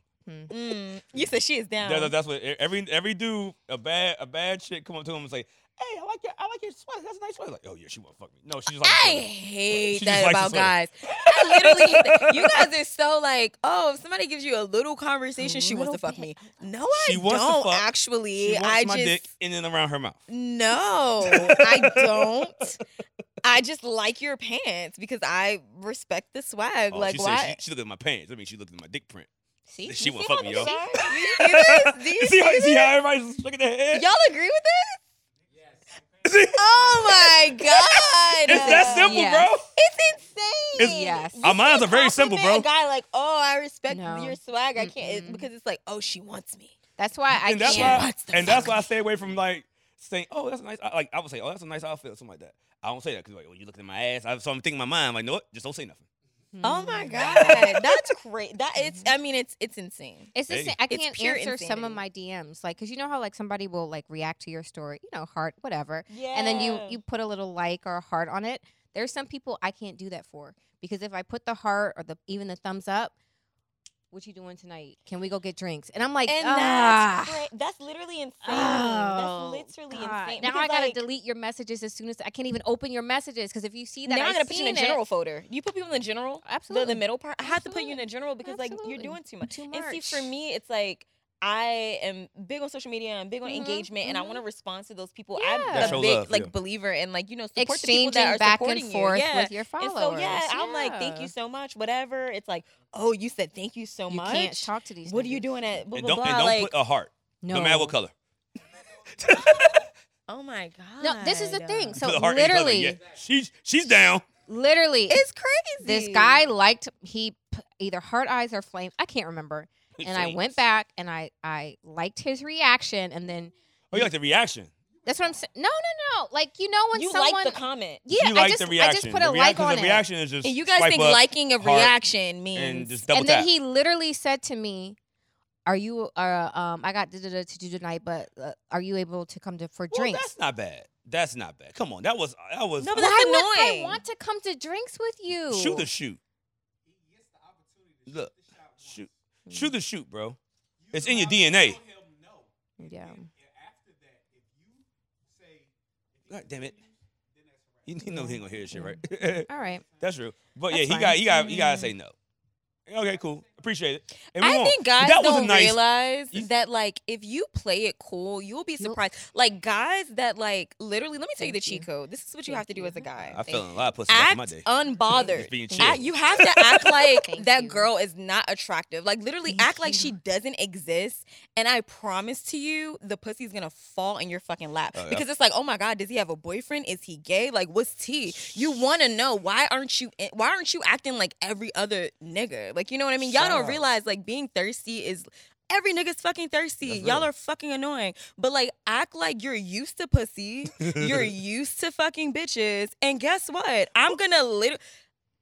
S3: Mm, you said she is down.
S1: That- that's what e, every every dude, a bad a bad chick, come up to him and say, hey, I like your I like your sweater. That's a nice sweater. Like, oh yeah, she want to fuck me. No, she just like.
S3: I
S1: the sweater.
S3: hate
S1: She just
S3: that
S1: likes
S3: about
S1: to sweat.
S3: guys. I literally hate that. You guys are so like, oh, if somebody gives you a little conversation, she wants
S2: Little
S3: to fuck
S2: bit.
S3: me. No,
S1: She
S3: I
S1: wants to
S3: don't
S1: fuck.
S3: actually.
S1: She wants
S3: I
S1: my
S3: just
S1: dick in and around her mouth.
S3: no,
S1: [laughs]
S3: I don't. I just like your pants because I respect the swag.
S1: Oh,
S3: like
S1: she
S3: why?
S1: said she, she looked at my pants. I mean, she looked at my dick print.
S2: See?
S1: She
S2: You
S1: want
S2: see
S1: to fuck
S2: how
S1: me,
S2: the
S1: y'all.
S2: shark-
S1: [laughs]
S3: Do you see this? Do you
S1: You see, how,
S3: see
S1: see
S3: this?
S1: how everybody's shaking their head? [laughs]
S3: Y'all agree with this? Oh
S1: [laughs]
S3: my god!
S1: it's that simple,
S2: Yes.
S1: bro.
S3: It's insane.
S1: It's-
S2: Yes.
S1: Our minds are very simple,
S3: Compliment
S1: bro.
S3: A guy like, oh, I respect
S2: No.
S3: your swag. I can't it-
S2: Mm-mm.
S3: because it's like, oh, she wants me.
S2: That's why I
S1: And that's
S2: can't. [laughs]
S1: why,
S3: What's the
S1: and that's
S3: fuck?
S1: why I stay away from like saying, "Oh, that's a nice." I- Like I would say, "Oh, that's a nice outfit," or something like that. I don't say that because like, "Oh, you looking at my ass." I, so I'm thinking in my mind, like, "No, what? just don't say nothing."
S3: Oh
S1: [laughs]
S3: my god, that's crazy. That it's. I mean, it's it's insane.
S2: It's the
S1: Hey.
S2: same. I
S3: It's
S2: can't
S3: pure
S2: answer some of
S3: insanity.
S2: my DMs, like, cause you know how like somebody will like react to your story, you know, heart, whatever.
S3: Yeah.
S2: and then you you put a little like or a heart on it. There's some people I can't do that for because if I put the heart or the even the thumbs up, what you doing tonight? Can we go get drinks? And I'm like,
S4: and
S2: ah.
S4: that's, cra- that's literally insane.
S2: Oh,
S4: that's literally
S2: God.
S4: insane.
S2: Now
S4: Because,
S2: I gotta
S4: like,
S2: delete your messages as soon as I can't even open your messages because if you see that,
S4: Now
S2: I've
S4: I gotta put you in
S2: seen
S4: a
S2: it,
S4: general folder. You put people in the general, the,
S2: Absolutely.
S4: the middle part. I have to put you in
S2: Absolutely.
S4: a general because like you're
S2: Absolutely.
S4: doing too much.
S2: Too
S4: And see, for
S2: much.
S4: me, it's like I am big on social media. I'm big on
S2: Mhm,
S4: engagement, and I
S2: mhm.
S4: want to respond to those people.
S2: Yeah.
S4: I'm
S1: That
S4: a
S1: show
S4: big
S1: love,
S4: like
S1: yeah.
S4: believer and like you know support
S2: exchanging
S4: the people that are
S2: back
S4: supporting
S2: and
S4: you.
S2: forth
S4: yeah.
S2: with your
S4: and
S2: followers.
S4: so yeah, I'm like, thank
S2: Yeah.
S4: you so much. Whatever. It's like, oh, you said thank you so
S2: You
S4: much.
S2: can't talk to these.
S4: what are you
S2: niggas.
S4: doing at blah
S1: And
S4: blah blah?
S1: don't, and don't
S4: like,
S1: put uh, a heart,
S2: No,
S1: no. matter what color. [laughs]
S4: oh my god.
S2: No, this is the thing. So
S1: put a heart in color,
S2: literally,
S1: yeah. she's she's down.
S2: literally,
S4: It's crazy.
S2: this guy liked he p- either heart eyes or flames. I can't remember. [laughs] And I went back and I I liked his reaction, and then
S1: Oh, you like the reaction?
S2: that's what I'm saying. No, no, no. Like you know when
S4: You
S2: someone
S4: like the comment.
S2: yeah,
S1: you like
S2: I just
S1: the reaction.
S2: I just put
S1: the
S2: a like
S1: reaction-
S2: on
S1: the
S2: it.
S1: reaction is just
S4: And you guys
S1: swipe
S4: think
S1: up
S4: liking a
S1: heart,
S4: reaction means
S1: and just double
S2: and
S1: tap.
S2: then he literally said to me, "Are you? Uh, um, I got da- da- da to do tonight, but uh, are you able to come to for
S1: well,
S2: drinks?"
S1: That's not bad. That's not bad. Come on, that was that was
S4: No, but
S2: Why
S4: that's
S2: would I
S4: annoying.
S2: want to come to drinks with you?
S1: shoot the shoot. Look, shoot,
S2: Hmm.
S1: shoot the shoot, bro. It's in your DNA.
S2: Mm, Yeah.
S1: God damn it. You you know he ain't gonna hear this shit, right?
S2: All right.
S1: [laughs] That's true. But yeah, he
S2: That's fine. Mm-hmm.
S1: got he got he gotta say no. Okay, cool. Appreciate it. And we
S3: I
S1: won't.
S3: think guys
S1: that was
S3: don't
S1: a nice
S3: realize
S1: you-
S3: that like if you play it cool, you'll be
S2: You'll-
S3: surprised. Like guys that like literally, let me tell you the
S2: Thank you.
S3: cheat code. This is what you
S2: Thank
S3: have to do
S2: you.
S3: as a guy.
S1: I fell in a lot of pussy back in my
S3: Act
S1: day. Just
S3: unbothered.
S1: being chill. [laughs]
S3: Act, you have to
S2: [laughs]
S3: act like
S2: Thank
S3: that
S2: you.
S3: girl is not attractive. Like literally,
S2: Thank
S3: act like
S2: you.
S3: she doesn't exist. And I promise to you, the pussy's gonna fall in your fucking lap
S1: Oh, yeah.
S3: because it's like, oh my god, does he have a boyfriend? Is he gay? Like, what's T? You want to know why aren't you why aren't you acting like every other nigga? Like, you know what I mean? Y'all
S1: Shout
S3: don't
S1: out.
S3: realize like being thirsty is Every nigga's fucking thirsty.
S1: That's
S3: Y'all
S1: real.
S3: are fucking annoying. But like, act like you're used to pussy.
S1: [laughs]
S3: you're used to fucking bitches. And guess what? I'm gonna lit.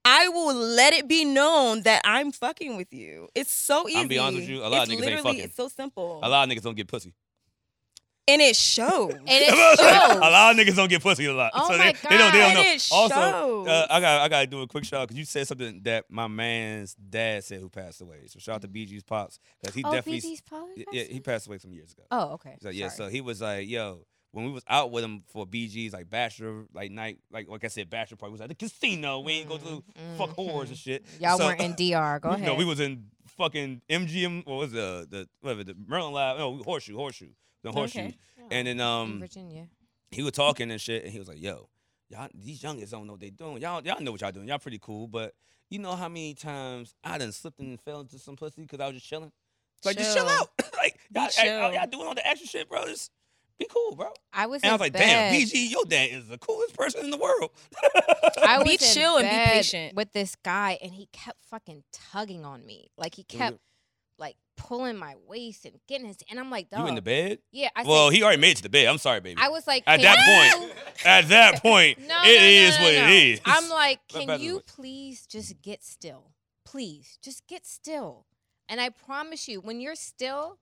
S3: I will let it be known that I'm fucking with you. It's so easy.
S1: I'll be honest with you, a lot of
S3: it's
S1: niggas ain't
S3: literally,
S1: fucking.
S3: It's so simple.
S1: A lot of niggas don't get pussy.
S3: and it
S1: [laughs]
S3: shows.
S2: And
S1: a
S2: it's true.
S1: lot of niggas don't get pussy a lot.
S2: Oh
S1: so
S2: my
S1: they, they don't they don't
S2: God.
S1: know.
S3: And it
S1: also, uh,
S3: shows.
S1: I got I gotta do a quick shout out because you said something that my man's dad said who passed away. So shout out to BG's pops because he
S2: Mm-hmm. oh,
S1: definitely
S2: BZ's probably
S1: yeah
S2: best?
S1: he passed away some years ago.
S2: Oh, okay.
S1: So yeah,
S2: Sorry.
S1: so he was like, yo, when we was out with him for BG's like bachelor like night, like like I said, bachelor party, we was at the casino. We ain't go to
S2: Mm,
S1: fuck whores and
S2: mhm.
S1: shit.
S2: Y'all
S1: So-
S2: weren't in DR.
S1: [laughs]
S2: Go
S1: we-
S2: ahead.
S1: No, we was in fucking MGM. What was the the whatever the Maryland Live? No, Horseshoe, Horseshoe, the Horseshoe.
S3: Okay.
S1: And then um,
S2: Virginia.
S1: he was talking and shit, and he was like, "Yo, y'all, these youngins don't know what they doing. Y'all, y'all know what y'all doing. Y'all pretty cool, but you know how many times I done slipped and fell into some pussy because I was just chilling. It's like, just chill
S3: Chill.
S1: out. [coughs] like,
S3: Be
S1: y'all,
S3: chill.
S1: y'all, y'all doing all the extra shit, bro. Just be cool, bro."
S2: I was.
S1: And
S2: in
S1: I was like,
S2: bed.
S1: "Damn, BG, your dad is the coolest person in the world." [laughs]
S2: I
S3: Be
S2: was in
S3: chill and be
S2: bed
S3: patient.
S2: with this guy, and he kept fucking tugging on me. Like he
S1: you-
S2: kept like pulling my waist and getting his. And I'm like, dog.
S1: You in the bed?
S2: Yeah. I
S1: well,
S2: said,
S1: he already made it to the bed. I'm sorry, baby.
S2: I was like,
S1: At
S2: "Can
S1: that
S2: you-"
S1: point, at
S2: [laughs]
S1: that point, it is
S2: No, no, no, no,
S1: what it
S2: no.
S1: is. [laughs]
S2: I'm like,
S1: My
S2: can
S1: bad,
S2: you
S1: my bad."
S2: please just get still? Please, just get still. And I promise you, when you're still,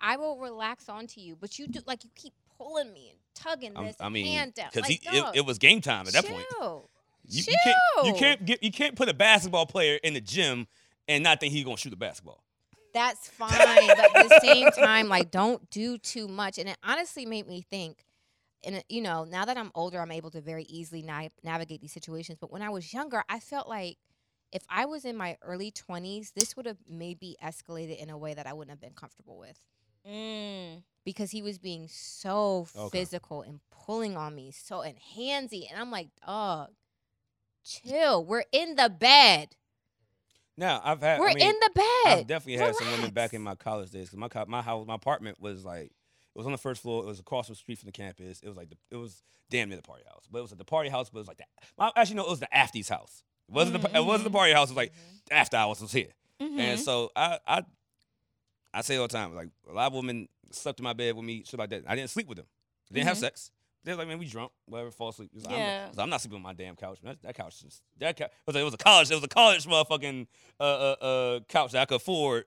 S2: I will relax onto you. But you do like you keep pulling me and tugging
S1: I'm-
S2: this
S1: I mean,
S2: hand down. Like,
S1: he- it,
S2: dog,
S1: it was game time at that point.
S2: chill.
S1: You, you can't, you
S2: Chill.
S1: can't get, you can't put a basketball player in the gym and not think he's gonna shoot a basketball. [laughs]
S2: That's fine. but at the same time, like, don't do too much. And it honestly made me think, and it- you know, now that I'm older, I'm able to very easily na- navigate these situations. But when I was younger, I felt like if I was in my early 20s, this would have maybe escalated in a way that I wouldn't have been comfortable with
S3: Mm.
S2: because he was being so
S1: Okay.
S2: physical and pulling on me, so and handsy. And I'm like, oh, chill. We're in the bed.
S1: Now I've had,
S2: We're
S1: I mean,
S2: in the
S1: I've
S2: bed.
S1: definitely had some women back in
S2: Relax.
S1: my college days because my co- my house, my apartment was like, it was on the first floor. It was across the street from the campus. It was like the, it was damn near the party house, but it was at the party house. But it was like the, my, actually no, it was the Afties house. It wasn't the, it
S2: Mm-hmm.
S1: wasn't the party house. It was like after hours was here.
S3: Mhm.
S1: And so I, I I say all the time, like a lot of women slept in my bed with me, shit like that. I didn't sleep with them. I didn't have
S3: Mhm.
S1: sex. They're like, man, we drunk, whatever, fall asleep. It's like, I'm,
S3: Yeah.
S1: it's like, I'm not sleeping on my damn couch. man. That, that couch is that couch. It was, like, it was a college. It was a college motherfucking uh, uh, uh, couch that I could afford.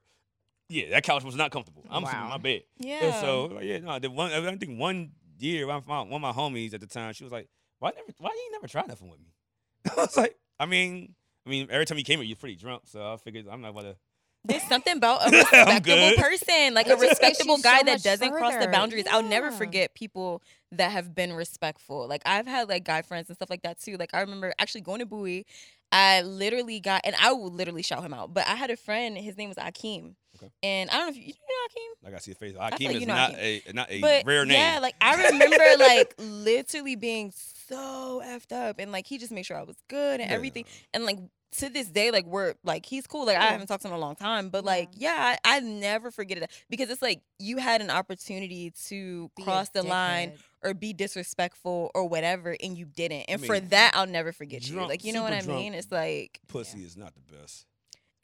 S1: Yeah, that couch was not comfortable. I'm sleeping in
S2: Wow.
S1: my bed.
S3: Yeah.
S1: And so like, yeah, no. The one I think one year, one of my, one of my homies at the time, she was like, why never, why you never try nothing with me? [laughs] I was like, I mean, I mean, every time you came here, you're pretty drunk, so I figured I'm not about to. [laughs]
S3: There's something about a
S1: I'm
S3: respectable
S1: good.
S3: person, like
S2: It
S3: a
S2: just takes
S3: respectable
S2: you
S3: guy
S2: so
S3: that
S2: much
S3: doesn't cross the
S2: further.
S3: boundaries. I'll never
S2: Yeah.
S3: forget people that have been respectful. Like I've had like guy friends and stuff like that too. Like I remember actually going to Bowie. I literally got and I will literally shout him out. But I had a friend, his name was Akeem.
S1: Okay.
S3: And I don't know if you, you know Akeem.
S1: Like I see a face.
S3: thought
S1: Akeem
S3: you
S1: is
S3: know
S1: not a eh, not a
S3: but
S1: rare name.
S3: Yeah, like I remember like literally being so effed up and like he just made sure I was good and
S1: Yeah.
S3: everything. And like to this day, like we're like he's cool. Like I
S2: Yeah.
S3: haven't talked to him in a long time, but
S2: Yeah.
S3: like yeah, I, I never forget it because it's like you had an opportunity to
S2: Be a
S3: cross the line
S2: dickhead.
S3: or be disrespectful or whatever, and you didn't. And for
S1: mean,
S3: that, I'll never forget you.
S1: drunk-
S3: Like you know what
S1: super
S3: I
S1: drunk
S3: mean? It's like
S1: Pussy is not the best.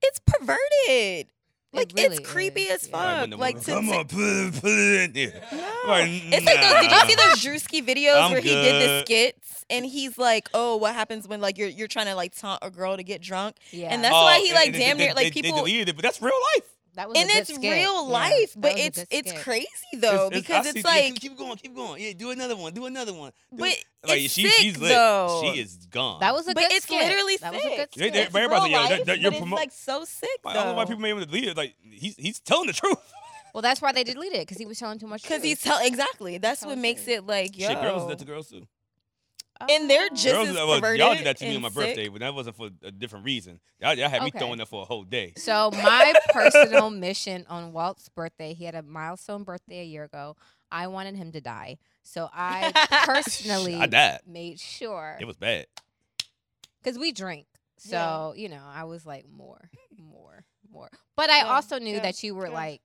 S3: it's perverted.
S2: It
S3: Like
S2: really
S3: it's creepy
S2: is,
S3: as
S2: yeah.
S1: Like, when
S3: fuck.
S1: the
S3: Like
S1: woman,
S3: to,
S1: come
S3: to
S1: on, put it, put it in here.
S3: no.
S1: Like,
S3: It's like those. Did you see
S1: nah.
S3: those Drewski videos
S1: I'm
S3: where he did the
S1: good.
S3: skits and he's like, "Oh, what happens when like you're you're trying to like taunt a girl to get drunk?"
S2: Yeah.
S3: And that's why he,
S1: Oh, and-
S3: like,
S1: and
S3: damn
S1: they-
S3: near, like,
S1: they-
S3: people-
S1: They deleted it, but that's real life.
S2: that was a
S3: And
S2: good
S3: it's
S2: skit.
S3: real
S2: Yeah,
S3: life,
S2: that
S3: but
S2: was a
S3: it's
S2: good
S3: it's
S2: skit.
S3: crazy
S1: It's- it's-
S3: though
S1: I
S3: because
S1: see-
S3: it's,
S1: yeah,
S3: like,
S1: keep- keep going, keep going. Yeah, do another one, do another one. do-
S3: but
S1: like
S3: it's
S1: she,
S3: sick
S1: she's lit.
S3: though.
S1: She is gone.
S2: That was a
S3: But
S2: good
S3: it's
S2: skit.
S3: literally
S2: that was a good
S3: sick.
S1: They-
S2: skit.
S1: they-
S3: real
S1: everybody, yo, that-
S3: life,
S1: that- you're
S3: but it's
S1: promo-
S3: like so sick
S1: Like, I don't know why
S3: though.
S1: people made him delete it. Like he's he's telling the
S3: [laughs]
S1: truth.
S2: well, that's why they deleted it because he was telling too much.
S3: Because
S2: truth.
S3: he's tell exactly. That's
S2: Tell
S3: what
S2: the
S3: makes
S2: truth.
S3: it like yo.
S1: Shit, girls did that to girls too.
S3: and they're
S2: Oh.
S3: just- This
S1: girls,
S3: is
S1: well, y'all
S3: perverted
S1: did that to me on
S3: and
S1: my
S3: sick.
S1: birthday, but that wasn't for a different reason. Y'all, y'all had me
S2: Okay.
S1: throwing up for a whole day.
S3: [laughs]
S2: So my personal mission on Walt's birthday, he had a milestone birthday a year ago. I wanted him to die, so I personally
S1: [laughs] I died.
S2: made sure
S1: It was bad.
S2: because we drink.
S3: Yeah.
S2: So you know, I was like more, more, more. But I
S3: Yeah,
S2: also knew
S3: yeah,
S2: that you were
S3: yeah.
S2: like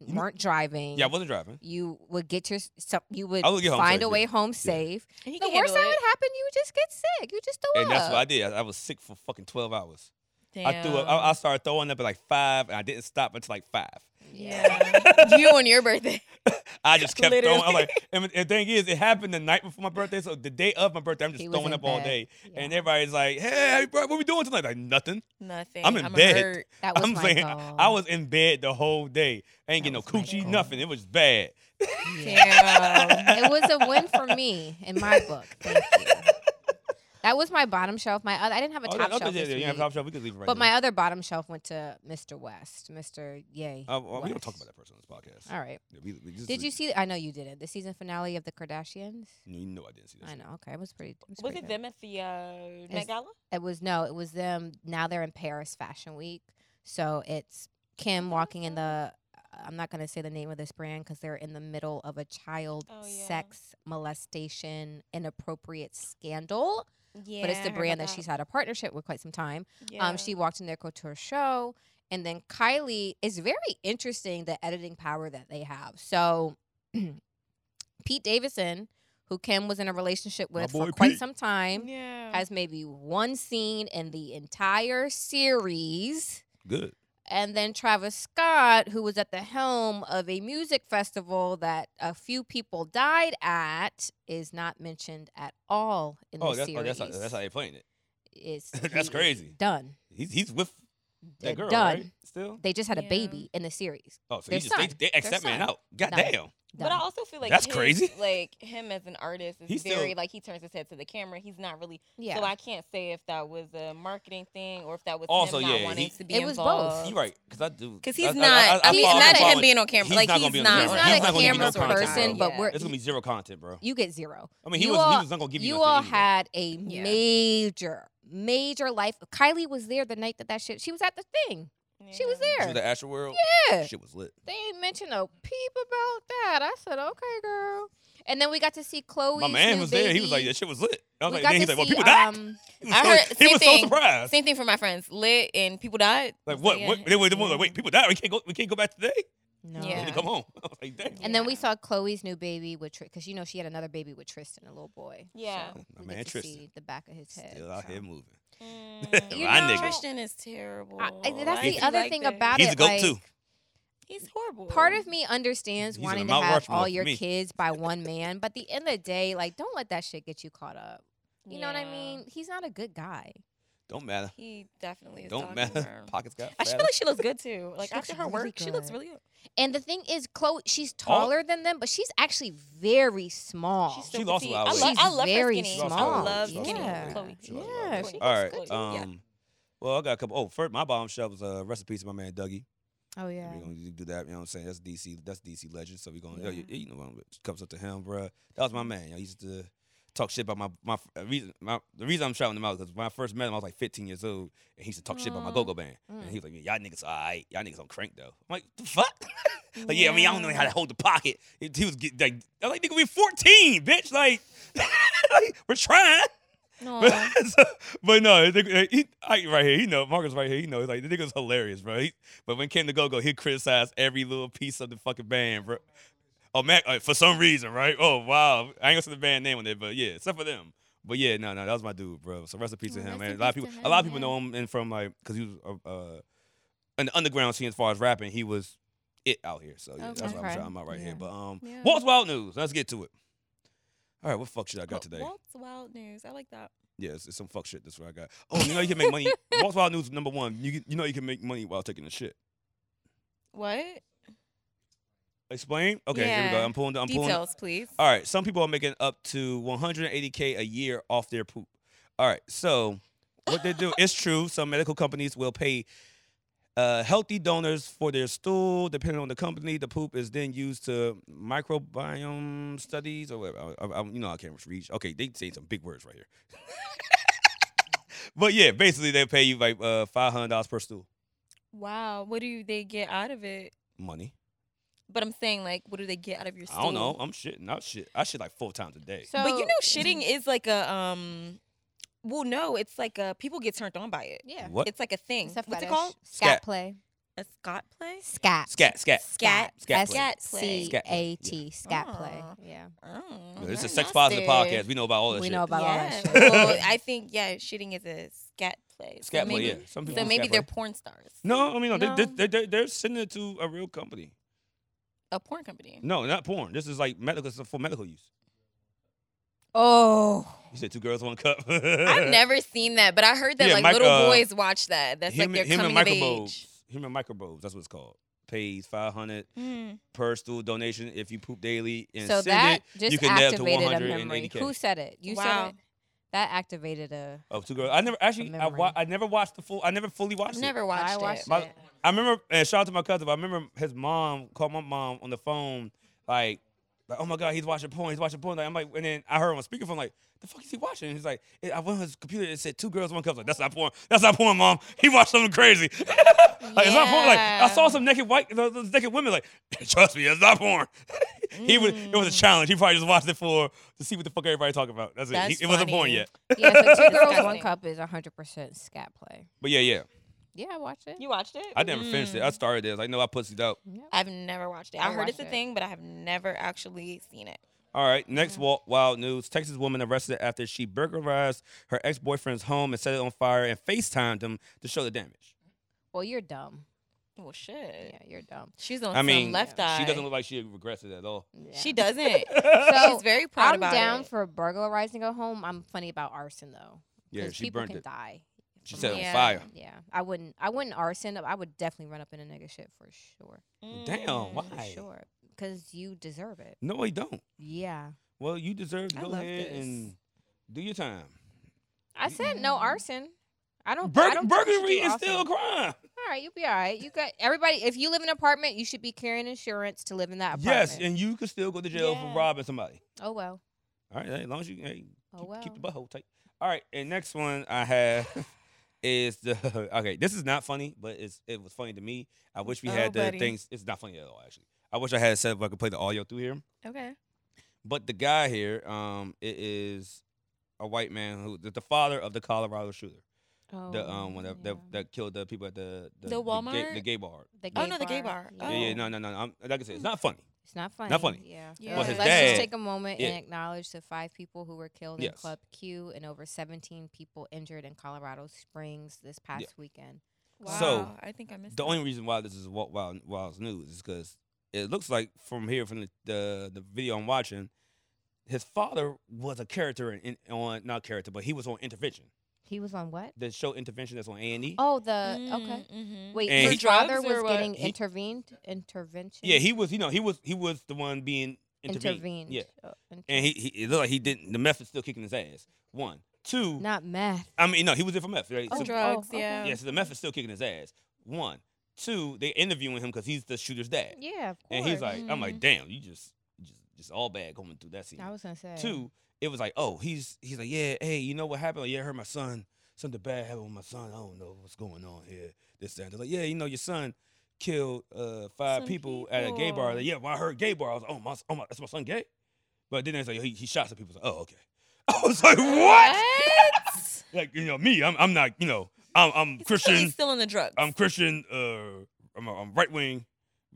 S1: You-
S2: weren't driving.
S1: Yeah, I wasn't driving.
S2: you would get your some, you would
S1: I would get home
S2: find
S1: safe,
S2: a way
S1: yeah.
S2: home safe. The worst that would happen, you would just get sick. You just throw
S1: And
S2: up.
S1: that's what I did. I, I was sick for fucking twelve hours. I threw up. I, I started throwing up at like five, and I didn't stop until like five.
S2: yeah.
S3: you on your birthday.
S1: I
S2: [laughs]
S1: just kept throwing. I'm
S3: Literally.
S1: like, and the thing is, it happened the night before my birthday, so the day of my birthday, I'm just
S2: He was
S1: throwing
S2: in
S1: up all
S2: bed.
S1: day. And
S2: Yeah.
S1: everybody's like, "Hey, happy birthday. what we doing tonight?" Like nothing.
S3: [laughs] Nothing.
S1: I'm in
S3: a
S1: bed.
S3: [laughs] hurt.
S2: that
S1: [laughs]
S2: was
S1: I'm
S2: my
S1: saying
S2: goal.
S1: I was in bed the whole day. I ain't
S2: That
S1: getting no
S2: was my
S1: coochie,
S2: goal.
S1: nothing. It was bad.
S2: Yeah.
S3: Damn.
S2: it was a win for me in my book. Thank you. That was my bottom shelf. My other, I didn't have a
S1: Oh,
S2: top
S1: okay,
S2: shelf,
S1: yeah,
S2: this
S1: yeah, you have
S2: week,
S1: top shelf. We could leave it right
S2: but
S1: there.
S2: my other bottom shelf went to Mr. West, Mr. Yay.
S1: Uh, well, we don't talk
S2: West.
S1: about that person on this podcast.
S2: All right.
S1: Yeah, we- we just-
S2: Did you see? I know you didn't. The season finale of the Kardashians.
S1: No, you know I didn't see that.
S2: I know. Okay, it was pretty. It was,
S3: [laughs] Was
S2: pretty
S3: it
S2: good.
S3: them at the uh,
S2: It's-
S3: Met Gala?
S2: It was no. It was them. Now they're in Paris Fashion Week, so it's Kim walking in the. I'm not gonna say the name of this brand because they're in the middle of a child
S3: Oh, yeah.
S2: sex molestation inappropriate scandal.
S3: Yeah,
S2: but it's the brand that she's had a partnership with quite some time.
S3: Yeah.
S2: Um, she walked in their couture show, and then Kylie is very interesting the editing power that they have. So, [clears throat] Pete Davidson, who Kim was in a relationship
S1: My
S2: with for
S1: boy
S2: quite
S1: Pete.
S2: some time,
S3: yeah.
S2: has maybe one scene in the entire series.
S1: Good. Oh,
S2: And then Travis Scott, who was at the helm of a music festival that a few people died at, is not mentioned at all in
S1: Oh,
S2: the
S1: that's,
S2: series
S1: oh that's, how, that's how they playing it.
S2: is
S1: [laughs] That's
S2: he is
S1: crazy.
S2: Done.
S1: He's he's with
S2: They're
S1: that girl,
S2: done.
S1: right? Still.
S2: They just had
S3: Yeah.
S2: a baby in the series.
S1: Oh, so
S2: Their
S1: he just they,
S2: son.
S1: they X
S2: Their
S1: that man
S2: son.
S1: out. God damn.
S2: Done.
S3: But I also feel like
S1: That's
S3: his-
S1: crazy.
S3: Like him as an artist is
S1: He's still-
S3: very like he turns his head to the camera. He's not really.
S2: yeah.
S3: So I can't say if that was a marketing thing or if that was
S1: Also,
S3: him not
S1: yeah,
S3: wanting
S1: he-
S3: to be
S2: It was both.
S3: involved.
S1: You right? Because I do.
S3: Because
S1: I-
S3: he's
S1: I- I-
S3: not. I,
S1: I
S3: mean,
S1: follow-
S3: it's
S1: I
S3: not
S1: follow
S3: at him being on camera.
S1: he's
S3: like
S1: not
S3: he's
S1: gonna
S3: not.
S1: be on camera.
S2: He's
S3: on
S2: not
S1: He's
S2: a
S1: not gonna be
S2: camera
S1: no content,
S2: person,
S1: bro.
S2: but we're-
S1: It's gonna be zero content, bro.
S2: you get zero.
S1: I mean, he
S2: you
S1: was
S2: all-
S1: he was not gonna give you.
S2: You
S1: nothing
S2: all
S1: anyway.
S2: had a
S3: Yeah.
S2: major, major life. Kylie was there the night that that shit. She was at the thing. She was
S1: She
S2: there.
S1: was at Astro World.
S2: Yeah.
S1: Shit was lit.
S2: They ain't mention no peep about that. I said, okay, girl. And then we got to see Chloe.
S1: My man was there. He was like, that shit was lit. I was
S2: we
S1: like,
S2: got
S1: then he's
S2: to
S1: like, well,
S2: see,
S1: people died.
S2: um,
S1: He was
S3: I
S1: so-
S3: heard-
S1: he was
S3: same
S1: so
S3: thing.
S1: surprised.
S3: Same thing for my friends. Lit and people died.
S1: Like
S3: So,
S1: what?
S3: yeah.
S1: What? They were, they were
S3: Yeah.
S1: like, wait, people died. We can't go. We can't go back today. [laughs]
S2: no.
S1: We
S3: Yeah.
S1: need to come home. [laughs] I was like, damn.
S2: And then we
S3: Yeah.
S2: saw Chloe's new baby with because you know she had another baby with Tristan, a little boy.
S3: Yeah.
S2: so
S1: My
S2: we
S1: man
S2: get to
S1: Tristan.
S2: see the back of his head.
S1: Still out
S2: so.
S1: here moving. [laughs]
S3: Mm,
S1: You
S2: know-
S3: Christian is terrible.
S2: I- I- that's
S3: Why
S1: the
S3: is he
S2: other
S3: like
S2: thing
S3: this?
S2: about
S1: He's
S2: it,
S1: a goat too.
S2: like-
S3: He's horrible.
S2: Part of me understands
S1: He's in
S2: wanting
S1: the
S2: to
S1: Mount
S2: have
S1: Rushmore
S2: all
S1: for
S2: your
S1: me.
S2: kids by one man, but at the end of the day, like, don't let that shit get you caught up. You know what I
S3: Yeah.
S2: mean? He's not a good guy.
S1: Don't matter.
S3: He definitely is.
S1: Don't matter. Pockets got.
S3: I just
S1: fatter.
S3: feel like she looks good too. Like
S2: She looks
S3: after her
S2: really
S3: work, she looks
S2: good.
S3: really good.
S2: And the thing is, Chloe,
S1: Oh.
S2: she's taller than them, but she's actually very small.
S3: She's
S1: She
S3: so
S1: lost a
S3: petite.
S1: lot of
S3: I, lo-
S1: weight.
S3: I love
S2: She's
S3: her skinny.
S1: very
S3: I
S1: small.
S3: love
S1: She lost a
S3: skinny
S1: lot of weight.
S3: Chloe.
S1: She lost a lot of
S2: Yeah,
S1: weight.
S2: she
S1: All
S2: looks
S1: right.
S2: good.
S3: Yeah.
S1: Um, well, I got a couple. Oh, first, my bombshell was a uh, rest in peace, to my man Dougie.
S2: oh yeah.
S1: We're gonna do that. You know what I'm saying? That's DC. That's DC legend. So we're gonna.
S2: Yeah.
S1: You, you know, um, it comes up to him, bruh. That was my man. You know, he used to talk shit about my my f- uh, reason. My, the reason I'm shouting him out because when I first met him, I was like 15 years old, and he used to talk shit about my
S2: Mm.
S1: go-go band.
S2: Mm.
S1: And he was like, "Yeah, "Y'all niggas, all right. Y'all niggas on crank though." I'm like, "The fuck." [laughs] Like, yeah, I mean, I don't know how to hold the pocket. He, he was get, like, I'm like, nigga, we 14, bitch. Like, [laughs] like, we're trying. But, [laughs] so- but no, the nigga- he, I, right here, he know Marcus right here, he knows like the nigga's hilarious, bro. He, but when it came to go go, he criticized every little piece of the fucking band, bro. Oh man, uh, for some reason, right? Oh wow, I ain't gonna say the band name on there, but yeah, except for them. But yeah, no, no, that was my dude, bro. So rest in peace to
S2: Oh,
S1: him,
S2: rest
S1: man.
S2: in
S1: A lot of
S2: peace
S1: people, a
S2: to
S1: lot
S2: him,
S1: of people
S2: yeah.
S1: know him, and from like, cause he was uh, uh, in the underground scene as far as rapping, he was it out here. So yeah, that's what I'm
S2: Okay.
S1: trying out right
S4: Yeah.
S1: here. But um,
S3: Yeah.
S1: what's wild news? Let's get to it. All right, what fuck shit I got today?
S3: Walt's wild news. I like that.
S1: Yeah, it's, it's some fuck shit. That's what I got. Oh, you know you can make money.
S3: [laughs]
S1: Most wild news number one. You can- you know you can make money while taking a shit.
S3: What?
S1: Explain. Okay, here we go.
S3: Yeah.
S1: I'm pulling. I'm pulling. Uh,
S3: Details, please.
S1: All right. Some people are making up to 180k a year off their poop. All right. So what they do? it's true. Some medical companies will pay uh, healthy donors for their stool. Depending on the company, the poop is then used to microbiome studies or whatever. I, I, I- you know I can't reach. Okay, they say some big words right here. [laughs] but yeah, basically they pay you like uh, five hundred dollars per stool.
S3: Wow. What do they get out of it?
S1: Money.
S3: But I'm saying, like, what do they get out of your stool?
S1: I don't know. Um, I'm shitting. I shit. I shit like four times a day.
S2: So,
S4: but you know, shitting is like a um. Well, no, it's like uh, people get turned on by it.
S2: yeah.
S1: What?
S4: It's like a thing.
S2: It's a
S4: What's
S2: fetish.
S4: it called?
S2: Scat,
S1: Scat.
S2: play.
S4: A Scott play?
S2: Scat.
S1: Scat. Scat.
S2: Scat.
S1: Scat play.
S2: S C
S1: Scat play.
S2: A T. Scat play.
S4: Aw.
S2: Yeah.
S4: Oh,
S1: Yeah, This is
S4: very
S1: a sex positive
S4: nasty.
S1: podcast. We know about all that
S2: We
S1: shit.
S2: know about all that
S4: Yeah.
S2: shit. [laughs]
S4: well, I think yeah, shitting is a scat play. So
S1: scat play.
S4: maybe-
S1: Yeah, some people.
S4: So
S1: do
S4: maybe
S1: scat
S4: they're
S1: play.
S4: porn stars.
S1: No, I mean no. They,
S2: No.
S1: they, they, they're sending it to a real company.
S3: A porn company.
S1: No, not porn. This is like medical stuff for medical use. [laughs]
S4: Oh,
S1: You said two girls, one cup.
S4: I've never seen that, but I heard that
S1: Yeah,
S4: like
S1: mic-
S4: little
S1: uh,
S4: boys watch that.
S1: [laughs]
S4: That's
S1: human,
S4: like their coming
S1: human microbes.
S4: of age.
S1: Human microbes. That's what it's called. Pays five hundred
S4: Hmm.
S3: Mm.
S1: per stool donation if you poop daily and
S2: So
S1: send
S2: that
S1: it
S2: just
S1: you can nab to
S2: activated a memory.
S1: 180K.
S2: Who said it? You
S4: Wow.
S2: said it. That activated [laughs] a.
S1: of Oh, two girls. I never actually. I, wa-
S2: memory.
S1: I never watched the full. I never fully watched
S4: I've
S1: it.
S4: never
S2: I
S4: watched
S2: watched
S4: it.
S1: My-
S2: it.
S1: I remember, and shout out to my cousin. But I remember his mom called my mom on the phone, like, like, oh my god, he's watching porn. He's watching porn. Like, I'm like, and then I heard him on speakerphone, like, the fuck is he watching? And he's like, "Eh, I went on his computer. It said two girls, one cup. Like, that's not porn. That's not porn, mom. He watched something crazy. [laughs] like, it's not porn. Like, I saw
S3: Yeah.
S1: some naked white, those those naked women. Like, [laughs] trust me, it's not porn. [laughs] he was. It
S4: Mm.
S1: was a challenge. He probably just watched it for to see what the fuck everybody talking about. That's, it.
S4: That's
S1: He, it wasn't porn
S4: funny.
S1: yet.
S2: Yeah, so two girls, one
S4: Disgusting.
S2: cup is 100% scat play.
S1: But yeah, yeah.
S2: Yeah, I watched it.
S4: You watched it?
S1: I never finished
S4: Mm.
S1: it. I started it. I know I pussied out.
S2: Yeah.
S4: Hmm. I've never watched it.
S2: I
S4: I, heard it's
S2: watched
S4: a
S2: it.
S4: thing, but I have never actually seen it.
S1: All right, next wa- wild news. Texas woman arrested after she burglarized her ex boyfriend's home and set it on fire and FaceTimed him to show the damage.
S2: Well, you're dumb.
S4: Well, shit.
S2: Yeah, you're dumb.
S4: She's on
S1: I mean,
S4: some left eye.
S1: she doesn't look like she regrets it at all.
S2: Yeah.
S4: She [laughs]
S1: [laughs]
S4: doesn't.
S2: So,
S4: She's very proud
S2: I'm
S4: about
S2: down
S4: it.
S2: for burglarizing a home. I'm funny about arson though.
S1: Yeah,
S2: 'cause
S1: she
S2: people
S1: burnt
S2: can
S1: it.
S2: die.
S1: She
S2: from
S1: set it
S2: that.
S1: on
S4: Yeah.
S1: fire.
S2: Yeah, I wouldn't. I wouldn't arson. I would definitely run up in a nigga shit for sure.
S1: Damn,
S4: Mm.
S1: why?
S2: For sure, because you deserve it.
S1: No, he don't.
S2: Yeah,
S1: Well, you deserve to
S4: I
S1: go
S4: love
S1: ahead
S4: this.
S1: and do your time.
S2: I said no arson. I don't. I
S1: Bur-
S2: don't think you should
S1: Mm. burglary
S2: do
S1: is
S2: arson.
S1: still a crime.
S2: All right, you'll be all right. You got everybody. If you live in an apartment, you should be carrying insurance to live in that apartment.
S1: Yes, and you could still go to jail
S4: Yeah.
S1: for robbing somebody.
S2: oh well.
S1: All right, as long as you hey, keep,
S2: Oh well.
S1: keep the butthole tight. All right, and next one I have [laughs] is the [laughs] okay. This is not funny, but it's it was funny to me. I wish we
S4: Oh,
S1: had the
S4: buddy.
S1: things. It's not funny at all, actually. I wish I had it set up. I could play the audio through here.
S4: Okay.
S1: But the guy here, um, it is a white man who the, the father of the Colorado shooter,
S2: Oh,
S1: the um one that, that
S2: yeah.
S1: that killed the people at the the,
S4: The
S1: gay,
S4: Walmart?
S1: the gay bar.
S2: The
S4: Oh, no, the gay bar.
S1: Yeah, yeah,
S4: Oh.
S1: no, no, no. no. I'm, like I said, it's not funny.
S2: It's not funny.
S1: funny.
S2: Yeah.
S4: Yeah.
S1: Well, his
S2: Let's
S1: dad-
S2: just take a moment
S1: Yeah.
S2: and acknowledge the five people who were killed in
S1: Yes.
S2: Club Q and over 17 people injured in Colorado Springs this past weekend.
S4: Wow.
S1: So,
S4: I think I missed
S1: The
S4: that.
S1: only reason why this is wild, wild, wild news is because it looks like from here from the, the the video I'm watching, his father was a character in, in on not character, but he was on intervention.
S2: He was on what? Mm.
S1: The show intervention that's on A and E.
S2: Oh, the
S4: Uh,
S2: okay.
S3: Mm-hmm.
S2: Wait,
S1: And
S2: his
S1: he-
S2: father
S3: Drugs
S2: was
S3: or what?
S2: getting
S1: He-
S2: intervened. Intervention.
S1: Yeah, he was. You know, he was. He was the one being intervened.
S2: intervened.
S1: Yeah,
S2: Oh, inter-
S1: and he, he it looked like he didn't. The meth is still kicking his ass. One, two.
S2: not math.
S1: I mean, no, he was in for meth. Right?
S2: Oh,
S1: So-
S3: drugs,
S2: oh, okay.
S3: yeah.
S1: yeah, so the meth is still kicking his ass. One, two. They interviewing him because he's the shooter's dad,
S2: Yeah, of course.
S1: and he's like, I'm like,
S3: Mhm.
S1: damn, you just, you just, just all bad going through that scene.
S2: I was gonna say
S1: Two, it was like, oh, he's he's like, yeah, hey, you know what happened? Like, yeah, I heard my son. Something bad happened with my son. I don't know what's going on here. This that. They're like, yeah, you know, your son killed uh, five
S3: Some
S1: people, at a gay bar.
S3: people.
S1: Like, yeah, well, I heard gay bar. I was like, oh my, oh my, that's my son gay. But then it's like, he, he shot some people. It's like, oh, okay. [laughs] I was like, [laughs] what? like, you know, me, I'm, I'm not, you know, I'm, I'm Christian.
S3: He's still on the drugs.
S1: I'm Christian. Uh, I'm, I'm right wing.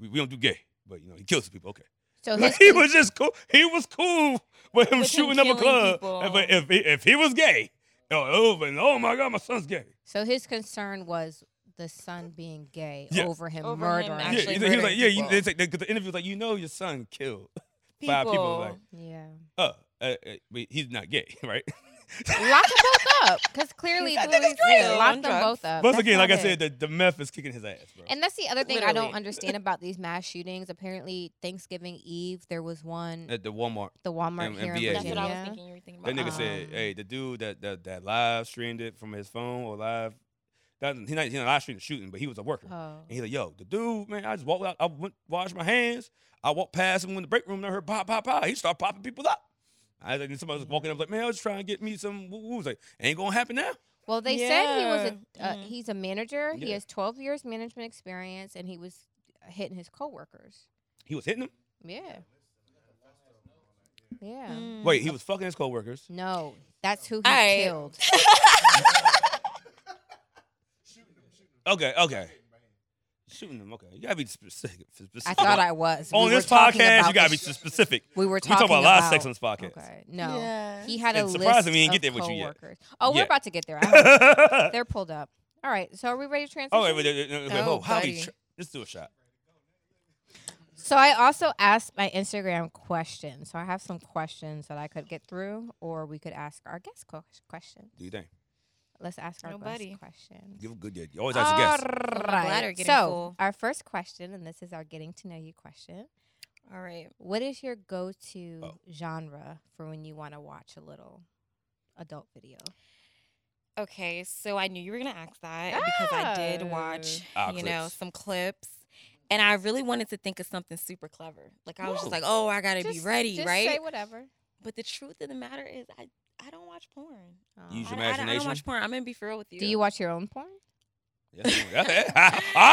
S1: We, we don't do gay. But you know, he kills people. Okay.
S2: So
S1: Like
S2: his,
S1: [laughs] he was just cool. He was cool with him
S3: With him
S1: shooting up a
S3: killing
S1: club.
S3: people.
S1: If, if, he- if he was gay, oh, oh, and oh my God, my son's gay.
S2: so his concern was the son being gay
S1: Yeah.
S2: over him
S3: Over him
S2: murdering.
S1: Yeah,
S3: Actually
S1: he was like,
S3: murdering
S1: yeah, you,
S3: people.
S1: it's like, the, 'cause the interview was like, you know, your son killed [laughs] five people. Like,
S2: yeah.
S1: oh, uh, uh, but he's not gay, [laughs] right?
S2: Lock them both up, because clearly
S3: That nigga's
S2: Louis
S3: crazy.
S2: yeah, locked
S3: On
S2: them
S3: drugs.
S2: both up.
S1: Once
S2: Uh, That's
S1: again, like I
S2: not it.
S1: said, the, the meth is kicking his ass, bro.
S2: And that's the other thing I don't
S3: Literally.
S2: understand about these mass shootings. Apparently, Thanksgiving Eve there was one
S1: At the Walmart,
S2: the Walmart
S1: and- and
S2: here in
S1: VA.
S2: Virginia.
S3: That's what I was thinking. You were thinking
S1: that
S3: about. Uh-huh.
S1: nigga
S2: Uh-uh.
S1: said, hey, the dude that that, that live streamed it from his phone or live, that, he not he not live streamed the shooting, but he was a worker.
S2: Oh.
S1: And he's like, yo, the dude, man, I just walked out. I went, washed my hands. I walked past him in the break room and I heard pop, pop, pop. He started popping people up. I was like, and somebody was walking up, like, man, I was trying to get me some woo woo. like, ain't gonna happen now.
S2: Well, they said he was a
S3: Yeah.
S2: uh,
S3: Mhm.
S2: he's a manager. He
S1: Yeah.
S2: has 12 years management experience, and he was hitting his coworkers.
S1: He was hitting him.
S2: Yeah. Yeah.
S3: Mm.
S1: Wait, he was fucking his coworkers.
S2: No, that's who he
S3: I-
S2: killed.
S1: Okay, okay. Shooting him. Okay, you gotta be specific. specific.
S2: I thought I was.
S1: [laughs]
S2: We
S1: on
S2: were
S1: this
S2: talking
S1: podcast,
S2: about
S1: you gotta be
S2: this-
S1: specific.
S2: We were
S1: We talk
S2: talking
S1: about a lot of sex on this podcast.
S2: Okay. No.
S3: Yeah.
S2: He had a
S1: And
S2: list
S1: surprisingly, we didn't
S2: of
S1: get there with you yet.
S2: coworkers. Oh, we're
S1: Yet.
S2: about to
S1: [laughs]
S2: get there. I hope.
S1: oh
S2: They're pulled up. All right. So are we ready to transition?
S1: wait, wait, wait, wait, wait,
S3: Oh,
S1: hold, how we
S3: buddy.
S1: tr- Let's do a shot.
S2: So I also asked my Instagram question. So I have some questions that I could get through, or we could ask our guest que- question.
S1: Do you think?
S2: Let's ask our
S3: Nobody.
S2: guest question.
S1: Give a good. You always ask a guess.
S3: my
S2: Alright,
S3: bladder getting
S2: So
S3: full.
S2: our first question, and this is our getting to know you question.
S3: All right.
S2: What is your go-to
S1: Oh.
S2: genre for when you want to watch a little adult video?
S3: Okay, so I knew you were gonna ask that and because I
S2: Oh.
S3: did watch,
S1: Ah,
S3: you know,
S1: clips.
S3: some clips, and I really wanted to think of something super clever. Like I was
S1: Whoa.
S3: just like, oh, I gotta be
S2: Just-
S3: ready,
S2: just
S3: right?
S2: Say whatever.
S3: but the truth of the matter is, I I don't watch porn.
S1: Use your
S3: I, don't- I don't- I don't
S1: imagination.
S3: watch porn. I'm gonna be for real with you.
S2: Do you watch your own porn?
S1: Yes, that's it.
S3: no, I,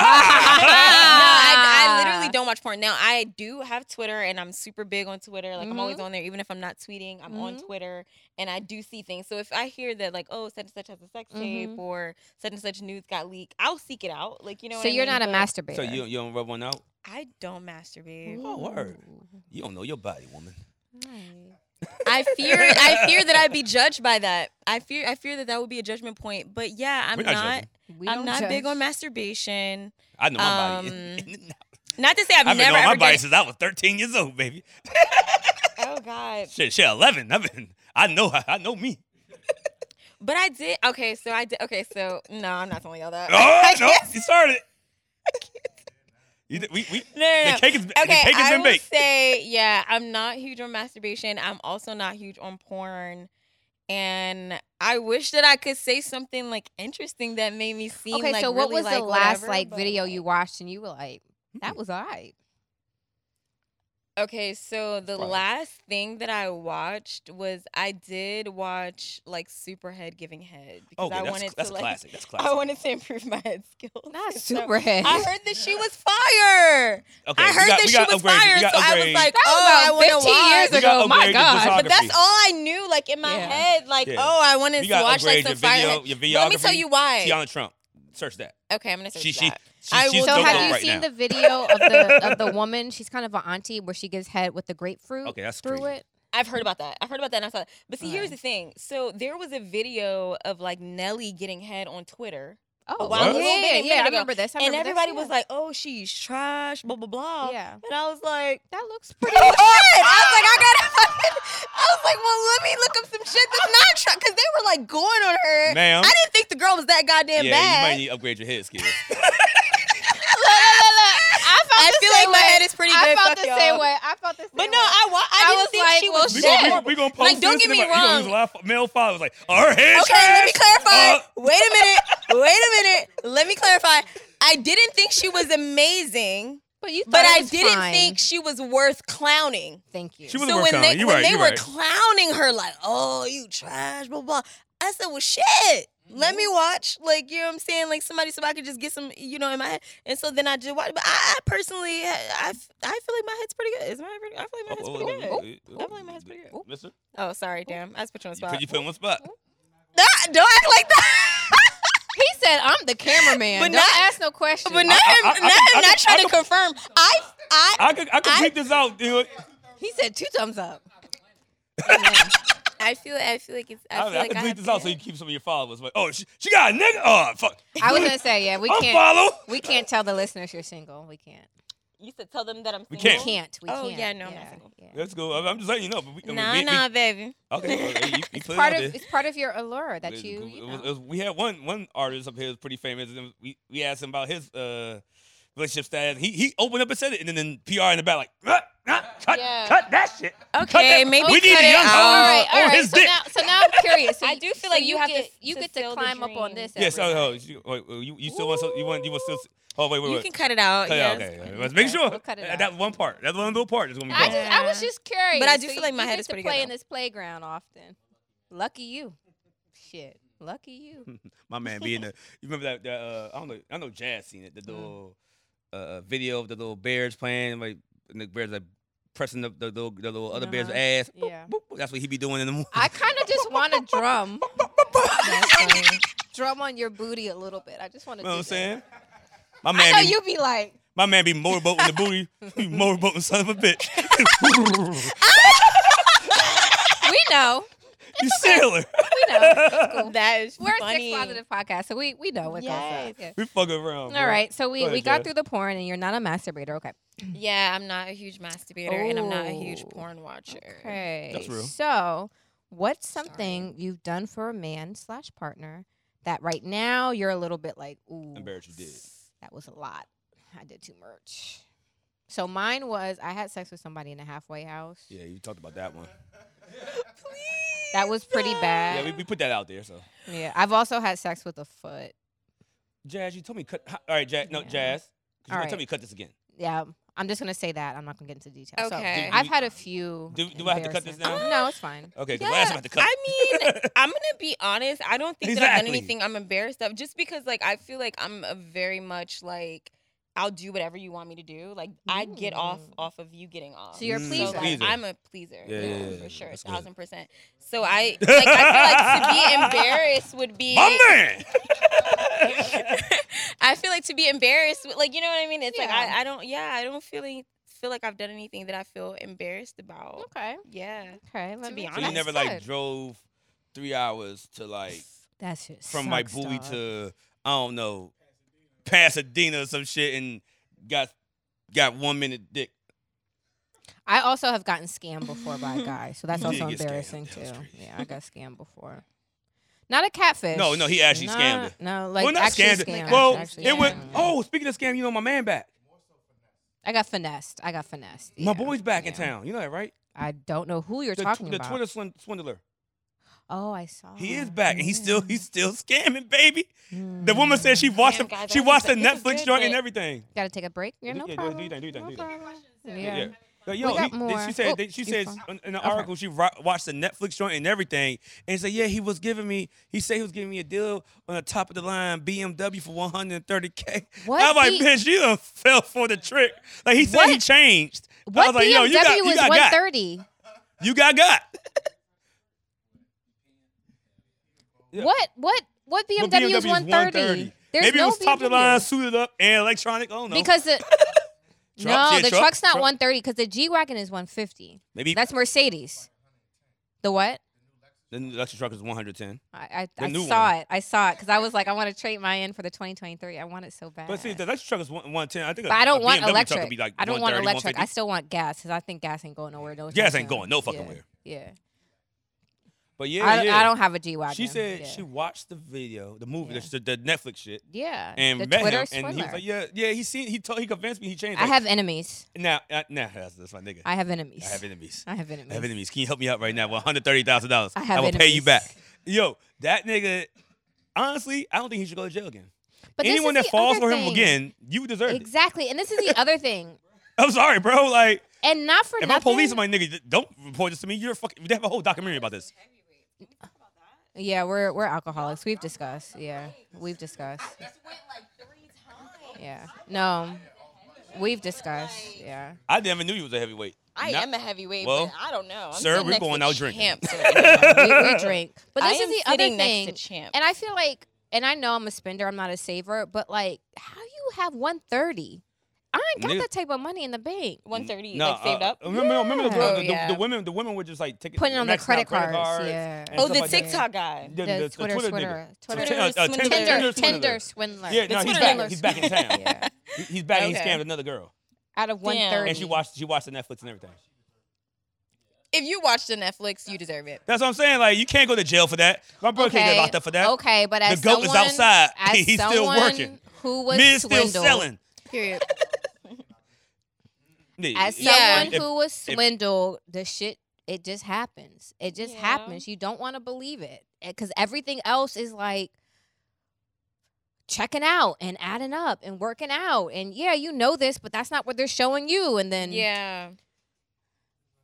S3: I
S2: Ah.
S3: literally don't watch porn. Now I do have Twitter, and I'm super big on Twitter. Like I'm
S2: Mm-hmm.
S3: always on there, even if I'm not tweeting. I'm on
S2: Mhm.
S3: Twitter, and I do see things. So if I hear that, like, oh, such and such has a sex
S2: Mhm.
S3: tape, or such and such news got leaked, I'll seek it out. Like you know.
S2: so
S3: what I
S2: you're
S3: mean?
S2: not a
S3: But
S2: masturbator.
S1: So you you don't rub one out.
S3: I don't masturbate.
S1: Oh, word.
S2: Ooh,
S1: You don't know your body, woman.
S2: nice.
S3: I fear. I fear that I'd be judged by that. I fear. I fear that that would be a judgment point. But yeah, I'm
S1: We're not
S3: not.
S1: judging.
S2: We
S3: I'm
S2: don't
S3: not big
S2: judge.
S3: on masturbation.
S1: I know my [laughs] body.
S3: Um, Not to say I've,
S1: I've been
S3: never
S1: on my
S3: ever done
S1: body
S3: it.
S1: since I was 13 years old, baby.
S3: Oh God.
S1: Shit, shit, 11. I've been. I know. I know me.
S3: [laughs] But I did. Okay, so I did. Okay, so no, I'm not telling y'all that.
S1: Oh
S3: [laughs]
S1: no, you started. [laughs] You, did- we, we,
S3: No, no, no.
S1: the cake is the
S3: okay,
S1: cake has
S3: I
S1: been
S3: will
S1: baked.
S3: say, yeah, I'm not huge on masturbation. I'm also not huge on porn. And I wish that I could say something like interesting that made me seem
S2: Okay,
S3: like
S2: so what
S3: really,
S2: was
S3: like,
S2: the last
S3: whatever,
S2: like
S3: but,
S2: video you
S3: like-
S2: watched and you were like,
S3: [laughs]
S2: that was alright.
S3: Okay, so the
S1: Fine.
S3: last thing that I watched was I did watch like Superhead giving head because
S1: Okay,
S3: I
S1: that's,
S3: wanted
S1: that's
S3: to
S1: a
S3: like
S1: classic. That's classic.
S3: [laughs] I wanted to improve my [laughs] head skills.
S2: Not
S3: So
S2: Superhead.
S3: [laughs]
S1: [laughs]
S3: I heard that she was fire.
S1: okay,
S3: I
S1: we
S3: heard
S1: got,
S3: that
S1: we
S3: she
S1: got
S3: was
S1: upgrades, we
S3: fired,
S1: got
S3: so I was
S1: upgrades.
S3: like,
S2: That was
S3: oh, I
S2: about
S3: want to
S2: 15 years
S3: watch.
S1: We got
S2: ago. My
S1: upgraded
S2: God.
S1: discography.
S3: But that's all I knew, like in my
S2: Yeah.
S3: head, like
S1: Yeah.
S3: oh, I want
S1: We
S3: to
S1: got
S3: watch like
S1: upgrades,
S3: some
S1: your
S3: fire.
S1: video-
S3: head.
S1: your
S3: But let me tell
S1: videography.
S3: you why.
S1: Tiana Trump. Search that.
S3: okay, I'm gonna search
S1: She she
S3: that.
S1: she
S3: I
S1: she's
S3: will-
S1: dope
S2: So
S3: don't
S2: have
S3: know
S1: right
S2: you
S1: now.
S2: seen the video of
S3: [laughs]
S2: the of the woman? She's kind of an auntie where she gives head with the grapefruit
S1: Okay, that's
S2: through
S1: crazy.
S2: it.
S3: I've heard about that. I've heard about that, and I saw that. But see, here's
S2: Okay.
S3: the thing. So there was a video of like Nelly getting head on Twitter.
S2: Oh,
S3: while
S1: What?
S3: ago,
S2: yeah,
S3: minute,
S2: yeah,
S3: minute
S2: I
S3: ago.
S2: remember this. I
S3: and
S2: remember this,
S3: everybody
S2: yeah.
S3: was like, "Oh, she's trash," blah blah blah.
S2: Yeah.
S3: And I was like,
S2: that [laughs] looks
S3: "Pretty
S2: pretty.
S3: good." I was like, "I gotta." fucking- I was like, "Well, let me look up some shit that's not trash," because they were like going on her.
S1: Ma'am.
S3: I didn't think the girl was that
S1: yeah,
S3: goddamn
S1: you might
S3: bad. [laughs]
S1: need to upgrade your head skills.
S2: I, felt
S3: I
S2: the
S3: feel
S2: same
S3: like my
S2: way.
S3: head is pretty
S2: I
S3: good.
S2: felt
S3: Fuck
S2: the
S3: y'all.
S2: same way. I felt the same.
S3: But no,
S2: way.
S3: I wa- I,
S2: I
S3: didn't
S2: was
S3: think
S2: like,
S3: she
S2: well,
S3: was
S1: we
S3: shit.
S1: gonna, we gonna post
S3: Like, don't
S1: this
S3: get
S1: and
S3: me
S1: like, you gonna
S3: wrong.
S1: use live male files like our head.
S3: Okay, let me clarify.
S1: Uh,
S3: Wait a minute. Wait a minute. Let me clarify. I didn't think she was amazing,
S2: but you. thought
S3: but
S2: it
S3: I
S2: was
S3: didn't
S2: fine.
S3: think she was worth clowning.
S2: Thank you.
S1: She was-
S3: so
S1: worth
S3: when
S1: clowning.
S3: they
S1: You
S3: when
S1: right,
S3: they
S1: you
S3: were
S1: right.
S3: clowning her, like, oh, you trash, blah blah. I said, well, shit. Let
S5: Mm-hmm.
S3: me watch, like you know what I'm saying, like somebody, so I could just get some, you know, in my head. And so then I just watch. But I, I personally, I, I, f- I feel like my head's pretty good. Is my head pretty, I feel
S1: Oh,
S3: like my head's pretty good. I feel like my head's pretty good.
S1: Mister,
S3: Oh, sorry, damn, I just put you on the
S1: you
S3: spot.
S1: put you put him on the spot.
S3: Nah, don't act like that. [laughs]
S2: he said, "I'm the cameraman.
S3: But
S2: Don't
S3: not-
S2: ask no questions."
S3: But not
S1: I-
S3: him,
S1: I- I
S3: not,
S1: can- I
S3: him
S1: can-
S3: not
S1: I
S3: trying to
S1: can-
S3: confirm. I, I,
S1: I could I could
S3: I-
S1: peep this out, dude.
S2: he said two thumbs up.
S5: I feel I feel like it's I
S1: I,
S5: feel
S1: I,
S5: like
S1: could
S5: I
S1: bleep
S5: have
S1: this out so you keep some of your followers. Like, oh, she, she got a nigga. Oh, fuck.
S2: I was gonna say, yeah, we
S1: [laughs]
S2: can't.
S1: Unfollow.
S2: We can't tell the listeners you're single. We can't.
S5: you said tell them that I'm
S1: We
S5: single.
S2: We
S1: can't.
S2: can't. We
S3: Oh,
S2: can't.
S3: yeah, no, I'm not single.
S2: yeah.
S1: Let's go. I'm- I'm just letting you know. But we, I mean,
S3: nah,
S1: we- we-
S3: nah, baby.
S1: Okay. okay, you- you put it out
S2: Part of
S1: there.
S2: it's part of your allure that
S1: It-
S2: you.
S1: it
S2: you
S1: was-
S2: know.
S1: it was- we had one one artist up here who's pretty famous, and we, we asked him about his uh, relationship status. He he opened up and said it, and then, then PR in the back like, "Ah, ah, cut
S2: Yeah.
S1: cut that shit. Cut
S3: Okay,
S1: that-
S3: maybe
S1: we need
S3: cut
S1: a
S3: it
S1: young
S3: out.
S1: hoe
S2: all right, all
S1: on
S2: right.
S1: his
S2: So
S1: dick.
S2: now, so now I'm curious. So
S3: I
S2: you-
S3: do
S2: so
S3: feel like you have
S2: get,
S3: to-
S2: you
S3: to
S2: get to
S3: fill the
S2: climb up on
S3: dream.
S2: this.
S1: yes.
S2: every
S1: Oh, oh,
S2: night.
S1: you, wait, wait, you, you still want so, you want you want still. Oh wait wait
S3: You
S1: wait.
S3: can cut it out.
S1: Cut it
S3: yes.
S1: out, okay. Let's make sure
S2: we'll cut it
S1: Uh,
S2: out.
S1: that one part. That one little part is gonna be.
S2: I
S1: cut.
S2: just I was just curious.
S3: But I do
S2: So
S3: feel
S2: you-
S3: like my
S2: you
S3: head
S2: get
S3: is
S2: to
S3: pretty good,
S2: play in
S3: though.
S2: this playground often. Lucky you. Shit. Lucky you.
S1: My man
S2: [laughs]
S1: being the you remember that, that uh, I don't know I know Jazz seen it the
S2: Mm-hmm.
S1: little uh, video of the little bears playing like and the bears like pressing the the little, the little other bears
S3: Uh-huh.
S1: ass. Boop,
S2: Yeah.
S1: boop, boop. That's what he be doing in the movie. [laughs]
S2: I [laughs] kind of just want to drum, [laughs]
S3: That's funny.
S2: drum on your booty a little bit. I just want
S1: you
S2: to.
S1: know what I'm
S2: do that.
S1: saying? My
S2: I know
S1: man, be,
S2: you be [laughs] like,
S1: my man be motorboating the booty, He
S2: [laughs]
S1: motorboating son of a bitch. [laughs]
S2: we know,
S1: you sailor.
S2: we know.
S3: [laughs] that is
S2: We're a
S3: funny.
S2: sex positive podcast, so we we know what goes
S3: Yes.
S2: up. Yeah.
S1: [laughs] We fuck around.
S2: All
S1: bro.
S2: right, so we,
S1: Go ahead,
S2: we got
S1: Jazz.
S2: through the porn, and you're not a masturbator. Okay.
S3: Yeah, I'm not a huge masturbator,
S2: and I'm not a huge
S3: porn watcher.
S2: Okay.
S1: That's real.
S2: So, what's something you've done for a man slash partner that right now you're a little bit like, ooh,
S1: Embarrassed you did.
S2: That was a lot. I did too much. So mine was I had sex with somebody in a halfway house.
S1: Yeah, you talked about that one.
S2: That was pretty
S1: Yeah,
S2: bad.
S1: we, we put that out there. So,
S2: Yeah, I've also had sex with a foot.
S1: Jazz, you told me cut. All right, Jazz. No,
S2: Yeah.
S1: Jazz. 'cause You
S2: All
S1: gonna tell
S2: right.
S1: me to cut this again.
S2: Yeah, I'm just gonna say that. I'm not gonna get into detail.
S3: Okay.
S2: So,
S1: Do
S2: I've
S1: we-
S2: had a few.
S1: do- do I have to cut this
S2: embarrassing-
S1: down?
S2: No, it's fine.
S1: Okay, because
S3: Yeah,
S1: last about to cut.
S3: I mean,
S1: [laughs]
S3: I'm gonna be honest. I don't think that I've done
S1: Exactly.
S3: anything I'm embarrassed of, just because like I feel like I'm a very much like I'll do whatever you want me to do. Like I get off
S2: Ooh.
S3: off of you getting off.
S2: Mm. So you're a
S1: Mm.
S2: pleaser.
S3: like,
S1: Pleaser.
S3: I'm a pleaser.
S1: Yeah,
S3: Yeah,
S1: yeah, yeah, yeah.
S3: for sure,
S1: That's good.
S3: thousand percent. So I like I feel like to be
S1: [laughs]
S3: embarrassed would be.
S1: my man.
S2: [laughs]
S3: I feel like to be embarrassed, would- like you know what I mean. It's like
S2: Yeah.
S3: I, I don't. Yeah, I don't feel any, feel like I've done anything that I feel embarrassed about.
S2: Oh. Okay.
S3: Yeah.
S2: Okay. Let
S3: To
S2: me
S3: be
S1: So you
S3: honest.
S1: never like drove three hours to like
S2: That's just
S1: from my buoy to I don't know Pasadena or some shit and got got one minute dick.
S2: I also have gotten [laughs] scammed before by a guy, so that's
S1: You did
S2: also
S1: get scammed.
S2: embarrassing
S1: That
S2: too.
S1: was crazy.
S2: Yeah, I
S1: [laughs]
S2: got scammed before. Not a catfish.
S1: No, no, he actually
S2: no,
S1: scammed her.
S2: No, like
S1: well, not
S2: actually
S1: scammed.
S2: scammed.
S1: it.
S3: scammed,
S1: well,
S2: actually
S1: it went.
S2: scammed.
S1: Oh, speaking of scam, you know my man back.
S2: I got finessed. I got finessed.
S1: My
S2: yeah,
S1: boy's back in
S2: yeah.
S1: town. You know that, right?
S2: I don't know who you're
S1: the tw-
S2: talking
S1: the
S2: about.
S1: Twitter swin- swindler.
S2: oh, I saw.
S1: He is back, and he's still
S2: Mm.
S1: he's still scamming, baby. The
S2: Mm.
S1: woman said she watched
S3: Damn,
S1: the,
S3: guys,
S1: she
S3: that was
S1: watched the
S3: a- this is
S1: Netflix
S3: good,
S1: joint
S3: but-
S1: and everything.
S2: Gotta take a break. Yeah,
S1: Do-
S2: no
S1: yeah, do- do
S2: problem.
S1: your thing, do your thing,
S2: No
S1: do your thing.
S2: problem. Yeah.
S1: Yeah. Like, yo,
S2: got
S1: he- they-
S2: more.
S1: she said
S2: Oh,
S1: they- she
S2: you
S1: says
S2: fine.
S1: in, in the
S2: Okay.
S1: article she ro- watched the Netflix joint and everything, and said, yeah, he was giving me. He said he was giving me a deal on the top of the line BMW for 130k.
S2: What
S1: I'm like,
S2: B-
S1: bitch, you done fell for the trick. Like he said, he
S2: What-
S1: changed. I
S2: What
S1: was like,
S2: BMW
S1: yo, you got, you
S2: was
S1: got got.
S2: 130?
S1: You got got.
S2: [laughs]
S1: Yeah.
S2: What? What? What BMW,
S1: But
S2: is
S1: is
S2: 130? There's
S1: Maybe
S2: no
S1: it was top of the line,
S2: BMW.
S1: suited up, and electronic. I don't know. [laughs]
S2: Because the
S1: Trucks,
S2: no,
S1: yeah,
S2: the
S1: truck-
S2: truck's not
S1: truck.
S2: 130 because the G wagon is 150.
S1: maybe
S2: That's Mercedes. The what?
S1: Then the electric truck is 110.
S2: I,
S1: The
S2: I, I
S1: new
S2: saw
S1: one.
S2: it. I saw it because I was like, I want to trade mine in for the 2023. I want it so bad.
S1: But see, the electric truck is one- 110. I think.
S2: But I don't want
S1: Truck
S2: electric.
S1: would be like
S2: I don't want
S1: 130,
S2: electric. I
S1: 150.
S2: still want gas because I think gas ain't going nowhere. No
S1: Gas
S2: time
S1: ain't
S2: soon.
S1: going no fucking
S2: yeah.
S1: where.
S2: Yeah.
S1: But yeah,
S2: I,
S1: yeah.
S2: I don't have a G wagon.
S1: She said
S2: yeah.
S1: she watched the video, the movie,
S2: Yeah.
S1: the, the Netflix shit,
S2: Yeah.
S1: and
S2: the
S1: met
S2: Twitter
S1: him, and he was
S2: swindler.
S1: like, "Yeah, yeah." He seen, he told, he convinced me. He changed.
S2: I
S1: like,
S2: have enemies.
S1: now, uh, now that's, that's my nigga.
S2: I have enemies.
S1: I have enemies.
S2: I have enemies.
S1: I have enemies. Can you help me out right now? One hundred thirty thousand dollars.
S2: I have
S1: will pay you
S2: enemies.
S1: back. Yo, that nigga. Honestly, I don't think he should go to jail again.
S2: But this
S1: Anyone
S2: is
S1: that
S2: the
S1: falls
S2: other
S1: for him
S2: thing.
S1: again, you deserve it.
S2: Exactly. And this
S1: [laughs]
S2: is the other thing.
S1: I'm sorry, bro. Like,
S2: And not for
S1: if
S2: nothing.
S1: I police my nigga, th- don't report this to me. You're fucking. They have a whole documentary about this.
S2: Yeah, we're we're alcoholics. We've discussed. Yeah. We've discussed. Yeah. No. We've discussed. Yeah.
S1: I never knew you was a heavyweight.
S3: I
S1: Not-
S3: am a heavyweight,
S1: well,
S3: but I don't know. I'm
S1: sir,
S3: sitting
S1: we're
S3: next to
S1: going out drinking. [laughs]
S3: champs right now.
S2: we, we drink. But
S3: I
S2: this
S3: am
S2: is the other
S3: sitting
S2: thing.
S3: next to champs.
S2: And I feel like, and I know I'm a spender, I'm not a saver, but like, how you have 130? I ain't got
S1: Nigga.
S2: that type of money in the bank.
S3: 130,
S1: Nah,
S3: like saved
S1: uh,
S3: up.
S1: Remember, remember the,
S2: Yeah.
S1: girl-
S3: Oh,
S1: the, the-
S3: yeah.
S1: the women. The women were just like taking
S2: Putting on the
S1: maxing out
S2: credit cards, yeah.
S1: and
S2: Oh,
S4: Oh,
S1: stuff
S4: the
S1: like that.
S4: TikTok guy.
S1: The,
S2: The
S1: the- the
S2: Twitter
S1: Twitter,
S2: swindler.
S1: nigga.
S2: Twitter
S1: So, uh, uh, Tinder,
S3: swindler.
S2: Tinder,
S1: Tinder,
S2: Tinder swindler.
S1: Yeah, no,
S3: The
S1: he's
S3: Twitter
S1: back.
S3: swindler.
S1: He's back
S2: [laughs]
S1: in town.
S2: yeah.
S1: He- He's back. and He
S3: Okay.
S1: scammed another girl,
S2: Out of 130.
S1: and she watched. She watched the Netflix and everything.
S3: If you watch the Netflix, you deserve it.
S1: That's what I'm saying. Like, you can't go to jail for that. My brother can't get locked up for that.
S2: Okay, but as
S1: goat is
S2: someone,
S1: outside.
S2: as
S1: [laughs] He's still
S2: someone
S1: working.
S2: Who was
S1: Men's still
S2: swindled?
S1: selling.
S3: [laughs]
S2: Period.
S1: Nigga,
S2: As
S1: if-
S3: Yeah.
S2: someone
S1: if-
S2: who was swindled, the shit it just happens. It just
S3: Yeah.
S2: happens. You don't want to believe it because everything else is like checking out and adding up and working out and yeah, you know this, but that's not what they're showing you. And then
S3: Yeah.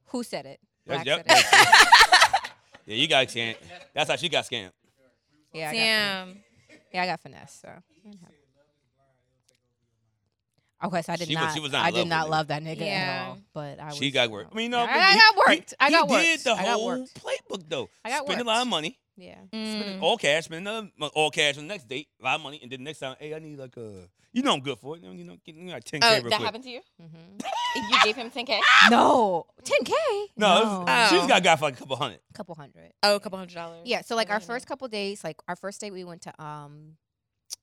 S2: who said it?
S1: That's-
S2: Black
S1: yep,
S2: said it.
S1: that's- [laughs] yeah, you got scammed. That's how she got scammed.
S2: Yeah, I got finesse.
S3: Damn.
S2: yeah, I got finesse. So. Okay, so I did
S1: She was-
S2: not.
S1: she was not in
S2: I
S1: love
S2: did
S1: with
S2: not
S1: him.
S2: love that nigga
S3: Yeah.
S2: at all. But I was,
S1: She got worked. I mean, no,
S2: I,
S1: but
S2: I
S1: he-
S2: got
S1: he-
S2: worked. I
S1: he
S2: got
S1: did
S2: worked.
S1: the
S2: I got
S1: whole
S2: worked.
S1: playbook though.
S2: I
S1: Spend a
S2: got worked. Mm-hmm.
S1: lot of money,
S2: Yeah.
S1: spending
S3: Mm.
S1: all cash, spending another mo- all cash on the next date, a lot of money, and then next time, hey, I need like a, you know, I'm good for it. You know, get me like 10k
S3: Oh,
S1: real
S3: that
S1: quick.
S3: happened to you?
S2: Mm-hmm.
S3: You gave him 10K?
S2: No, 10k.
S1: No, it was-
S2: a
S3: Oh.
S1: she's got got for like a couple hundred.
S2: couple hundred.
S3: Oh, a couple hundred dollars.
S2: Yeah, so like our
S3: Okay.
S2: first couple days, like our first day, we went to um,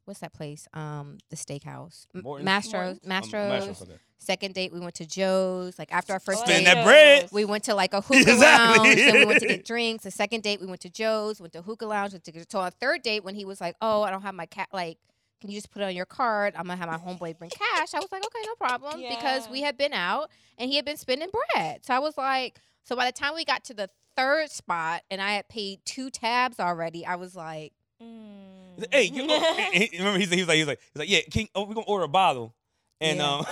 S2: what's that place? Um, the steakhouse, M-
S1: Morton's?
S2: Mastro's.
S1: Um,
S3: Morton's?
S1: I'm not sure
S2: Mastro's.
S1: for that.
S2: Second date, we went to Joe's. Like after our
S3: Oh,
S2: first
S1: Spend
S2: date,
S1: that bread.
S2: we went to like a hookah
S1: Exactly.
S2: lounge. Then we went to get drinks. The second date, we went to Joe's. Went to hookah lounge. Went to, to our third date, when he was like, "Oh, I don't have my cat. Like, can you just put it on your card? I'm gonna have my homeboy bring cash." I was like, "Okay, no problem," because
S3: Yeah.
S2: we had been out and he had been spending bread. So I was like, so by the time we got to the third spot and I had paid two tabs already, I was like,
S3: Hmm.
S1: He's like, hey, you
S3: [laughs]
S2: [laughs]
S1: oh, and he- remember he's like, he's like, he's like, he's like, yeah, King, oh, we're gonna order a bottle, and
S2: Yeah.
S1: um,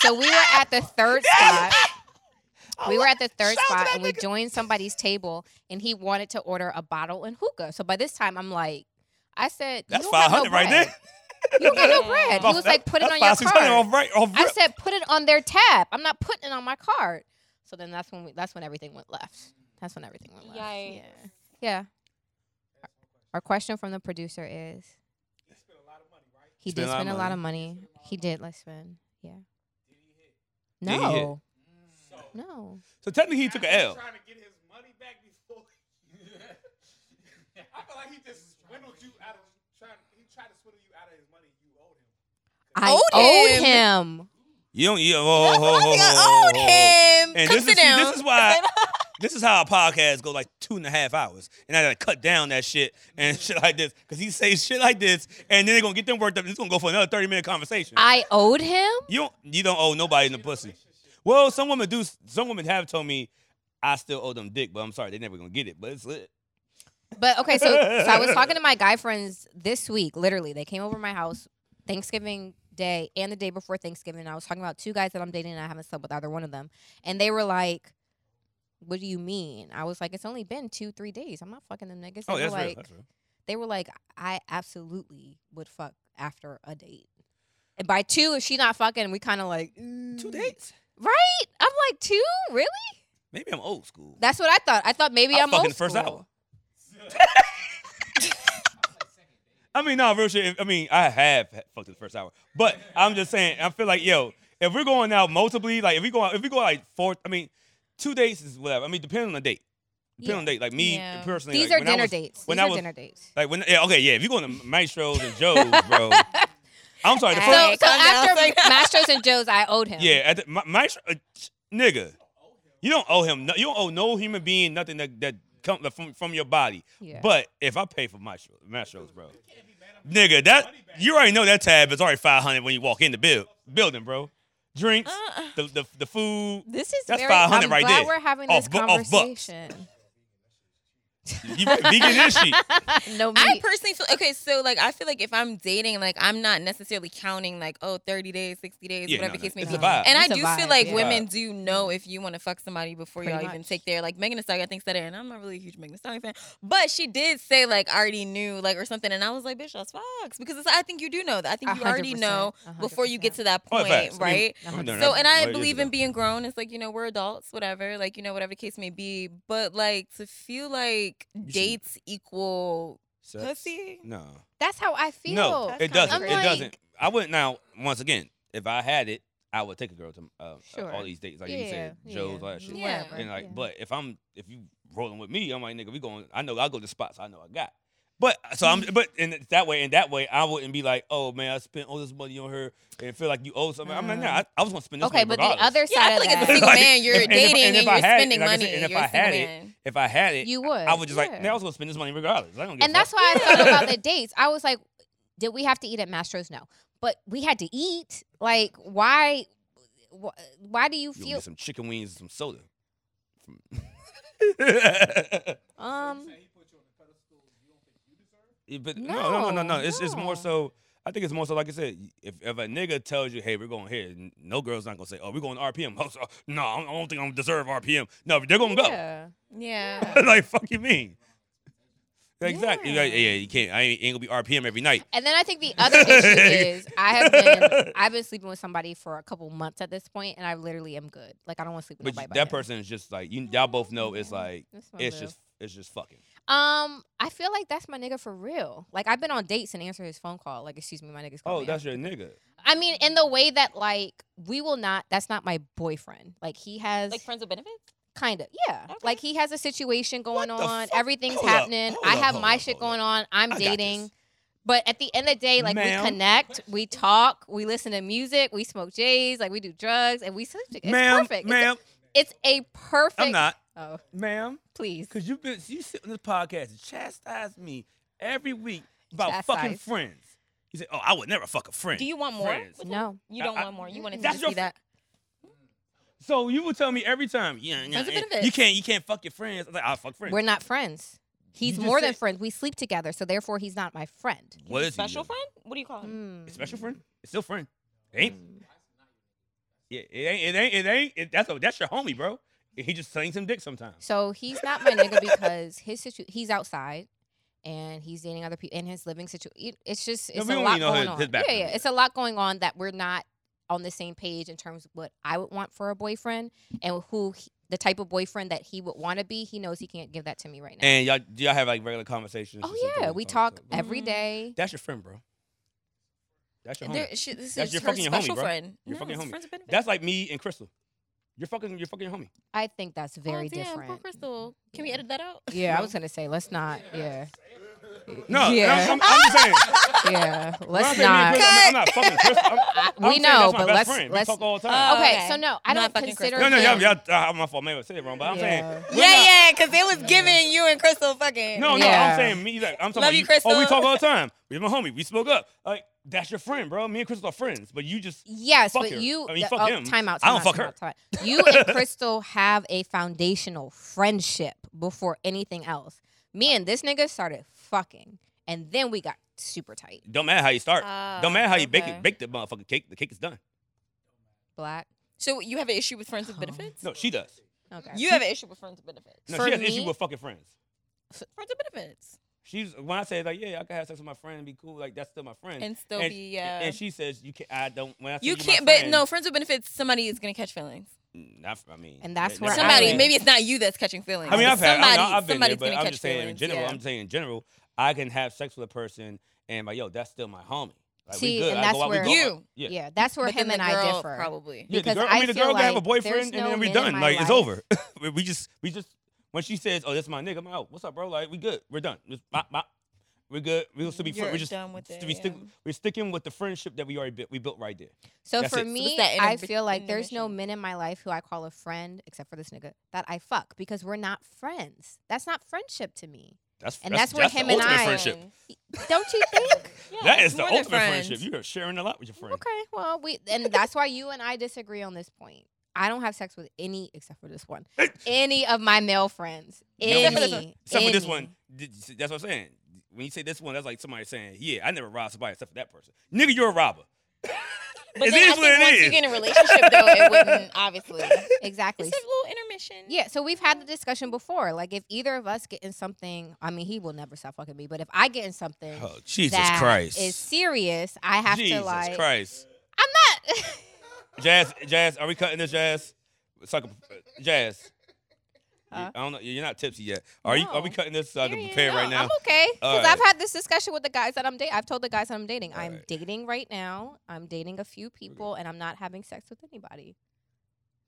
S2: so we were at the
S1: [laughs]
S2: third spot. We were at the third
S1: Shout out to
S2: spot
S1: that
S2: and we
S1: nigga.
S2: joined somebody's table and he wanted to order a bottle and hookah. So by this time I'm like, I said,
S1: that's
S2: you
S1: five
S2: don't got no
S1: hundred right
S2: bread.
S1: there.
S2: You don't
S1: [laughs]
S2: got no bread. He
S1: About-
S2: was like, put it
S1: that's
S2: on your
S1: five, 600
S2: card.
S1: Off right, off
S2: I
S1: rip.
S2: said, put it on their tab. I'm not putting it on my card. So then that's when we, that's when everything went left. That's when everything went left.
S3: Yikes.
S2: Yeah. Yeah. Our question from the producer is He
S1: Spent
S2: did
S1: a lot of
S2: spend a lot
S1: money.
S2: of money. He did like spend. Yeah.
S1: Did he hit?
S2: No. No.
S1: so technically, he took an L.
S6: Trying to get his money back before. [laughs] I feel like he just swindled you out of trying. He tried to swindle you out of his money you owed him.
S2: I
S4: Owed
S2: owed
S4: him.
S2: him.
S1: You don't. You, oh,
S4: That's what I think I
S3: Oh.
S4: owed him.
S1: And
S4: Come
S1: this
S4: sit
S1: is see,
S4: down.
S1: this
S4: [laughs]
S1: is why this is how our podcast go like two and a half hours, and I gotta cut down that shit and [laughs] shit like this because he says shit like this, and then they gonna get them worked up. and It's gonna go for another thirty minute conversation.
S2: I owed him?
S1: you don't. You don't owe nobody in the pussy. Well, some women do. Some women have told me I still owe them dick, but I'm sorry they never gonna get it. But it's lit.
S2: But okay, so, so I was talking to my guy friends this week. Literally, they came over to my house Thanksgiving Day and the day before Thanksgiving. And I was talking about two guys that I'm dating, and I haven't slept with either one of them. And they were like, "What do you mean?" I was like, "It's only been two, three days. I'm not fucking them niggas." They
S1: Oh,
S2: were
S1: that's
S2: like,
S1: real. That's real.
S2: They were like, "I absolutely would fuck after a date." And by two, if she not fucking, we kind of like
S1: Two
S2: mm.
S1: dates?
S2: right? I'm like two, really?
S1: Maybe I'm old school.
S2: That's what I thought. I thought maybe
S1: I
S2: I'm
S1: fucking
S2: old
S1: the first hour.
S2: school.
S1: I mean, no, real shit. I mean, I have fucked in the first hour, but I'm just saying. I feel like, yo, if we're going out multiply, like if we go out, if we go out like four, I mean, two dates is whatever. I mean, depending on the date. Depending on date, like me
S3: Yeah.
S1: personally.
S2: These
S1: like,
S2: are
S1: when I
S2: dinner
S1: was-
S2: dates.
S1: when
S2: These
S1: I
S2: are
S1: was-
S2: dinner dates.
S1: Like when, yeah, okay, yeah. If you're going to Maestro's and Joe's,
S2: [laughs]
S1: bro. I'm sorry. The
S3: So-
S1: first,
S2: So,
S3: Hey,
S2: so
S3: calm down.
S2: after [laughs]
S3: Like-
S2: Masters and Joe's, I owed him.
S1: Yeah, at the, my, Maestro, uh, ch- nigga, you don't owe him. No, you don't owe no human being nothing that that come from from your body.
S2: Yeah.
S1: But if I pay for Maestro, Maestro's, bro, nigga, that you already know that tab is already five hundred when you walk in the build, building, bro. Drinks, the, the the food.
S2: This is
S1: That's
S2: very.
S1: 500
S2: I'm
S1: right
S2: glad
S1: there.
S2: we're having
S1: Off
S2: this
S1: bu- off bucks.
S2: conversation. [laughs]
S1: You right, vegan and shit.
S2: no meat.
S3: I personally feel okay. So like, I feel like if I'm dating, like I'm not necessarily counting like oh 30 days, 60 days,
S1: Yeah, no,
S3: whatever
S1: no,
S3: the case may
S1: it's
S3: be.
S1: a vibe.
S3: And I
S2: It's a
S3: do
S2: vibe,
S3: feel like
S2: yeah.
S3: women do know if you want to fuck somebody before
S2: Pretty
S3: y'all even
S2: much.
S3: take their like Megan Thee Stallion. I think said it, and I'm not really a huge Megan Thee Stallion fan, but she did say like I already knew like or something, and I was like, bitch, that's Fox because it's, I think you do know that. I think you already
S2: 100%,
S3: know before you get to that
S1: Oh,
S3: point,
S1: facts. I mean,
S3: right?
S1: I've been doing
S3: So
S1: that
S3: and
S1: for
S3: I
S1: years
S3: believe
S1: ago.
S3: in being grown. It's like you know we're adults, whatever. Like you know whatever the case may be. But like to feel like
S1: should-
S3: dates equal
S1: Sex?
S3: pussy.
S1: No,
S2: That's how I feel.
S1: no,
S3: That's
S1: it
S3: kinda
S1: doesn't.
S2: crazy.
S1: It
S2: I'm
S1: doesn't.
S2: like-
S1: I wouldn't now. Once again, if I had it, I would take a girl to uh,
S2: Sure.
S1: all these dates, like you said,
S2: yeah,
S1: Joe's, all that shit.
S3: Yeah.
S2: whatever,
S1: And like,
S2: yeah.
S1: but if I'm if you rolling with me, I'm like, nigga, we going. I know I go to spots. I know I got. But so I'm,
S2: Mm-hmm.
S1: but in that way, in that way, I wouldn't be like, oh man, I spent all this money on her and feel like you owe something. I'm like, nah, I, I was gonna spend this
S2: Mm-hmm. okay,
S1: money
S2: but the
S1: regardless.
S2: other
S3: Yeah, I
S2: side
S3: feel like
S1: [laughs]
S3: as a
S2: of that,
S3: single
S1: Like,
S3: man,
S1: if-
S3: you're
S1: and if I-
S3: dating
S1: and
S3: and,
S1: if I
S3: you're
S1: had it,
S3: spending
S1: like I
S3: money.
S1: said, and if
S3: you're
S1: I
S3: a single
S1: had it,
S3: man.
S1: If I had it,
S2: you would.
S1: I was just
S2: yeah.
S1: like, man, I was gonna spend this money regardless. I don't give
S2: and
S1: a
S2: that's
S1: fuck. [laughs]
S2: why I thought about the dates. I was like, did we have to eat at Mastro's? No, but we had to eat. Like, why? wh- Why do you
S1: You gonna
S2: feel?
S1: get some chicken wings and some soda.
S2: [laughs]
S1: From-
S2: Um,
S1: Yeah, but no, no, no, no, no.
S2: No,
S1: It's it's more
S2: no.
S1: so. I think it's more so like I said. If if a nigga tells you, hey, we're going here, n- no girl's not gonna say, oh, we're going to RPM. Oh, [laughs] so, no, I don't- I don't think I'm deserve RPM. No, they're gonna
S2: yeah.
S3: Yeah.
S1: go. [laughs] like fuck you mean? Exactly.
S2: Yeah.
S1: Yeah. yeah, you can't. I ain't, ain't gonna be RPM every night.
S2: And then I think the
S1: [laughs]
S2: other issue is I have been I've been sleeping with somebody for a couple months at this point, and I literally am good. Like I don't want to sleep
S1: But
S2: with nobody. by Mm-hmm.
S1: that
S2: then.
S1: person is just like you. Y'all both know it's
S2: Yeah.
S1: like
S2: That's my
S1: it's
S2: boo.
S1: just it's just fucking.
S2: Um, I feel like that's my nigga for real. Like I've been on dates and answer his phone call. Like, excuse me, my nigga's calling.
S1: Oh,
S2: me.
S1: that's your nigga.
S2: I mean, in the way that like we will not. That's not my boyfriend. Like he has
S3: [laughs] Like friends with benefits?
S2: kind of yeah.
S3: Okay.
S2: Like he has a situation going
S1: the
S2: on.
S1: fuck?
S2: Everything's
S1: Hold up,
S2: happening.
S1: hold
S2: I
S1: up,
S2: have
S1: hold
S2: my
S1: up,
S2: shit
S1: hold
S2: going on. I'm
S1: I got
S2: dating.
S1: this.
S2: But at the end of the day, like
S1: Ma'am?
S2: we connect, we talk, we listen to music, we smoke J's, like we do drugs, and we sleep together. It's
S1: ma'am,
S2: perfect. It's a-
S1: ma'am,
S2: It's a, perfect.
S1: I'm not,
S2: Oh,
S1: ma'am.
S2: please.
S1: Cause you've been you sit on this podcast and chastise me every week about fucking
S2: Chastise.
S1: friends. You say, "Oh, I would never fuck a friend."
S3: Do you want more?
S1: Friends.
S3: What's
S2: No.
S3: that? You don't
S1: I- I-
S3: want more. You want to
S1: That's
S3: just
S1: your
S3: see that.
S1: So you would tell me every time, yeah, yeah,
S3: Friends with
S1: yeah,
S3: benefits.
S1: you can't, you can't fuck your friends. I was like, I'll fuck friends.
S2: We're not friends. He's
S1: You just
S2: more than
S1: said-
S2: friends. We sleep together, so therefore he's not my friend.
S1: What is he,
S3: Special
S1: though?
S3: friend? What do you call him?
S2: Mm.
S1: A Special friend? It's still friend. It ain't. Yeah, it ain't. It ain't. It ain't. It, that's a, that's your homie, bro. He just slings some dick sometimes.
S2: So he's not my nigga because his situ- he's outside and he's dating other people in his living situation. It's just
S1: No,
S2: it's
S1: we
S2: a
S1: only
S2: lot
S1: know
S2: going
S1: his-
S2: on.
S1: his
S2: yeah,
S1: background,
S2: yeah,
S1: yeah.
S2: it's a lot going on that we're not on the same page in terms of what I would want for a boyfriend and who he- the type of boyfriend that he would want to be. He knows he can't give that to me right now.
S1: And y'all, do y'all have like regular conversations?
S2: oh
S1: and shit
S2: yeah,
S1: through-
S2: we
S1: oh,
S2: talk e-,
S1: so-
S2: every
S3: Mhm.
S2: day.
S1: That's your friend, bro. That's your homie.
S3: There- she- this
S1: That's
S3: is
S1: your
S3: her
S1: fucking homie,
S3: special
S1: bro.
S3: friend.
S1: Your
S3: No,
S1: fucking
S3: it's
S1: homie.
S3: friends with benefits.
S1: That's like me and Crystal. You're fucking. You're fucking your homie.
S2: I think that's very
S3: oh, damn, poor
S2: different.
S3: Crystal. Can we edit that out?
S2: Yeah, I was gonna say let's not.
S3: [laughs]
S2: Yeah,
S1: No,
S2: Yeah.
S1: I'm, I'm, I'm just saying.
S2: yeah, [laughs] let's
S1: When I say me and
S2: not.
S1: Chris, I'm, I'm not fucking Chris. I'm,
S2: [laughs]
S1: I'm
S2: we
S1: saying
S2: know,
S1: that's my
S2: but
S1: best
S2: let's-
S1: friend.
S2: let's- uh,
S1: we talk all the time.
S3: Oh,
S2: Okay,
S3: okay.
S2: so no, I
S3: Not
S2: don't
S3: fucking
S2: consider.
S3: Crystal.
S1: No, no,
S2: him-
S1: y'all, y'all, uh, my fault. Maybe I said it wrong, but I'm
S2: Yeah.
S1: saying. we're
S3: Yeah,
S1: not-
S3: yeah, because it was giving you and Crystal fucking.
S1: No, no,
S2: Yeah.
S1: I'm saying me. Like, I'm talking
S3: Love
S1: about
S3: you,
S1: Oh, we
S3: Crystal.
S1: talk all the time. We my homie. We spoke up. Like that's your friend, bro. Me and Crystal are friends, but you just
S2: Yes,
S1: Fuck
S2: but
S1: her.
S2: you.
S1: I mean,
S2: the-
S1: fuck
S2: oh,
S1: him.
S2: Time out.
S1: I
S2: Time
S1: don't
S2: out,
S1: fuck
S2: time
S1: her.
S2: out, time out. You
S1: [laughs]
S2: and Crystal have a foundational friendship before anything else. Me and this nigga started fucking, and then we got super tight.
S1: don't matter how you start. don't matter how you bake
S3: Ah, okay.
S1: it. Bake the motherfucking cake. The cake is done.
S2: Black.
S3: So you have an issue with friends with
S2: Oh.
S3: benefits?
S1: No, she does.
S2: Okay.
S3: You have an issue with friends with benefits.
S1: No,
S2: For
S1: she has
S2: me-
S1: issue with fucking friends.
S3: Friends with benefits.
S1: She's when I say like, yeah, I can have sex with my friend and be cool. Like that's still my friend.
S3: And still
S1: and,
S3: be, yeah.
S1: And she says you can't. I don't. When I say
S3: you
S1: my
S3: can't, but
S1: friend,
S3: no, friends with benefits, somebody is going to catch feelings.
S1: Not, I mean,
S2: And that's
S1: that-
S2: where I
S3: Somebody,
S2: mean-
S3: maybe it's not you that's catching feelings.
S1: I mean,
S3: but
S1: I've had, I
S3: somebody,
S1: mean, I've been there,
S3: somebody's
S1: but
S3: gonna
S1: I'm
S3: catch
S1: just saying in
S3: feelings,
S1: general.
S3: yeah.
S1: I'm saying in general, I can have sex with a person and like, yo, that's still my homie. Like,
S2: See,
S1: we good.
S2: and
S1: I
S2: that's
S1: go out, we
S2: where-
S1: go out.
S3: You.
S1: yeah,
S2: Yeah, that's where
S3: But then
S2: him
S3: the
S2: and I
S3: girl
S2: differ.
S3: probably.
S1: yeah. The
S2: Because
S1: girl,
S2: I
S1: mean, the
S2: feel
S1: girl can have a
S2: like
S1: boyfriend
S2: there's
S1: and
S2: no
S1: [laughs] then we're
S2: men in
S1: done.
S2: my
S1: Like it's
S2: life-
S1: over. we just, we just, When she says, "Oh, that's my nigga," I'm like, "Oh, what's up, bro? Like, we good. We're done. Just, bop, bop. We're good. We'll still be. fri-
S3: You're
S1: we're just
S3: done with it,
S1: we stick,
S3: yeah.
S1: we're sticking with the friendship that we already built. We built right there.
S2: So
S1: That's
S2: for
S1: it. So
S2: me,
S3: that
S2: I
S3: interbe-
S2: feel like there's no
S3: intermission.
S2: men in my life who I call a friend, except for this nigga, that I fuck because we're not friends. That's not friendship to me.
S1: That's
S2: And that's where
S1: the
S2: him and
S1: ultimate
S2: I-
S1: friendship.
S2: Don't
S3: [laughs]
S2: you think?
S3: Yeah,
S1: that
S3: it's
S1: is the
S3: more than
S1: ultimate friendship.
S3: friends.
S1: You're sharing a lot with your friend.
S2: okay, well, we and that's why you and I disagree on this point. I don't have sex with any except for
S1: [laughs]
S2: this one. any of my male friends. Any.
S1: Except for this Except for this
S2: any.
S1: one. Did- That's what I'm saying. When you say this one, that's like somebody saying, "Yeah, I never robbed somebody except for that person." Nigga, you're a robber.
S3: But
S1: It
S3: then I
S1: is
S3: think
S1: what it
S3: once
S1: is.
S3: you get in a relationship, though,
S1: [laughs]
S3: it wouldn't obviously.
S2: Exactly.
S3: It's a little intermission.
S2: Yeah, so we've had the discussion before. Like, if either of us get in something, I mean, he will never stop fucking me. But if I get in something
S1: Oh, Jesus
S2: that
S1: Christ!
S2: is serious, I have
S1: Jesus
S2: to like.
S1: Christ!
S2: I'm not. [laughs]
S1: Jazz, Jazz, are we cutting this, Jazz? It's like a, uh, Jazz. You-
S2: Huh?
S1: I don't know. You're not tipsy yet. Are you? Are we
S2: No.
S1: cutting this so I can
S3: Period.
S1: prepare right
S2: No,
S1: now?
S2: I'm okay because
S1: Alright.
S2: I've had this discussion with the guys that I'm dating. I've told the guys that I'm dating. I'm
S1: Alright.
S2: dating right now. I'm dating a few people, and I'm not having sex with anybody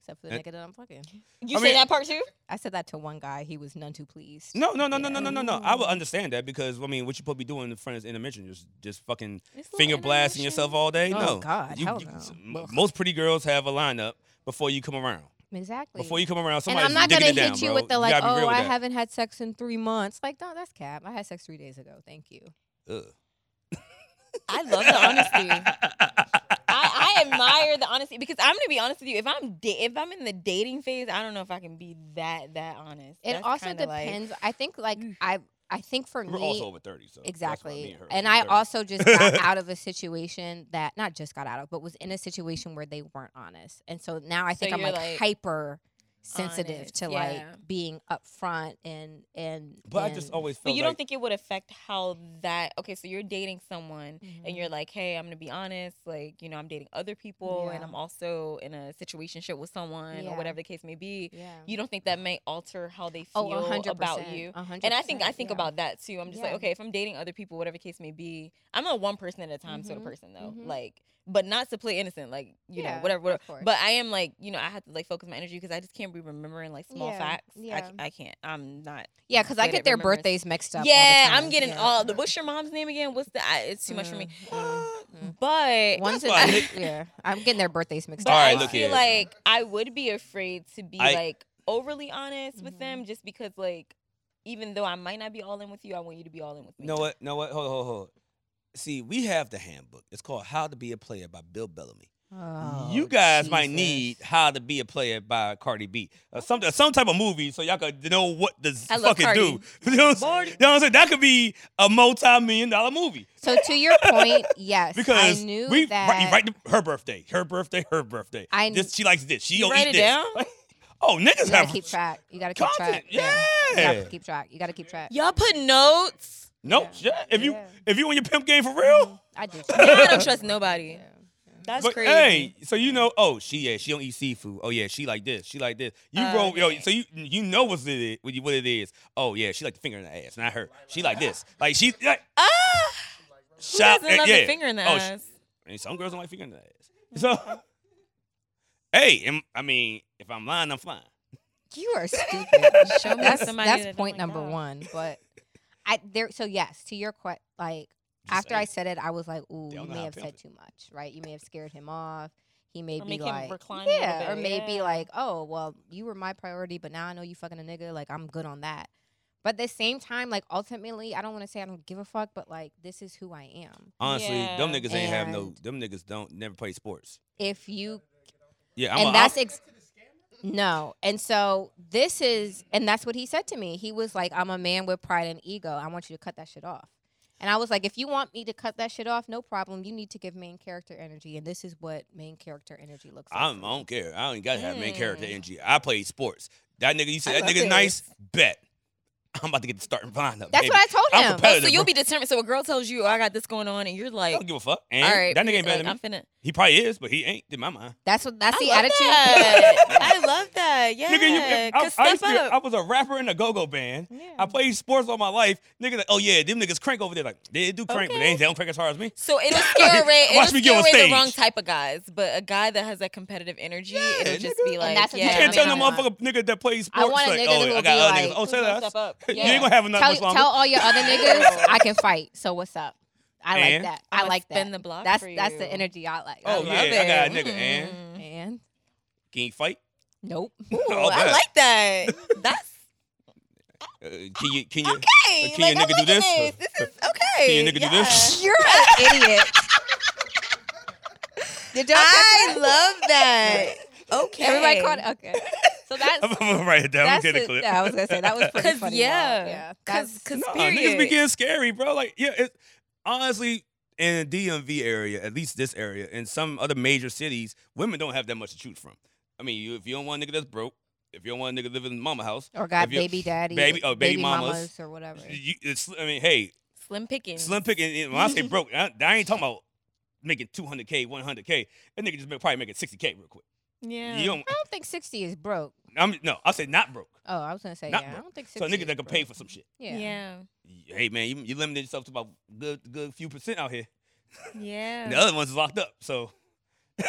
S2: except for the
S1: And-
S2: nigga that I'm fucking.
S3: You
S1: I
S3: say
S1: mean-
S3: that part too?
S2: I said that to one guy. He was none too pleased.
S1: No, no, no, no, no, no,
S2: Yeah.
S1: no, no. I would understand that because I mean, what you supposed to be doing in front of intermission, just just fucking
S3: It's a little
S1: finger blasting yourself
S3: intermission.
S1: all day.
S2: Oh,
S1: no,
S2: God, hell no.
S1: s- m-
S2: Ugh.
S1: Most pretty girls have a lineup before you come around.
S2: Exactly.
S1: Before you come around,
S2: and
S1: somebody's
S2: I'm not gonna
S1: digging
S2: hit
S1: it down,
S2: you
S1: bro.
S2: with the like,
S1: gotta be real
S2: oh,
S1: with
S2: I
S1: that.
S2: haven't had sex in three months. Like, no, that's cap. I had sex three days ago. Thank you.
S1: Ugh.
S3: I love the
S1: [laughs]
S3: honesty. I, I admire the honesty because I'm gonna be honest with you. If I'm da- if I'm in the dating phase, I don't know if I can be that that honest.
S2: It
S3: That's
S2: also
S3: kinda like-
S2: depends. I think like I I think for
S1: Mm. We're
S2: me
S1: also over thirty, so that's why me
S2: Exactly.
S1: her are
S2: And
S1: over
S2: I
S1: 30.
S2: also just got
S1: [laughs]
S2: out of a situation that not just got out of, but was in a situation where they weren't honest. And so now I
S3: So
S2: think I'm
S3: you're,
S2: like,
S3: like,
S2: hyper sensitive
S3: honest,
S2: to
S3: yeah.
S2: like being upfront and and
S1: but I just
S2: and-
S1: always felt
S3: But you
S1: like
S3: don't think it would affect how that? Okay, so you're dating someone Mm-hmm.
S2: Mm-hmm.
S3: and you're like, hey, I'm gonna be honest. Like, you know, I'm dating other people and
S2: Yeah.
S3: I'm also in a situationship with someone
S2: Yeah.
S3: or whatever the case may be.
S2: yeah.
S3: You don't think that may alter how they feel
S2: Oh, a hundred
S3: about
S2: percent,
S3: you?
S2: a hundred
S3: And I think I
S2: percent,
S3: think
S2: yeah.
S3: about that too. I'm just like,
S2: Yeah.
S3: okay, if I'm dating other people, whatever case may be, I'm a one person at a time sort
S2: Mhm,
S3: of person though.
S2: mhm.
S3: Like, but not to play innocent, like you
S2: Yeah,
S3: know, whatever, whatever.
S2: of course.
S3: But I am like, you know, I have to like focus my energy because I just can't be remembering like small
S2: Yeah,
S3: facts. I,
S2: yeah.
S3: c- I can't. I'm not.
S2: yeah, because I
S3: good
S2: get
S3: at
S2: their
S3: remembering-
S2: birthdays mixed up. all the
S3: Yeah, I'm
S2: time.
S3: getting
S2: Yeah.
S3: all the. What's your mom's name again? What's the? I, it's too much for me.
S2: mm.
S3: But
S2: One's in,
S1: Mm-hmm. why I hit-
S2: [laughs] yeah, I'm getting their birthdays mixed
S3: but
S2: up.
S1: All right,
S2: a
S1: look
S3: I
S2: lot.
S1: here.
S3: feel like I would be afraid to be
S1: I- Mm-hmm.
S3: like overly honest
S2: Mhm.
S3: with them just because like even though I might not be all in with you, I want you to be all in with me.
S1: know what? Know what? Hold, hold, hold. See, we have the handbook. It's called "How to Be a Player" by Bill Bellamy.
S2: Oh,
S1: you guys might
S2: Jesus.
S1: need "How to Be a Player" by Cardi B, or some uh, some type of movie, so y'all could know what to
S3: I love
S1: fucking do.
S3: Cardi.
S1: [laughs] You know, what I'm saying?
S3: Cardi.
S1: You know what I'm saying? That could be a multi-million dollar movie
S2: So
S1: [laughs]
S2: to your point, yes,
S1: because
S2: I knew
S1: we
S2: that.
S1: right, you write the- her birthday, her birthday, her birthday.
S2: I-
S1: this she likes this. She
S3: You
S1: don't
S3: write
S1: eat
S3: it
S1: this.
S3: down?
S1: oh, niggas
S2: you
S1: have
S2: gotta keep track. You gotta keep
S1: content.
S2: track. You
S1: Yeah.
S2: gotta keep track. You gotta keep track.
S3: Y'all put notes.
S1: no. shit. If you
S2: Yeah.
S1: if you in your pimp game for real.
S2: I do.
S3: I
S1: [laughs]
S2: [laughs]
S3: don't trust nobody. Mm-hmm. That's
S1: But,
S3: crazy.
S1: Hey, so you know, oh, she yeah, she don't eat seafood. Oh yeah, she like this, she like this. You
S3: Oh,
S1: roll, yo,
S3: yeah.
S1: so you you know what's it what you- what it is. Oh yeah, she like the finger in the ass, not her. She like this, like she like.
S3: Ah, who
S1: Shout,
S3: doesn't love
S1: yeah.
S3: a finger Mm-hmm. in the
S1: Oh, sh-
S3: ass?
S1: and some girls don't like finger in the ass. So, [laughs] hey, am- I mean, if I'm lying, I'm flying.
S2: You [laughs] are stupid.
S3: Show me
S2: that's
S3: somebody
S2: that's
S3: that don't
S2: point
S3: like
S2: number
S3: dogs.
S2: one. But I there. So yes, to your question, like
S1: Just
S2: after I
S1: saying.
S2: said it, I was like, "Ooh,
S1: They
S2: you
S1: don't know
S2: may
S1: how
S2: have
S1: to
S2: said
S1: pimp
S2: too much, right? You may have scared him off. He may
S3: Or
S2: be
S3: make him
S2: like,
S3: recline a little
S2: yeah, or
S3: bit,
S2: maybe
S3: yeah.
S2: like, oh, well, you were my priority, but now I know you fucking a nigga. Like I'm good on that. But at the same time, like ultimately, I don't want to say I don't give a fuck, but like this is who I am.
S1: Honestly, them
S3: Yeah.
S1: niggas ain't have no.
S2: And-
S1: Them niggas don't never play sports.
S2: If you
S1: Yeah, I'm
S2: and
S1: a,
S2: that's
S1: I'm,
S2: ex- no. And so this is, and that's what he said to me. He was like, "I'm a man with pride and ego. I want you to cut that shit off." And I was like, "If you want me to cut that shit off, no problem. You need to give main character energy, and this is what main character energy looks like."
S1: I'm,
S2: for
S1: I
S2: me.
S1: don't care. I ain't gotta have main character
S3: Mm.
S1: energy. I play sports. That nigga, you see
S3: I
S1: that
S3: love
S1: nigga
S3: this.
S1: nice? Bet. [laughs] I'm about to get the starting lineup.
S2: That's
S1: baby.
S2: what I told
S1: I'm
S2: him.
S1: competitive.
S3: Oh, So
S1: bro.
S3: you'll be determined. So a girl tells you, "I got this going on," and you're
S1: I
S3: like,
S1: don't give a fuck.
S3: "All
S1: And
S3: right,
S1: that nigga ain't
S3: like,
S1: better than me.
S3: I'm finna."
S1: He probably is, but he ain't in my mind.
S2: That's what. That's
S3: I
S2: the
S3: love
S2: attitude. [laughs]
S3: that.
S4: I love that. Yeah.
S1: Nigga, you, I,
S4: 'Cause
S1: I,
S4: step
S1: used to be-
S4: up.
S1: I was a rapper in a go-go band.
S2: Yeah.
S1: I played sports all my life. Nigga, like, oh yeah, them niggas crank over there. Like they do crank, but they, ain't, they don't crank as hard as me.
S3: So
S1: [laughs]
S3: it'll scare away.
S1: Watch
S3: it'll
S1: me get
S3: scare
S1: on
S3: away
S1: stage.
S3: the wrong type of guys, but a guy that has that competitive energy, it'll just be like,
S2: that's the
S3: yeah,
S1: You
S2: type
S1: can't
S2: I
S1: tell
S2: mean,
S1: them
S2: I want-
S1: motherfucker nigga that plays
S2: I
S1: sports.
S2: want a
S1: like,
S2: nigga
S1: oh,
S2: that will
S1: I got
S2: be
S1: other
S2: like,
S1: niggas. Oh, say
S3: Step
S1: that.
S3: up.
S1: [laughs] You
S3: Yeah.
S1: ain't gonna have enough much
S2: Tell,
S1: longer.
S2: tell all your other niggas I can fight. So what's up? I like
S1: And?
S2: that.
S3: I'ma
S2: I like that.
S3: spin the block
S2: that's
S3: for
S2: that's the
S3: you.
S2: energy I like. I
S1: oh
S2: love
S1: yeah,
S2: it.
S1: I got a nigga.
S3: Mm.
S1: And
S2: And
S1: can you fight?
S2: nope.
S1: Oh,
S4: I
S1: bad.
S4: like that.
S1: [laughs]
S4: That's
S1: Uh, can you? Can you?
S4: okay.
S1: Can your
S4: like,
S1: nigga do
S4: I'm liking
S1: this?
S4: This. This is okay.
S1: Can your nigga do
S3: [laughs]
S1: this?
S2: You're an idiot. [laughs] Did y'all
S4: I
S2: catch that?
S4: love that. Okay.
S2: Everybody caught it. [laughs] Okay. So
S1: [laughs]
S2: that's
S1: [laughs] I'm gonna write it down.
S2: that's
S1: Get a
S2: the,
S1: clip.
S2: yeah, I
S1: [laughs]
S2: was gonna say that was pretty
S4: 'Cause,
S2: funny.
S4: yeah.
S2: Wild. yeah.
S4: Cause,
S2: That's
S4: cause
S1: No, niggas
S4: period.
S1: be getting scary, bro. Like, yeah, it, honestly, in the DMV area, at least this area, and some other major cities, women don't have that much to choose from. I mean, you, if you don't want a nigga that's broke, if you don't want a nigga living in mama house,
S2: or got
S1: if you-
S2: baby daddy,
S1: baby- oh, baby mamas.
S2: mamas or whatever.
S1: you, it's, I mean, hey,
S3: slim picking.
S1: slim picking. and When I
S2: [laughs]
S1: say broke, I, I ain't talking about making 200k, 100k. That nigga just probably making 60k real quick.
S3: Yeah.
S1: You don't.
S2: I don't think sixty is broke.
S1: I'm no. I say not broke.
S2: Oh, I was gonna say
S1: Not
S2: yeah. I
S1: broke.
S2: don't think sixty.
S1: So a nigga
S2: is
S1: that can
S2: broke.
S1: pay for some shit.
S2: Yeah.
S1: Hey man, you, you limited yourself to about good good few percent out here.
S3: Yeah.
S1: And
S2: Oh.
S1: the other ones is locked up, so. [laughs]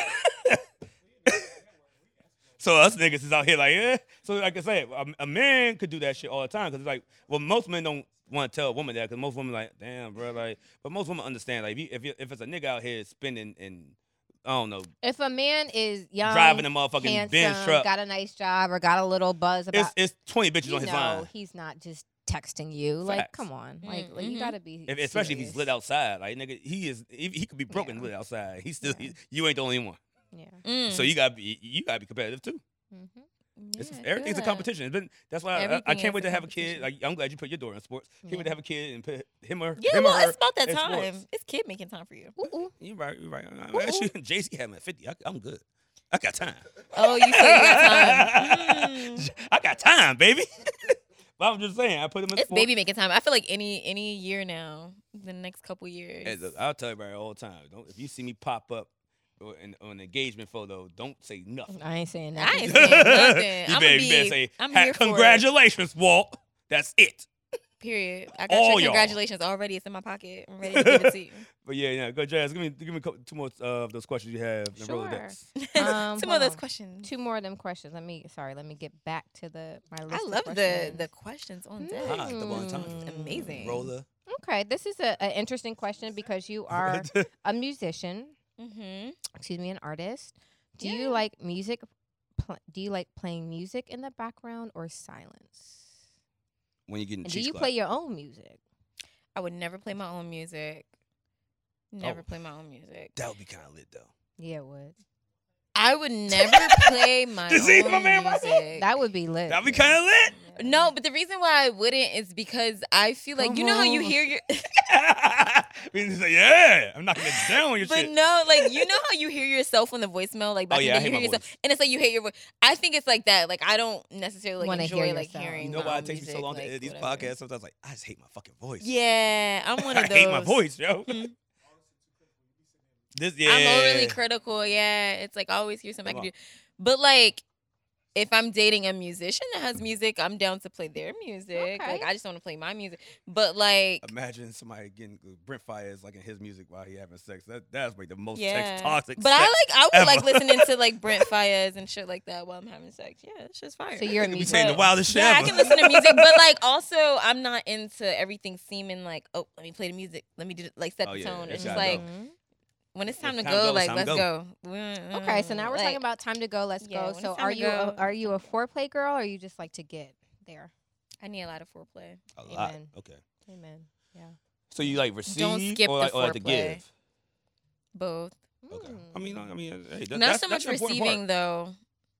S1: so us niggas is out here like, yeah. So like I said, a, a man could do that shit all the time because it's like, well, most men don't want to tell a woman that because most women like, damn, bro, like, but most women understand like if you, if, you, if it's a nigga out here spending and I don't know
S2: If a man is young,
S1: driving a motherfucking
S2: Oh, handsome,
S1: Benz truck,
S2: got a nice job, or got a little buzz about,
S1: it's it's twenty bitches
S2: you
S1: on his
S2: know,
S1: line.
S2: he's not just texting you. Like,
S1: Facts.
S2: come on, like,
S3: Mm,
S2: like, you
S3: mhm.
S2: gotta be,
S1: If, especially if he's
S2: serious.
S1: lit outside, like nigga, he is he, he could be broken
S2: Yeah.
S1: lit outside. He's still
S2: Yeah.
S1: he- you ain't the only one.
S2: Yeah.
S3: Mm.
S1: So you gotta be you gotta be competitive too.
S2: hmm
S1: It's,
S3: Yeah,
S1: everything's a
S3: good.
S1: competition. It's been, that's why I- I, I
S3: Everything
S1: can't
S3: is
S1: wait
S3: a
S1: to have a kid.
S3: competition.
S1: Like I'm glad you put your daughter in sports. Can't wait to
S2: Yeah.
S1: have a kid and put him or
S3: Yeah,
S1: him or
S3: well,
S1: her.
S3: it's about that
S1: in sports.
S3: time. It's kid making time for you.
S2: Ooh,
S1: You right, you [laughs] right. I mean,
S2: Ooh,
S1: shoot, Jay Z had me at 50. I, am good. I got time.
S3: Oh, you said you got time.
S1: [laughs]
S3: Mm.
S1: I got time, baby. [laughs] but I'm just saying, I put him in
S3: It's
S1: sports.
S3: baby making time. I feel like any any year now, the next couple years.
S1: Hey, look, I'll tell everybody all the time. Don't if you see me pop up or in, on an engagement photo, don't say nothing.
S2: ooh. I ain't saying that.
S3: I
S2: [laughs]
S3: ain't
S1: [laughs] you
S3: saying nothing.
S1: better, you
S3: I'ma
S1: better
S3: be-
S1: say,
S3: I'm
S1: "Ha-
S3: here for it."
S1: congratulations, Walt. That's it.
S3: Period. I
S1: All
S3: got
S1: y'all.
S3: your congratulations already. It's in my pocket. I'm ready to give it
S1: [laughs]
S3: to you.
S1: But yeah, yeah. Go, Jazz. Give me, give me a couple, two more uh, of those questions you have. in the
S2: Sure.
S1: Rolodex.
S2: Um,
S3: Some
S2: hold
S3: of those
S2: on.
S3: questions.
S2: Two more of them questions. Let me. Sorry. Let me get back to the my list.
S3: I
S2: of
S3: love the
S2: questions.
S3: the questions on deck.
S1: Ah, double entendre.
S3: It's amazing. [laughs]
S1: Roller.
S2: Okay, this is a, a interesting question
S1: [laughs]
S2: because you are a musician.
S3: Mm-hmm.
S2: excuse me, an artist. Do
S3: Yeah.
S2: you like music? Pl- do you like playing music in the background or silence?
S1: when you get in
S2: And do
S1: cheeks
S2: you
S1: clapped.
S2: play your own music?
S3: I would never play my own music.
S1: Oh.
S3: Never play my own music.
S1: That would be kind of lit though.
S2: Yeah, it would.
S3: I would never
S1: [laughs]
S3: play my
S1: You see
S3: own
S1: my man right there?
S3: music.
S2: That would be lit.
S1: That would be kind of lit. [laughs]
S3: no, but the reason why I wouldn't is because I feel like you know how you
S1: [laughs]
S3: hear your
S1: We just say, yeah, I'm knocking it down on your
S3: But
S1: shit.
S3: no, like you know how you hear yourself on the voicemail, like back
S1: Oh, yeah, I
S3: in
S1: hate
S3: the day, you
S1: my
S3: hear yourself,
S1: voice.
S3: and it's like you hate your voice. I think it's like that. Like I don't necessarily like,
S2: Wanna
S3: enjoy
S2: hear
S3: like
S2: yourself.
S3: hearing.
S1: you know
S3: my
S1: why
S3: own
S1: it takes me
S3: music,
S1: so long to
S3: like,
S1: edit these
S3: whatever.
S1: podcasts? Sometimes like I just hate my fucking voice.
S3: Yeah,
S1: [laughs]
S3: I'm one
S1: I
S3: of those.
S1: hate my voice,
S3: [laughs]
S1: yo. [laughs]
S3: Mhm.
S1: This yeah.
S3: I'm overly critical. Yeah, it's like I always hear something I
S1: Come on.
S3: can do. But like, if I'm dating a musician that has music, I'm down to play their music. Like
S2: Okay.
S3: I just want to play my music. But like,
S1: Imagine somebody getting Brent Fires like in his music while he having sex. That that's like the most
S3: yeah.
S1: sex toxic.
S3: but I
S1: sex.
S3: like I would like
S1: ever.
S3: listening to
S1: [laughs]
S3: like Brent Fires and shit like that while I'm having sex. Yeah, it's just fire.
S2: So you're a
S1: You be
S2: music.
S1: saying the wildest shit
S3: Yeah, I
S1: ever.
S3: can listen to music, but like also I'm not into everything seeming like oh let me play the music, let me do it, like set
S1: Oh,
S3: the
S1: yeah,
S3: tone.
S1: that's
S3: It's
S1: how I
S3: just like
S1: go.
S2: Mhm.
S3: when it's
S1: When
S3: time to
S1: time
S3: go,
S1: goes,
S3: like
S1: time
S3: let's
S1: go.
S3: go.
S2: Okay, so now we're talking about time to go. Let's
S3: Yeah,
S2: go.
S3: when it's
S2: So
S3: time
S2: are
S3: to
S2: you a,
S3: go,
S2: are you a
S3: time to go.
S2: foreplay girl or you just like to get there?
S3: I need a lot of foreplay.
S1: [laughs] A lot.
S2: Amen.
S1: Okay.
S2: Amen.
S1: So you like receive
S3: skip
S1: or
S3: the
S1: like, or like to
S3: foreplay.
S1: give.
S3: Both.
S1: Okay.
S2: Mm.
S1: I mean, I mean, uh, hey, that,
S3: not
S1: that's,
S3: so much
S1: that's an important part.
S3: receiving though.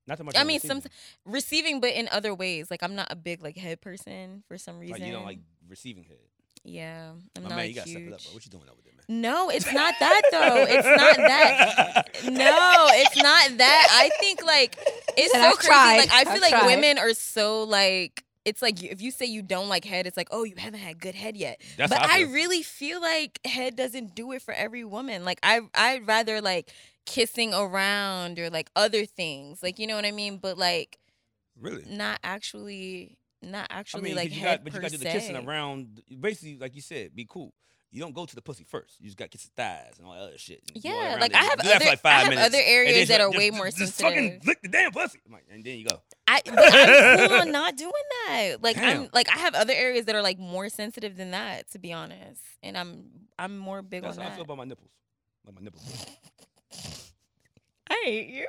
S1: Not so much.
S3: I
S1: on
S3: mean,
S1: receiving.
S3: some receiving, but in other ways. Like I'm not a big like head person for some reason.
S1: Like you don't like receiving head.
S3: Yeah, I'm
S1: My
S3: not
S1: man,
S3: like,
S1: you gotta
S3: huge.
S1: step it up, bro. What you doing over there, man?
S3: No, it's not [laughs] that though. It's
S1: [laughs]
S3: not that. No, it's not that. I think like it's
S2: said,
S3: so
S2: "I've
S3: crazy.
S2: tried.
S3: Like I
S2: I've
S3: feel like
S2: tried."
S3: women are so like it's like you- if you say you don't like head, it's like oh you haven't had good head yet.
S1: That's
S3: but
S1: how
S3: I
S1: feel.
S3: really feel like head doesn't do it for every woman. Like I I'd rather like kissing around or like other things. Like you know what I mean? But like
S1: Really?
S3: not actually not
S1: I
S3: actually
S1: mean, 'cause
S3: like
S1: you
S3: head
S1: got, but
S3: per
S1: you got to do the
S3: se.
S1: kissing around. Basically, like you said, be cool. You don't go to the pussy first. You just got to kiss the thighs and all that other shit. and go
S3: Yeah,
S1: around
S3: like,
S1: it.
S3: I have
S1: do that
S3: other-
S1: for like five
S3: I have
S1: minutes,
S3: other
S1: and then
S3: areas that
S1: just-
S3: are way
S1: just-
S3: more
S1: just fucking
S3: sensitive.
S1: lick the damn pussy, I'm like, and then you go.
S3: I but
S1: [laughs]
S3: I'm cool on not doing that. Like I'm
S1: Damn.
S3: like I have other areas that are like more sensitive than that, to be honest. And I'm I'm more big
S1: That's
S3: on
S1: how I
S3: that.
S1: feel about my nipples. Like my nipples.
S3: I hate you.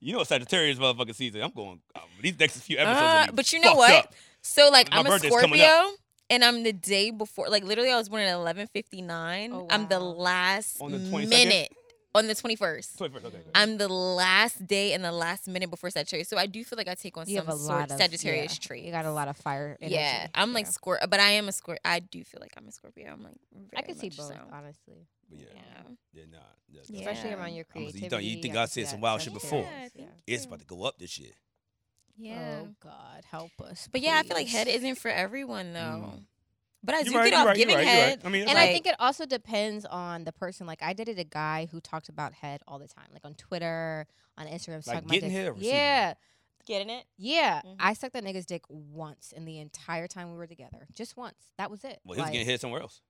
S1: you know, Sagittarius motherfucking season. I'm going um, these next few episodes.
S3: Uh,
S1: gonna be
S3: but you know
S1: fucked
S3: what?
S1: up.
S3: So like
S1: My
S3: I'm a
S1: birthday's coming
S3: Scorpio and I'm the day before like literally I was born at 11:59.
S2: Oh,
S3: I'm the
S2: wow.
S3: last
S1: On the 22nd?
S3: minute on the 21st.
S1: Sorry, first, okay, go ahead.
S3: I'm the last day and the last minute before Sagittarius. So I do feel like I take on
S2: You
S3: some
S2: have a
S3: sort
S2: lot
S3: of
S2: of
S3: Sagittarius
S2: yeah,
S3: traits.
S2: You got a lot of fire. Energy.
S3: Yeah, I'm like
S2: Yeah.
S3: Scorpio, but I am a Scorpio. I do feel like I'm a Scorpio. I'm like
S2: I
S3: very
S2: could see
S3: much
S2: both,
S3: so.
S2: honestly.
S1: But yeah,
S3: Yeah.
S1: yeah, nah, yeah, that's-
S3: Yeah.
S2: Especially around your
S1: I'm gonna-
S2: creativity.
S1: you thought- you think
S2: I
S1: I
S2: could see
S1: said
S2: that
S1: some wild shit before.
S2: Sagittarius,
S3: Yeah,
S1: It's about to go up this year.
S3: Yeah.
S2: Oh God, help us.
S3: But yeah, I feel like
S2: please.
S3: head isn't for everyone though.
S1: Mm.
S3: But I
S1: You
S3: do
S1: right,
S3: get
S1: you
S3: off
S1: right, you
S3: giving
S1: right, you right.
S3: head.
S1: I mean, it's
S2: And
S1: like-
S2: I think it also depends on the person. Like I dated a guy who talked about head all the time, like on Twitter, on Instagram.
S1: Like
S2: talking about
S1: getting
S2: dick.
S1: head or receiving
S2: yeah,
S3: Getting it?
S2: yeah.
S3: Mhm.
S2: I sucked that nigga's dick once in the entire time we were together, just once. That was it.
S1: Well, he was
S2: Like,
S1: getting hit somewhere else.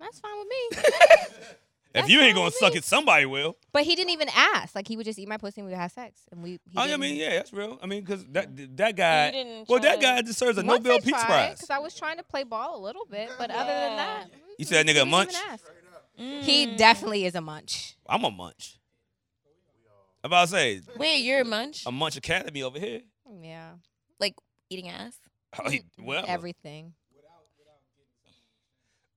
S2: That's fine with me.
S1: [laughs] If
S2: That's
S1: you ain't
S2: fine
S1: gonna
S2: with
S1: suck
S2: me.
S1: it, somebody will.
S2: but he didn't even ask. Like he would just eat my pussy and we would have sex, and we. he
S1: Oh, yeah, I
S2: didn't-
S1: mean, yeah, that's real. I mean, because that that
S3: You
S1: guy,
S3: didn't
S1: Uh, well,
S3: try
S1: that
S3: to-
S1: guy deserves a
S2: Once
S1: Nobel
S2: I
S1: Peace
S2: tried,
S1: Prize.
S2: Cause I was trying to play ball a little bit, but other than
S3: Yeah.
S2: that,
S1: You said that nigga
S2: mm,
S1: a
S2: didn't even
S1: munch?
S2: ask.
S3: Mm.
S2: He definitely is a munch.
S1: I'm a munch. I'm about to say
S3: Wait, you're a munch?
S1: a munch academy over here. [laughs]
S2: Yeah,
S3: Eating ass?
S1: Oh, he- well,
S2: everything.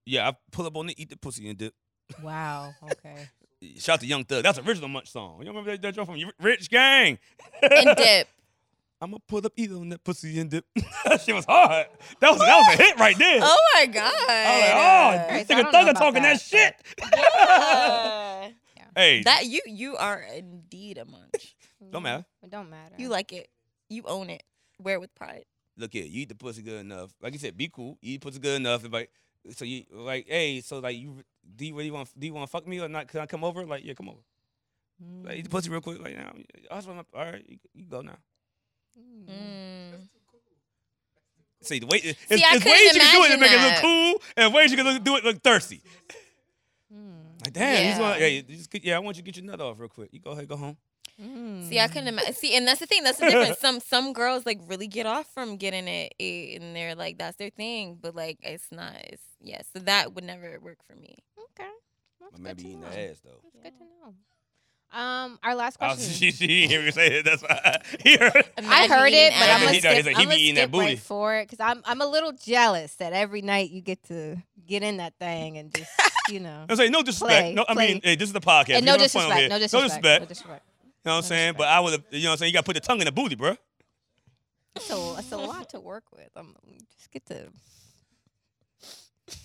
S1: yeah, I pull up on it, eat the pussy and dip.
S2: Wow. Okay.
S1: Shout out to Young Thug. That's an original Munch song. You remember that, that joint from Ri- Rich Gang?
S3: And dip.
S1: [laughs] I'ma pull up either on that pussy and dip. [laughs] that shit was hard. That was that was a hit right there.
S3: Oh my
S1: I
S3: god.
S1: was
S3: [laughs]
S1: like,
S2: Alright,
S1: oh,
S2: so
S1: this
S2: I
S1: nigga
S2: don't know
S1: Thugger
S2: about
S1: talking that,
S2: that,
S1: shit.
S3: Uh,
S1: hey,
S3: [laughs] that you you are indeed a munch.
S1: Don't matter.
S2: Mm-hmm. It don't matter.
S3: You like it. You own it. Wear it with pride.
S1: look here. You eat the pussy good enough. Like you said, be cool. You eat pussy good enough. Like so, you like hey. So like you do you really want do you want to fuck me or not? Can I come over? Like yeah, come over.
S2: Mm-hmm.
S1: Like, eat the pussy real quick. Like now, I just want all right. You, you go now.
S2: Mm.
S3: Mm.
S1: See the way it's,
S3: I
S1: it's
S3: couldn't
S1: ways you can do it to
S3: imagine
S1: make
S3: that.
S1: it look cool, and ways you can look, do it look thirsty.
S2: Mm.
S1: Like damn, he's
S3: Yeah.
S1: going. Hey, you just, get- yeah, I want you to get your nut off real quick. You go ahead, go home.
S2: Mm-hmm.
S3: See, I couldn't imagine. See, and that's the thing. That's the difference. Some some girls like really get off from getting it, eh, and they're like that's their thing. But like it's not. It's yeah. So that would never work for me.
S2: Okay. That's
S1: But
S2: good
S1: maybe
S2: to
S1: eating
S2: know.
S1: the ass though.
S2: That's good to know. Um, our last
S1: I
S2: question.
S1: was, Oh, she, she didn't hear me say it. That's why I [laughs] hear.
S2: I heard it, but
S1: ass. Yeah,
S2: I'm gonna
S1: he
S2: skip,
S1: done- he said he
S2: I'm
S1: be
S2: gonna
S1: eating that
S2: skip right
S1: booty.
S2: for it because I'm I'm a little jealous that every night you get to get in that thing and just
S1: [laughs]
S2: you know.
S1: I'm saying no disrespect.
S2: Play,
S1: no, I mean
S2: play.
S1: hey, this is the podcast.
S2: and
S1: You
S2: no
S1: know, it's fun over here.
S2: disrespect, no disrespect,
S1: No disrespect.
S2: no disrespect.
S1: You know what I'm
S2: No
S1: saying? But I would have, you know what I'm saying? You got to put the tongue in the booty, bro.
S2: It's a, it's a lot to work with. I'm just get to.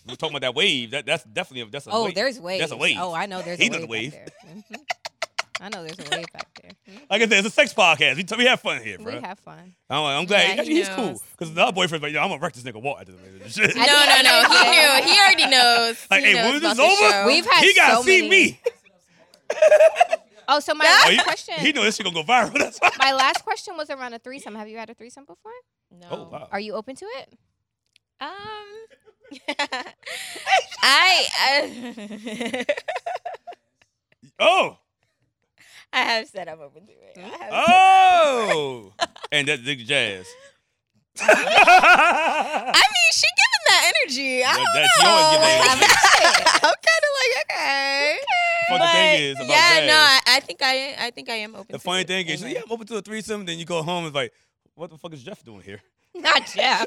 S1: We're talking about that wave. That, that's definitely, a, that's a
S2: Oh,
S1: wave.
S2: there's waves.
S1: That's a wave.
S2: Oh, I know there's
S1: He
S2: a
S1: know
S2: wave.
S1: the
S2: Back there. Mhm. I know there's a wave back
S1: [laughs]
S2: there. Mhm.
S1: Like I said, it's a sex podcast. We, t- we have fun here,
S2: We
S1: bro.
S2: have fun.
S1: I'm, like, I'm glad.
S3: Yeah,
S1: Actually,
S3: he
S1: he's cool.
S3: knows.
S1: Because the other boyfriend's like, yo, I'm going to wreck this nigga wall after this. Shit.
S3: No,
S2: I-
S3: no, no.
S2: [laughs]
S3: He
S2: Yeah.
S3: knew. He already knows.
S1: like,
S3: he
S1: hey,
S3: knows
S1: when
S3: about
S1: this
S3: the
S1: over,
S3: show.
S2: We've had
S1: he got to
S2: so
S1: see
S2: many-
S1: me.
S2: Oh, so
S1: [laughs]
S2: my
S1: Oh,
S2: last
S1: he,
S2: question.
S1: he know this shit going to go viral. [laughs] That's why.
S2: my last question was around a threesome. Have you had a threesome before?
S3: No.
S1: Oh,
S3: [laughs]
S1: wow.
S2: Are you open to it? [laughs]
S3: Um, I, [laughs] I
S1: Oh.
S3: I have said I'm open to it. I have
S1: Uh, Oh. [laughs] and that's Dick
S3: [laughs]
S1: Jazz.
S3: I mean, she giving that energy. I
S1: That-
S3: don't
S1: that- she
S3: [laughs] know.
S1: always give that [laughs]
S3: I'm kind of like okay.
S1: But the thing is about
S3: yeah, no,
S1: Jazz-
S3: I, I think I, I think I am open.
S1: The
S3: to
S1: funny
S3: it
S1: thing is,
S3: anyway.
S1: yeah, I'm open to a threesome. Then you go home and like, what the fuck is Jeff doing
S3: [laughs]
S1: here?
S2: [laughs] Not Jeff.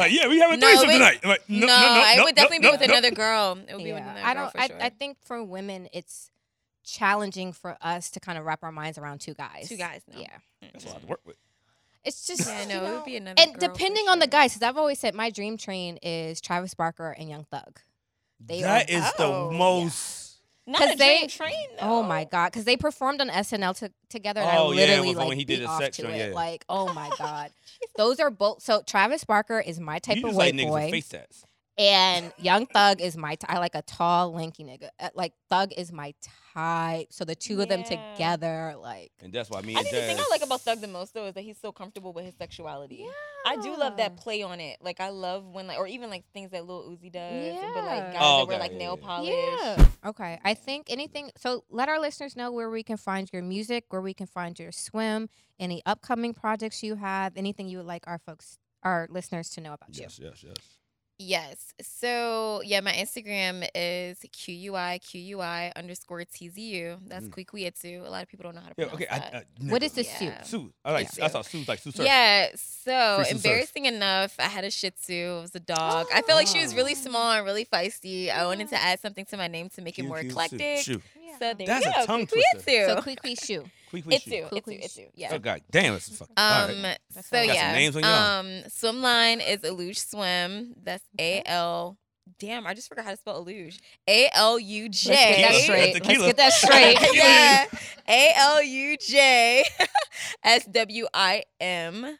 S1: Like, yeah, we having a
S3: No,
S1: threesome
S3: but-
S1: tonight. I'm like,
S3: no,
S1: no, no, no,
S3: I
S1: no,
S3: would definitely
S1: no,
S3: be with
S1: no,
S3: another girl. It would be with
S2: Yeah.
S3: another
S2: I
S3: girl
S2: don't.
S3: for
S2: I,
S3: sure.
S2: I think for women, it's challenging for us to kind of wrap our minds around two guys.
S3: two guys. No.
S2: Yeah.
S1: That's a lot to work with.
S2: It's just.
S3: Yeah,
S2: you
S3: no, it
S2: know,
S3: would be another.
S2: and
S3: girl for
S2: depending on the
S3: sure.
S2: guys, because I've always said my dream train is Travis Barker and Young Thug. They
S1: That
S2: are-
S1: is
S3: oh,
S1: the most.
S3: Not
S2: 'Cause
S3: a dream
S2: they-
S3: train.
S2: Oh
S3: though.
S2: my god, because they performed on SNL to together, and
S1: Oh,
S2: I
S1: yeah,
S2: literally
S1: with-
S2: like
S1: when he did
S2: beat
S1: the
S2: off
S1: sex
S2: to
S1: joint,
S2: it.
S1: yeah.
S3: [laughs]
S2: Like, oh my god, those are both. So Travis Barker is my type
S1: You
S2: of
S1: just
S2: white
S1: like niggas
S2: boy,
S1: with face tats.
S2: And Young Thug is my t- I like a tall, lanky nigga. Uh, Like Thug is my type. So the two of them
S3: Yeah.
S2: together, like
S1: And that's why me
S3: I
S1: and
S3: think the thing I
S1: Jazz.
S3: like about Thug the most though is that he's so comfortable with his sexuality. I do love that play on it. Like I love when like or even like things that Lil Uzi does. But like
S2: Yeah.
S3: guys
S1: Oh,
S3: that wear
S1: okay,
S3: like
S1: yeah,
S3: nail
S1: yeah.
S3: polish.
S2: Yeah. Okay. I think anything. So let our listeners know where we can find your music, where we can find your swim, any upcoming projects you have, anything you would like our folks, our listeners to know about
S1: Yes, yes, yes.
S3: Yes. So yeah, my Instagram is QUIQUI underscore TZU. That's
S1: Mm.
S3: Kwikwietsu. A lot of people don't know how to
S1: Yeah,
S3: pronounce
S1: okay. I,
S3: that.
S1: I,
S2: you. What
S1: nigga.
S2: is the
S3: Yeah.
S2: suit?
S1: Sue? I like.
S3: Sue.
S1: I saw Sue like Sue Surf.
S3: Yeah, so
S1: Free some surf.
S3: embarrassing enough, I had a Shih Tzu. It was a dog. I felt like she was really
S2: Oh.
S3: small and really feisty. I wanted to add something to my name to make it more
S1: Q-Q Sue.
S3: eclectic.
S1: Shoe.
S2: Yeah.
S3: So there
S1: That's
S3: you
S1: a
S3: go.
S1: tongue
S3: Kwikwietsu.
S1: twister.
S2: so quickly shoe.
S3: [laughs]
S1: Quick, quick,
S3: Itsu,
S1: shoe.
S3: Itsu, Itsu. Yeah.
S1: Oh God, damn, it's fucking. all right.
S3: Um.
S2: That's
S3: So
S2: a lot.
S1: Got some
S3: yeah.
S1: names on y'all.
S3: um. Swim line is Aluge Swim. That's
S2: Okay.
S3: A L. Damn, I just forgot how to spell Aluge. A L U J.
S2: Let's get that
S1: Tequila.
S2: straight.
S1: Tequila.
S2: Let's get that [laughs] straight.
S3: [laughs] yeah. A L U J [laughs] S W I M.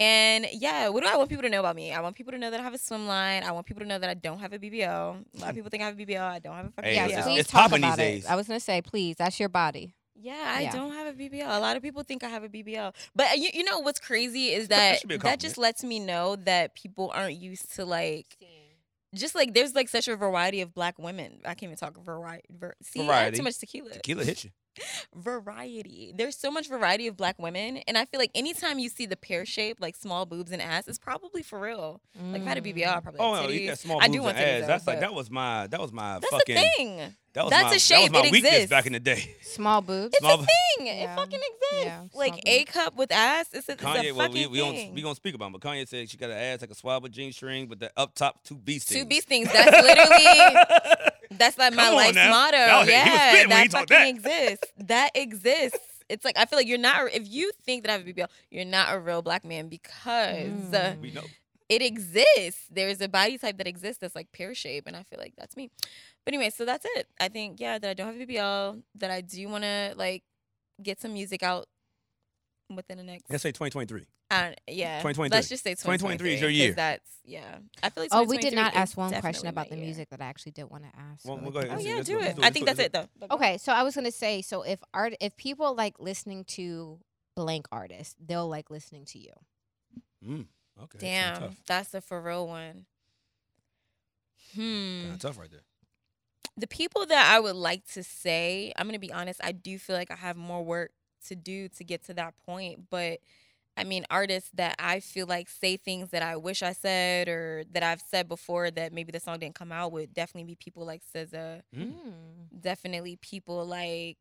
S3: And yeah, what do I want people to know about me? I want people to know that I have a swim line. I want people to know that I don't have a BBL. A lot of people think I have a BBL. I don't have a fucking
S1: Hey,
S2: Yes,
S1: it's-
S3: BBL.
S2: please
S1: it's
S2: talk
S1: popping these
S2: about
S1: days.
S2: it. I was gonna say, please. That's your body.
S3: Yeah, I
S2: Yeah.
S3: don't have a BBL. A lot of people think I have a BBL. But uh, you, you know what's crazy is that
S1: should be a
S3: that just lets me know that people aren't used to like just like there's like such a variety of black women. I can't even talk variety. Ver- see, I had
S1: Variety.
S3: too much tequila.
S1: Tequila hit you.
S3: variety. There's so much variety of black women, and I feel like anytime you see the pear shape, like small boobs and ass, it's probably for real. Like if I had a BBL, I probably.
S1: Oh
S3: had
S1: no,
S3: titties.
S1: you got small
S3: I
S1: boobs
S3: do want
S1: and
S3: titties.
S1: ass.
S3: Though,
S1: That's like
S3: but-
S1: that was my that was my
S3: That's
S1: fucking
S3: the thing.
S1: that was
S3: That's
S1: my
S3: a
S1: That was
S3: shape.
S1: my
S3: It
S1: weakness
S3: exists.
S1: back in the day.
S2: Mm. Small boobs.
S3: It's
S1: Small
S3: a
S1: bo-
S3: thing.
S2: Yeah.
S3: It fucking exists.
S2: Yeah, small
S3: like
S2: boobs.
S3: A cup with ass. It's a, it's
S1: Kanye,
S3: a
S1: well,
S3: fucking
S1: we we
S3: thing.
S1: don't we gonna speak about. Him, but Kanye said she got an ass like a swab of jean string, but the up top two B stings.
S3: Two beast things. That's literally
S1: [laughs]
S3: That's like my
S1: Come on
S3: life's
S1: now.
S3: motto.
S1: That was- he was
S3: yeah,
S1: spitting when he
S3: that
S1: told
S3: fucking exists. That exists. It's like I feel like you're not. If you think that I have a BBL, you're not a real black man because uh,
S2: Mm.
S1: we know.
S3: it exists. There's a body type that exists that's like pear shape, and I feel like that's me. But anyway, so that's it. I think yeah that I don't have a BBL. That I do want to like get some music out within the next.
S1: Let's say 2023.
S3: I don't- yeah.
S1: 2023.
S3: Let's just say
S1: 2023 is your
S3: 'cause
S1: year.
S3: That's yeah. I feel like.
S2: Oh, we did
S3: 2023
S2: not
S3: is
S2: ask one question
S3: definitely
S2: about
S3: my
S2: the
S3: year.
S2: music that I actually did want to ask.
S1: Well,
S2: really
S1: we'll go ahead.
S2: quick.
S3: Oh
S1: Let's do- let's do
S3: yeah, do
S1: it.
S3: it.
S1: Let's do
S3: I
S1: it.
S3: think
S1: Let's
S3: that's
S1: do it.
S3: it though. But go ahead.
S2: Okay, so I was gonna say, so if art, if people like listening to blank artists, they'll like listening to you.
S1: Mm, okay.
S3: Damn,
S1: That's
S3: that's a for real one. Hmm.
S1: Kind of tough right there.
S3: The people that I would like to say, I'm gonna be honest, I do feel like I have more work to do to get to that point, but I mean artists that I feel like say things that I wish I said or that I've said before that maybe the song didn't come out would definitely be people like SZA,
S1: Mm.
S3: definitely people like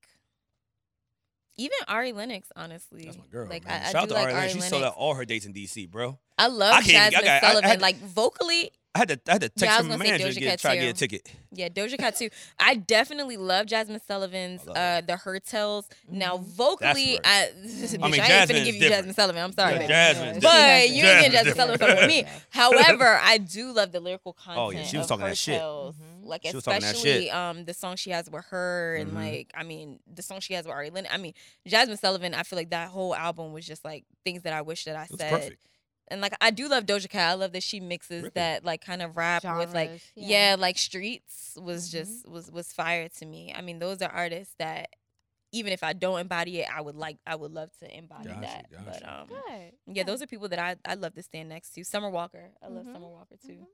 S3: even Ari Lennox, honestly.
S1: That's my girl.
S3: Like
S1: man.
S3: I, I
S1: Shout out to
S3: do like
S1: Ari
S3: Ari
S1: Lennox. She
S3: Lennox.
S1: sold out all her dates in DC, bro.
S3: I love
S1: I can't even- I
S3: Jasmine
S1: got- I- I
S3: Sullivan.
S1: had-
S3: like vocally,
S1: I had to I had to text
S3: I was
S1: her
S3: gonna say
S1: manager
S3: Doja
S1: to get,
S3: Cat
S1: try to get a
S3: too.
S1: ticket.
S3: Yeah, Doja Cat too. I definitely love Jasmine Sullivan's
S1: I love
S3: uh the Hurtels. Now
S2: Mhm.
S3: vocally, I, [laughs]
S2: That's
S3: bitch,
S2: worse.
S3: I
S1: I mean,
S3: ain't
S1: Jasmine's
S3: finna give you
S1: different.
S3: Jasmine Sullivan. I'm sorry,
S1: Yeah,
S3: baby.
S1: Jasmine's
S3: But
S1: different.
S3: you ain't getting
S1: Jasmine's
S3: Jasmine Sullivan from me. However, I do love the lyrical content.
S1: [laughs] Oh, yeah, she was
S3: of
S1: talking that shit. Mm-hmm.
S3: Hurtels.
S2: Mhm.
S3: Like
S1: She was talking that shit.
S3: especially um the song she has with her and
S1: Mhm.
S3: like I mean the song she has with Ari Lennox. I mean Jasmine Sullivan. I feel like that whole album was just like things that I wish that I
S1: It was
S3: said.
S1: perfect.
S3: And like I do love Doja Cat. I love that she mixes
S1: Really?
S3: that like kind of rap [laughs] with like
S2: Genres, yeah.
S3: yeah. like streets was
S2: Mhm.
S3: just was was fire to me. I mean, those are artists that even if I don't embody it, I would like I would love to embody
S1: Gotcha,
S3: that. But
S1: gotcha.
S3: um yeah, those are people that I I love to stand next to. Summer Walker. I love
S2: Mhm,
S3: Summer Walker too.
S2: mhm.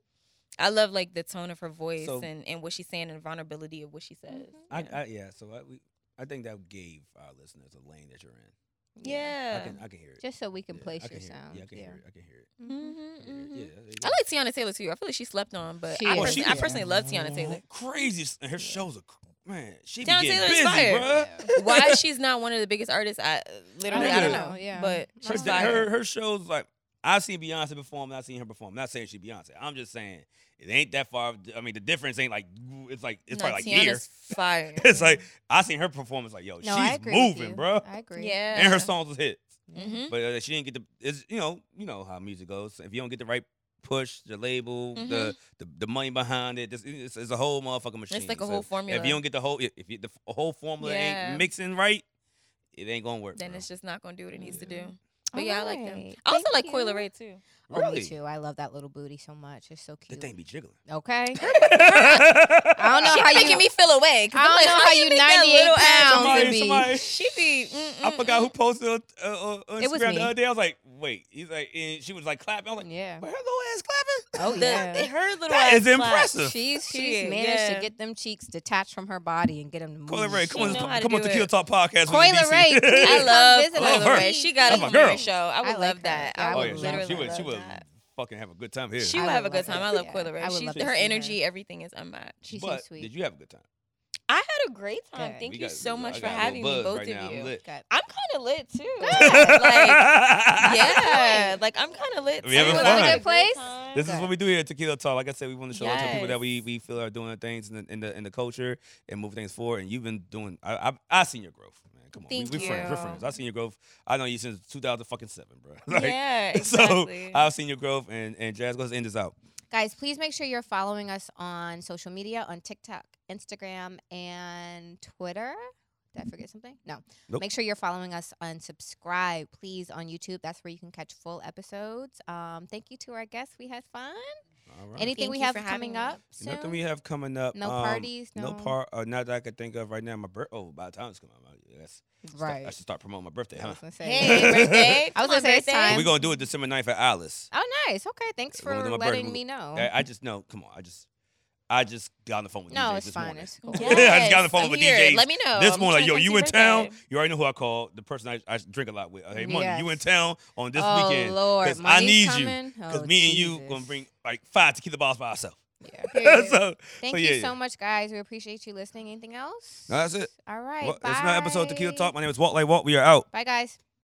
S3: I love like the tone of her voice
S1: So-
S3: and, and what she's saying and vulnerability of what she says.
S2: Mhm.
S1: I,
S3: Yeah.
S1: I yeah. So I we I think that gave our listeners a lane that you're in.
S3: yeah.
S1: I can I can hear it.
S2: Just so we can
S1: Yeah,
S2: place
S1: I can
S2: your
S1: hear it.
S2: sound.
S1: Yeah, I can hear it. I can hear it.
S2: Mhm.
S1: I
S3: Mhm,
S1: can hear
S3: mhm.
S1: it. Yeah, there you
S3: I
S1: go.
S3: like Tiana Taylor too. I feel like she slept on, but
S2: She
S3: I,
S2: is.
S1: Well,
S3: personally,
S1: mm-hmm. she
S3: I
S1: is
S3: personally love Tiana Taylor.
S1: Mm-hmm. [laughs] Crazy. s- Her shows are cr- man. She be
S3: Tiana
S1: getting
S3: Taylor is
S1: busy,
S3: fire.
S1: bruh.
S3: Why she's not one of the biggest artists, I literally I,
S1: I
S3: don't
S1: don't
S3: know.
S2: know, yeah.
S3: But
S1: Her,
S3: she's
S2: She's
S1: thi-
S3: fire.
S1: her her shows like I've seen Beyonce perform. and I've seen her perform. not saying she Beyonce. I'm just saying it ain't that far. I mean, the difference ain't like it's like it's
S3: No,
S1: probably like
S3: Tiana's
S1: here. [laughs]
S3: fire.
S1: It's like I seen her perform. It's like yo,
S2: No, I
S1: Oh, she's
S2: agree with
S1: moving,
S2: you.
S1: bruh.
S2: I agree.
S3: yeah,
S1: and her songs was hits.
S3: hmm
S1: But uh, she didn't get the. It's, you know, you know how music goes. If you don't get the right push, the label, the, the the money behind it, this, it's, it's a whole motherfucking machine.
S3: Mm-hmm. It's like a
S1: So
S3: whole formula.
S1: If you don't get the whole, if you, the f- whole formula
S3: Yeah.
S1: ain't mixing right, it ain't gonna work.
S3: then
S1: bro.
S3: it's just not gonna do what it needs to do.
S2: All
S3: But yeah, I like them.
S2: right.
S3: I also
S2: Thank
S3: like Coil
S2: you.
S3: Ray too.
S2: Oh, me
S1: Really?
S2: too. I love that little booty so much. It's so
S1: The
S2: cute.
S1: thing be
S3: [laughs]
S1: jiggling.
S2: Okay.
S1: [laughs] I
S2: I don't know how you
S3: making me feel away.
S2: I don't know how you
S3: make that little
S2: 98
S3: ass
S2: pounds
S1: Somebody,
S2: and be.
S1: somebody.
S3: She be. mm,
S1: I
S3: mm,
S1: forgot
S3: mm.
S1: who posted on, uh, uh, on
S2: It was
S1: Instagram
S2: me.
S1: the other day. I was like, wait. He's like, and she was like clapping. I was like, [laughs]
S2: [laughs] Yeah.
S1: "But her little ass clapping? [laughs]
S2: Oh
S3: The-
S2: yeah.
S3: Her little
S1: That
S3: ass
S1: is
S3: clap.
S1: impressive.
S2: She's
S3: She
S2: she's
S3: is,
S2: managed
S3: yeah.
S2: to get them cheeks detached from her body and get them to move.
S1: Coyle Ray, come on,
S3: know how
S1: come,
S3: to
S1: come on
S3: do
S1: to
S3: it.
S1: Kill Talk Podcast. with
S2: Coyle
S1: DC.
S2: Ray,
S1: [laughs]
S2: please
S3: I
S2: Come
S3: love
S2: visit
S1: us.
S3: Coyle Ray. She got
S1: That's
S3: a
S1: my
S3: come on her
S1: girl.
S3: show. I
S2: I
S3: would
S2: like
S3: love
S2: her.
S3: that.
S2: Yeah, I
S3: I
S1: Oh,
S3: would
S1: yeah.
S2: would
S1: She,
S3: literally
S1: she would,
S3: love
S1: she would
S3: that.
S1: fucking have a good time here.
S3: She
S2: I
S3: would
S2: would
S3: have a good
S2: love
S3: time.
S2: it.
S3: I love
S2: Yeah.
S3: Coyle Ray.
S2: I would
S3: She's-
S2: love to
S3: her
S2: see her.
S3: energy, everything is unmatched.
S2: She's so
S1: but
S2: sweet.
S1: did you have a good time?
S3: I had a great time.
S2: Good.
S3: Thank
S1: We
S3: you
S1: got-
S3: so
S1: I got
S3: much for
S1: a little
S3: having me,
S1: buzz
S3: both
S1: right
S3: of
S1: now. I'm
S3: you.
S1: lit.
S2: Good.
S3: I'm kind of lit too. [laughs] like,
S1: yeah.
S2: [laughs]
S3: yeah, like I'm kind of lit.
S1: We having
S3: too.
S1: fun.
S3: I had
S2: Good place?
S3: time.
S1: This is what we do here at Tequila Talk. Like I said, we want to show love to people that
S3: Yes.
S1: we, we feel are doing things in the, in the in the culture and move things forward. And you've been doing. I I, I seen your growth, man. Come on,
S3: Thank
S1: we, we friends. We're
S3: you.
S1: friends. I seen your growth. I know you since 2007, bro. [laughs] Like,
S3: yeah,
S1: So uh,
S3: exactly.
S1: I've seen your growth. And and Jazz, let's end this out.
S2: Guys, please make sure you're following us on social media on TikTok, Instagram, and Twitter. Did I forget something? No.
S1: Nope.
S2: Make sure you're following us and subscribe, please, on YouTube. That's where you can catch full episodes. Um, thank you to our guests. We had fun.
S1: All right.
S2: Anything
S3: Thank
S2: we
S3: you
S2: have
S3: for having
S2: coming
S3: me.
S2: up soon?
S1: Nothing we have coming up.
S2: no
S1: um,
S2: parties. No,
S1: No part. Uh, not that I can think of right now. My birth. Oh, by the time it's coming out, that's
S2: Right.
S1: I should start promoting my birthday,
S2: I
S1: huh?
S2: was gonna say.
S1: [laughs]
S3: Hey, birthday!
S2: I was
S3: Come on,
S2: gonna say it's
S3: birthday.
S2: time.
S1: We're gonna do it December 9th at Alice.
S2: Oh, nice. Okay. Thanks
S1: We're gonna do
S2: for
S1: my birthday.
S2: letting
S1: We-
S2: me know.
S1: I, I just know. Come on, I just, I just got on the phone with
S2: no,
S1: DJs
S2: it's
S1: this
S2: fine.
S1: morning.
S2: It's
S1: [laughs]
S2: oh, cool.
S1: I just got on the phone
S3: I'm
S1: with
S3: here.
S1: DJs
S3: Let me know.
S1: this
S3: I'm
S1: morning, like,
S3: trying
S1: yo,
S3: to
S1: you
S3: see
S1: in
S3: your
S1: town?
S3: birthday.
S1: You already know who I called. The person I, I drink a lot with. Hey, money, you in
S2: Yes.
S1: town on this
S2: oh,
S1: weekend?
S2: Lord.
S1: 'cause I
S2: money's
S1: need you,
S2: coming?
S1: Because
S2: Oh,
S1: me and you gonna
S2: Jesus.
S1: bring like five tequila bottles by ourselves. [laughs]
S2: Yeah.
S1: so,
S3: Period.
S1: so
S2: Thank
S1: yeah,
S2: you
S1: yeah.
S2: so much, guys. We appreciate you listening. Anything else?
S1: No, that's it.
S2: All right.
S1: Well,
S2: bye.
S1: it's another episode of Tequila Talk. My name is Walt Like Walt. We are out.
S2: Bye, guys.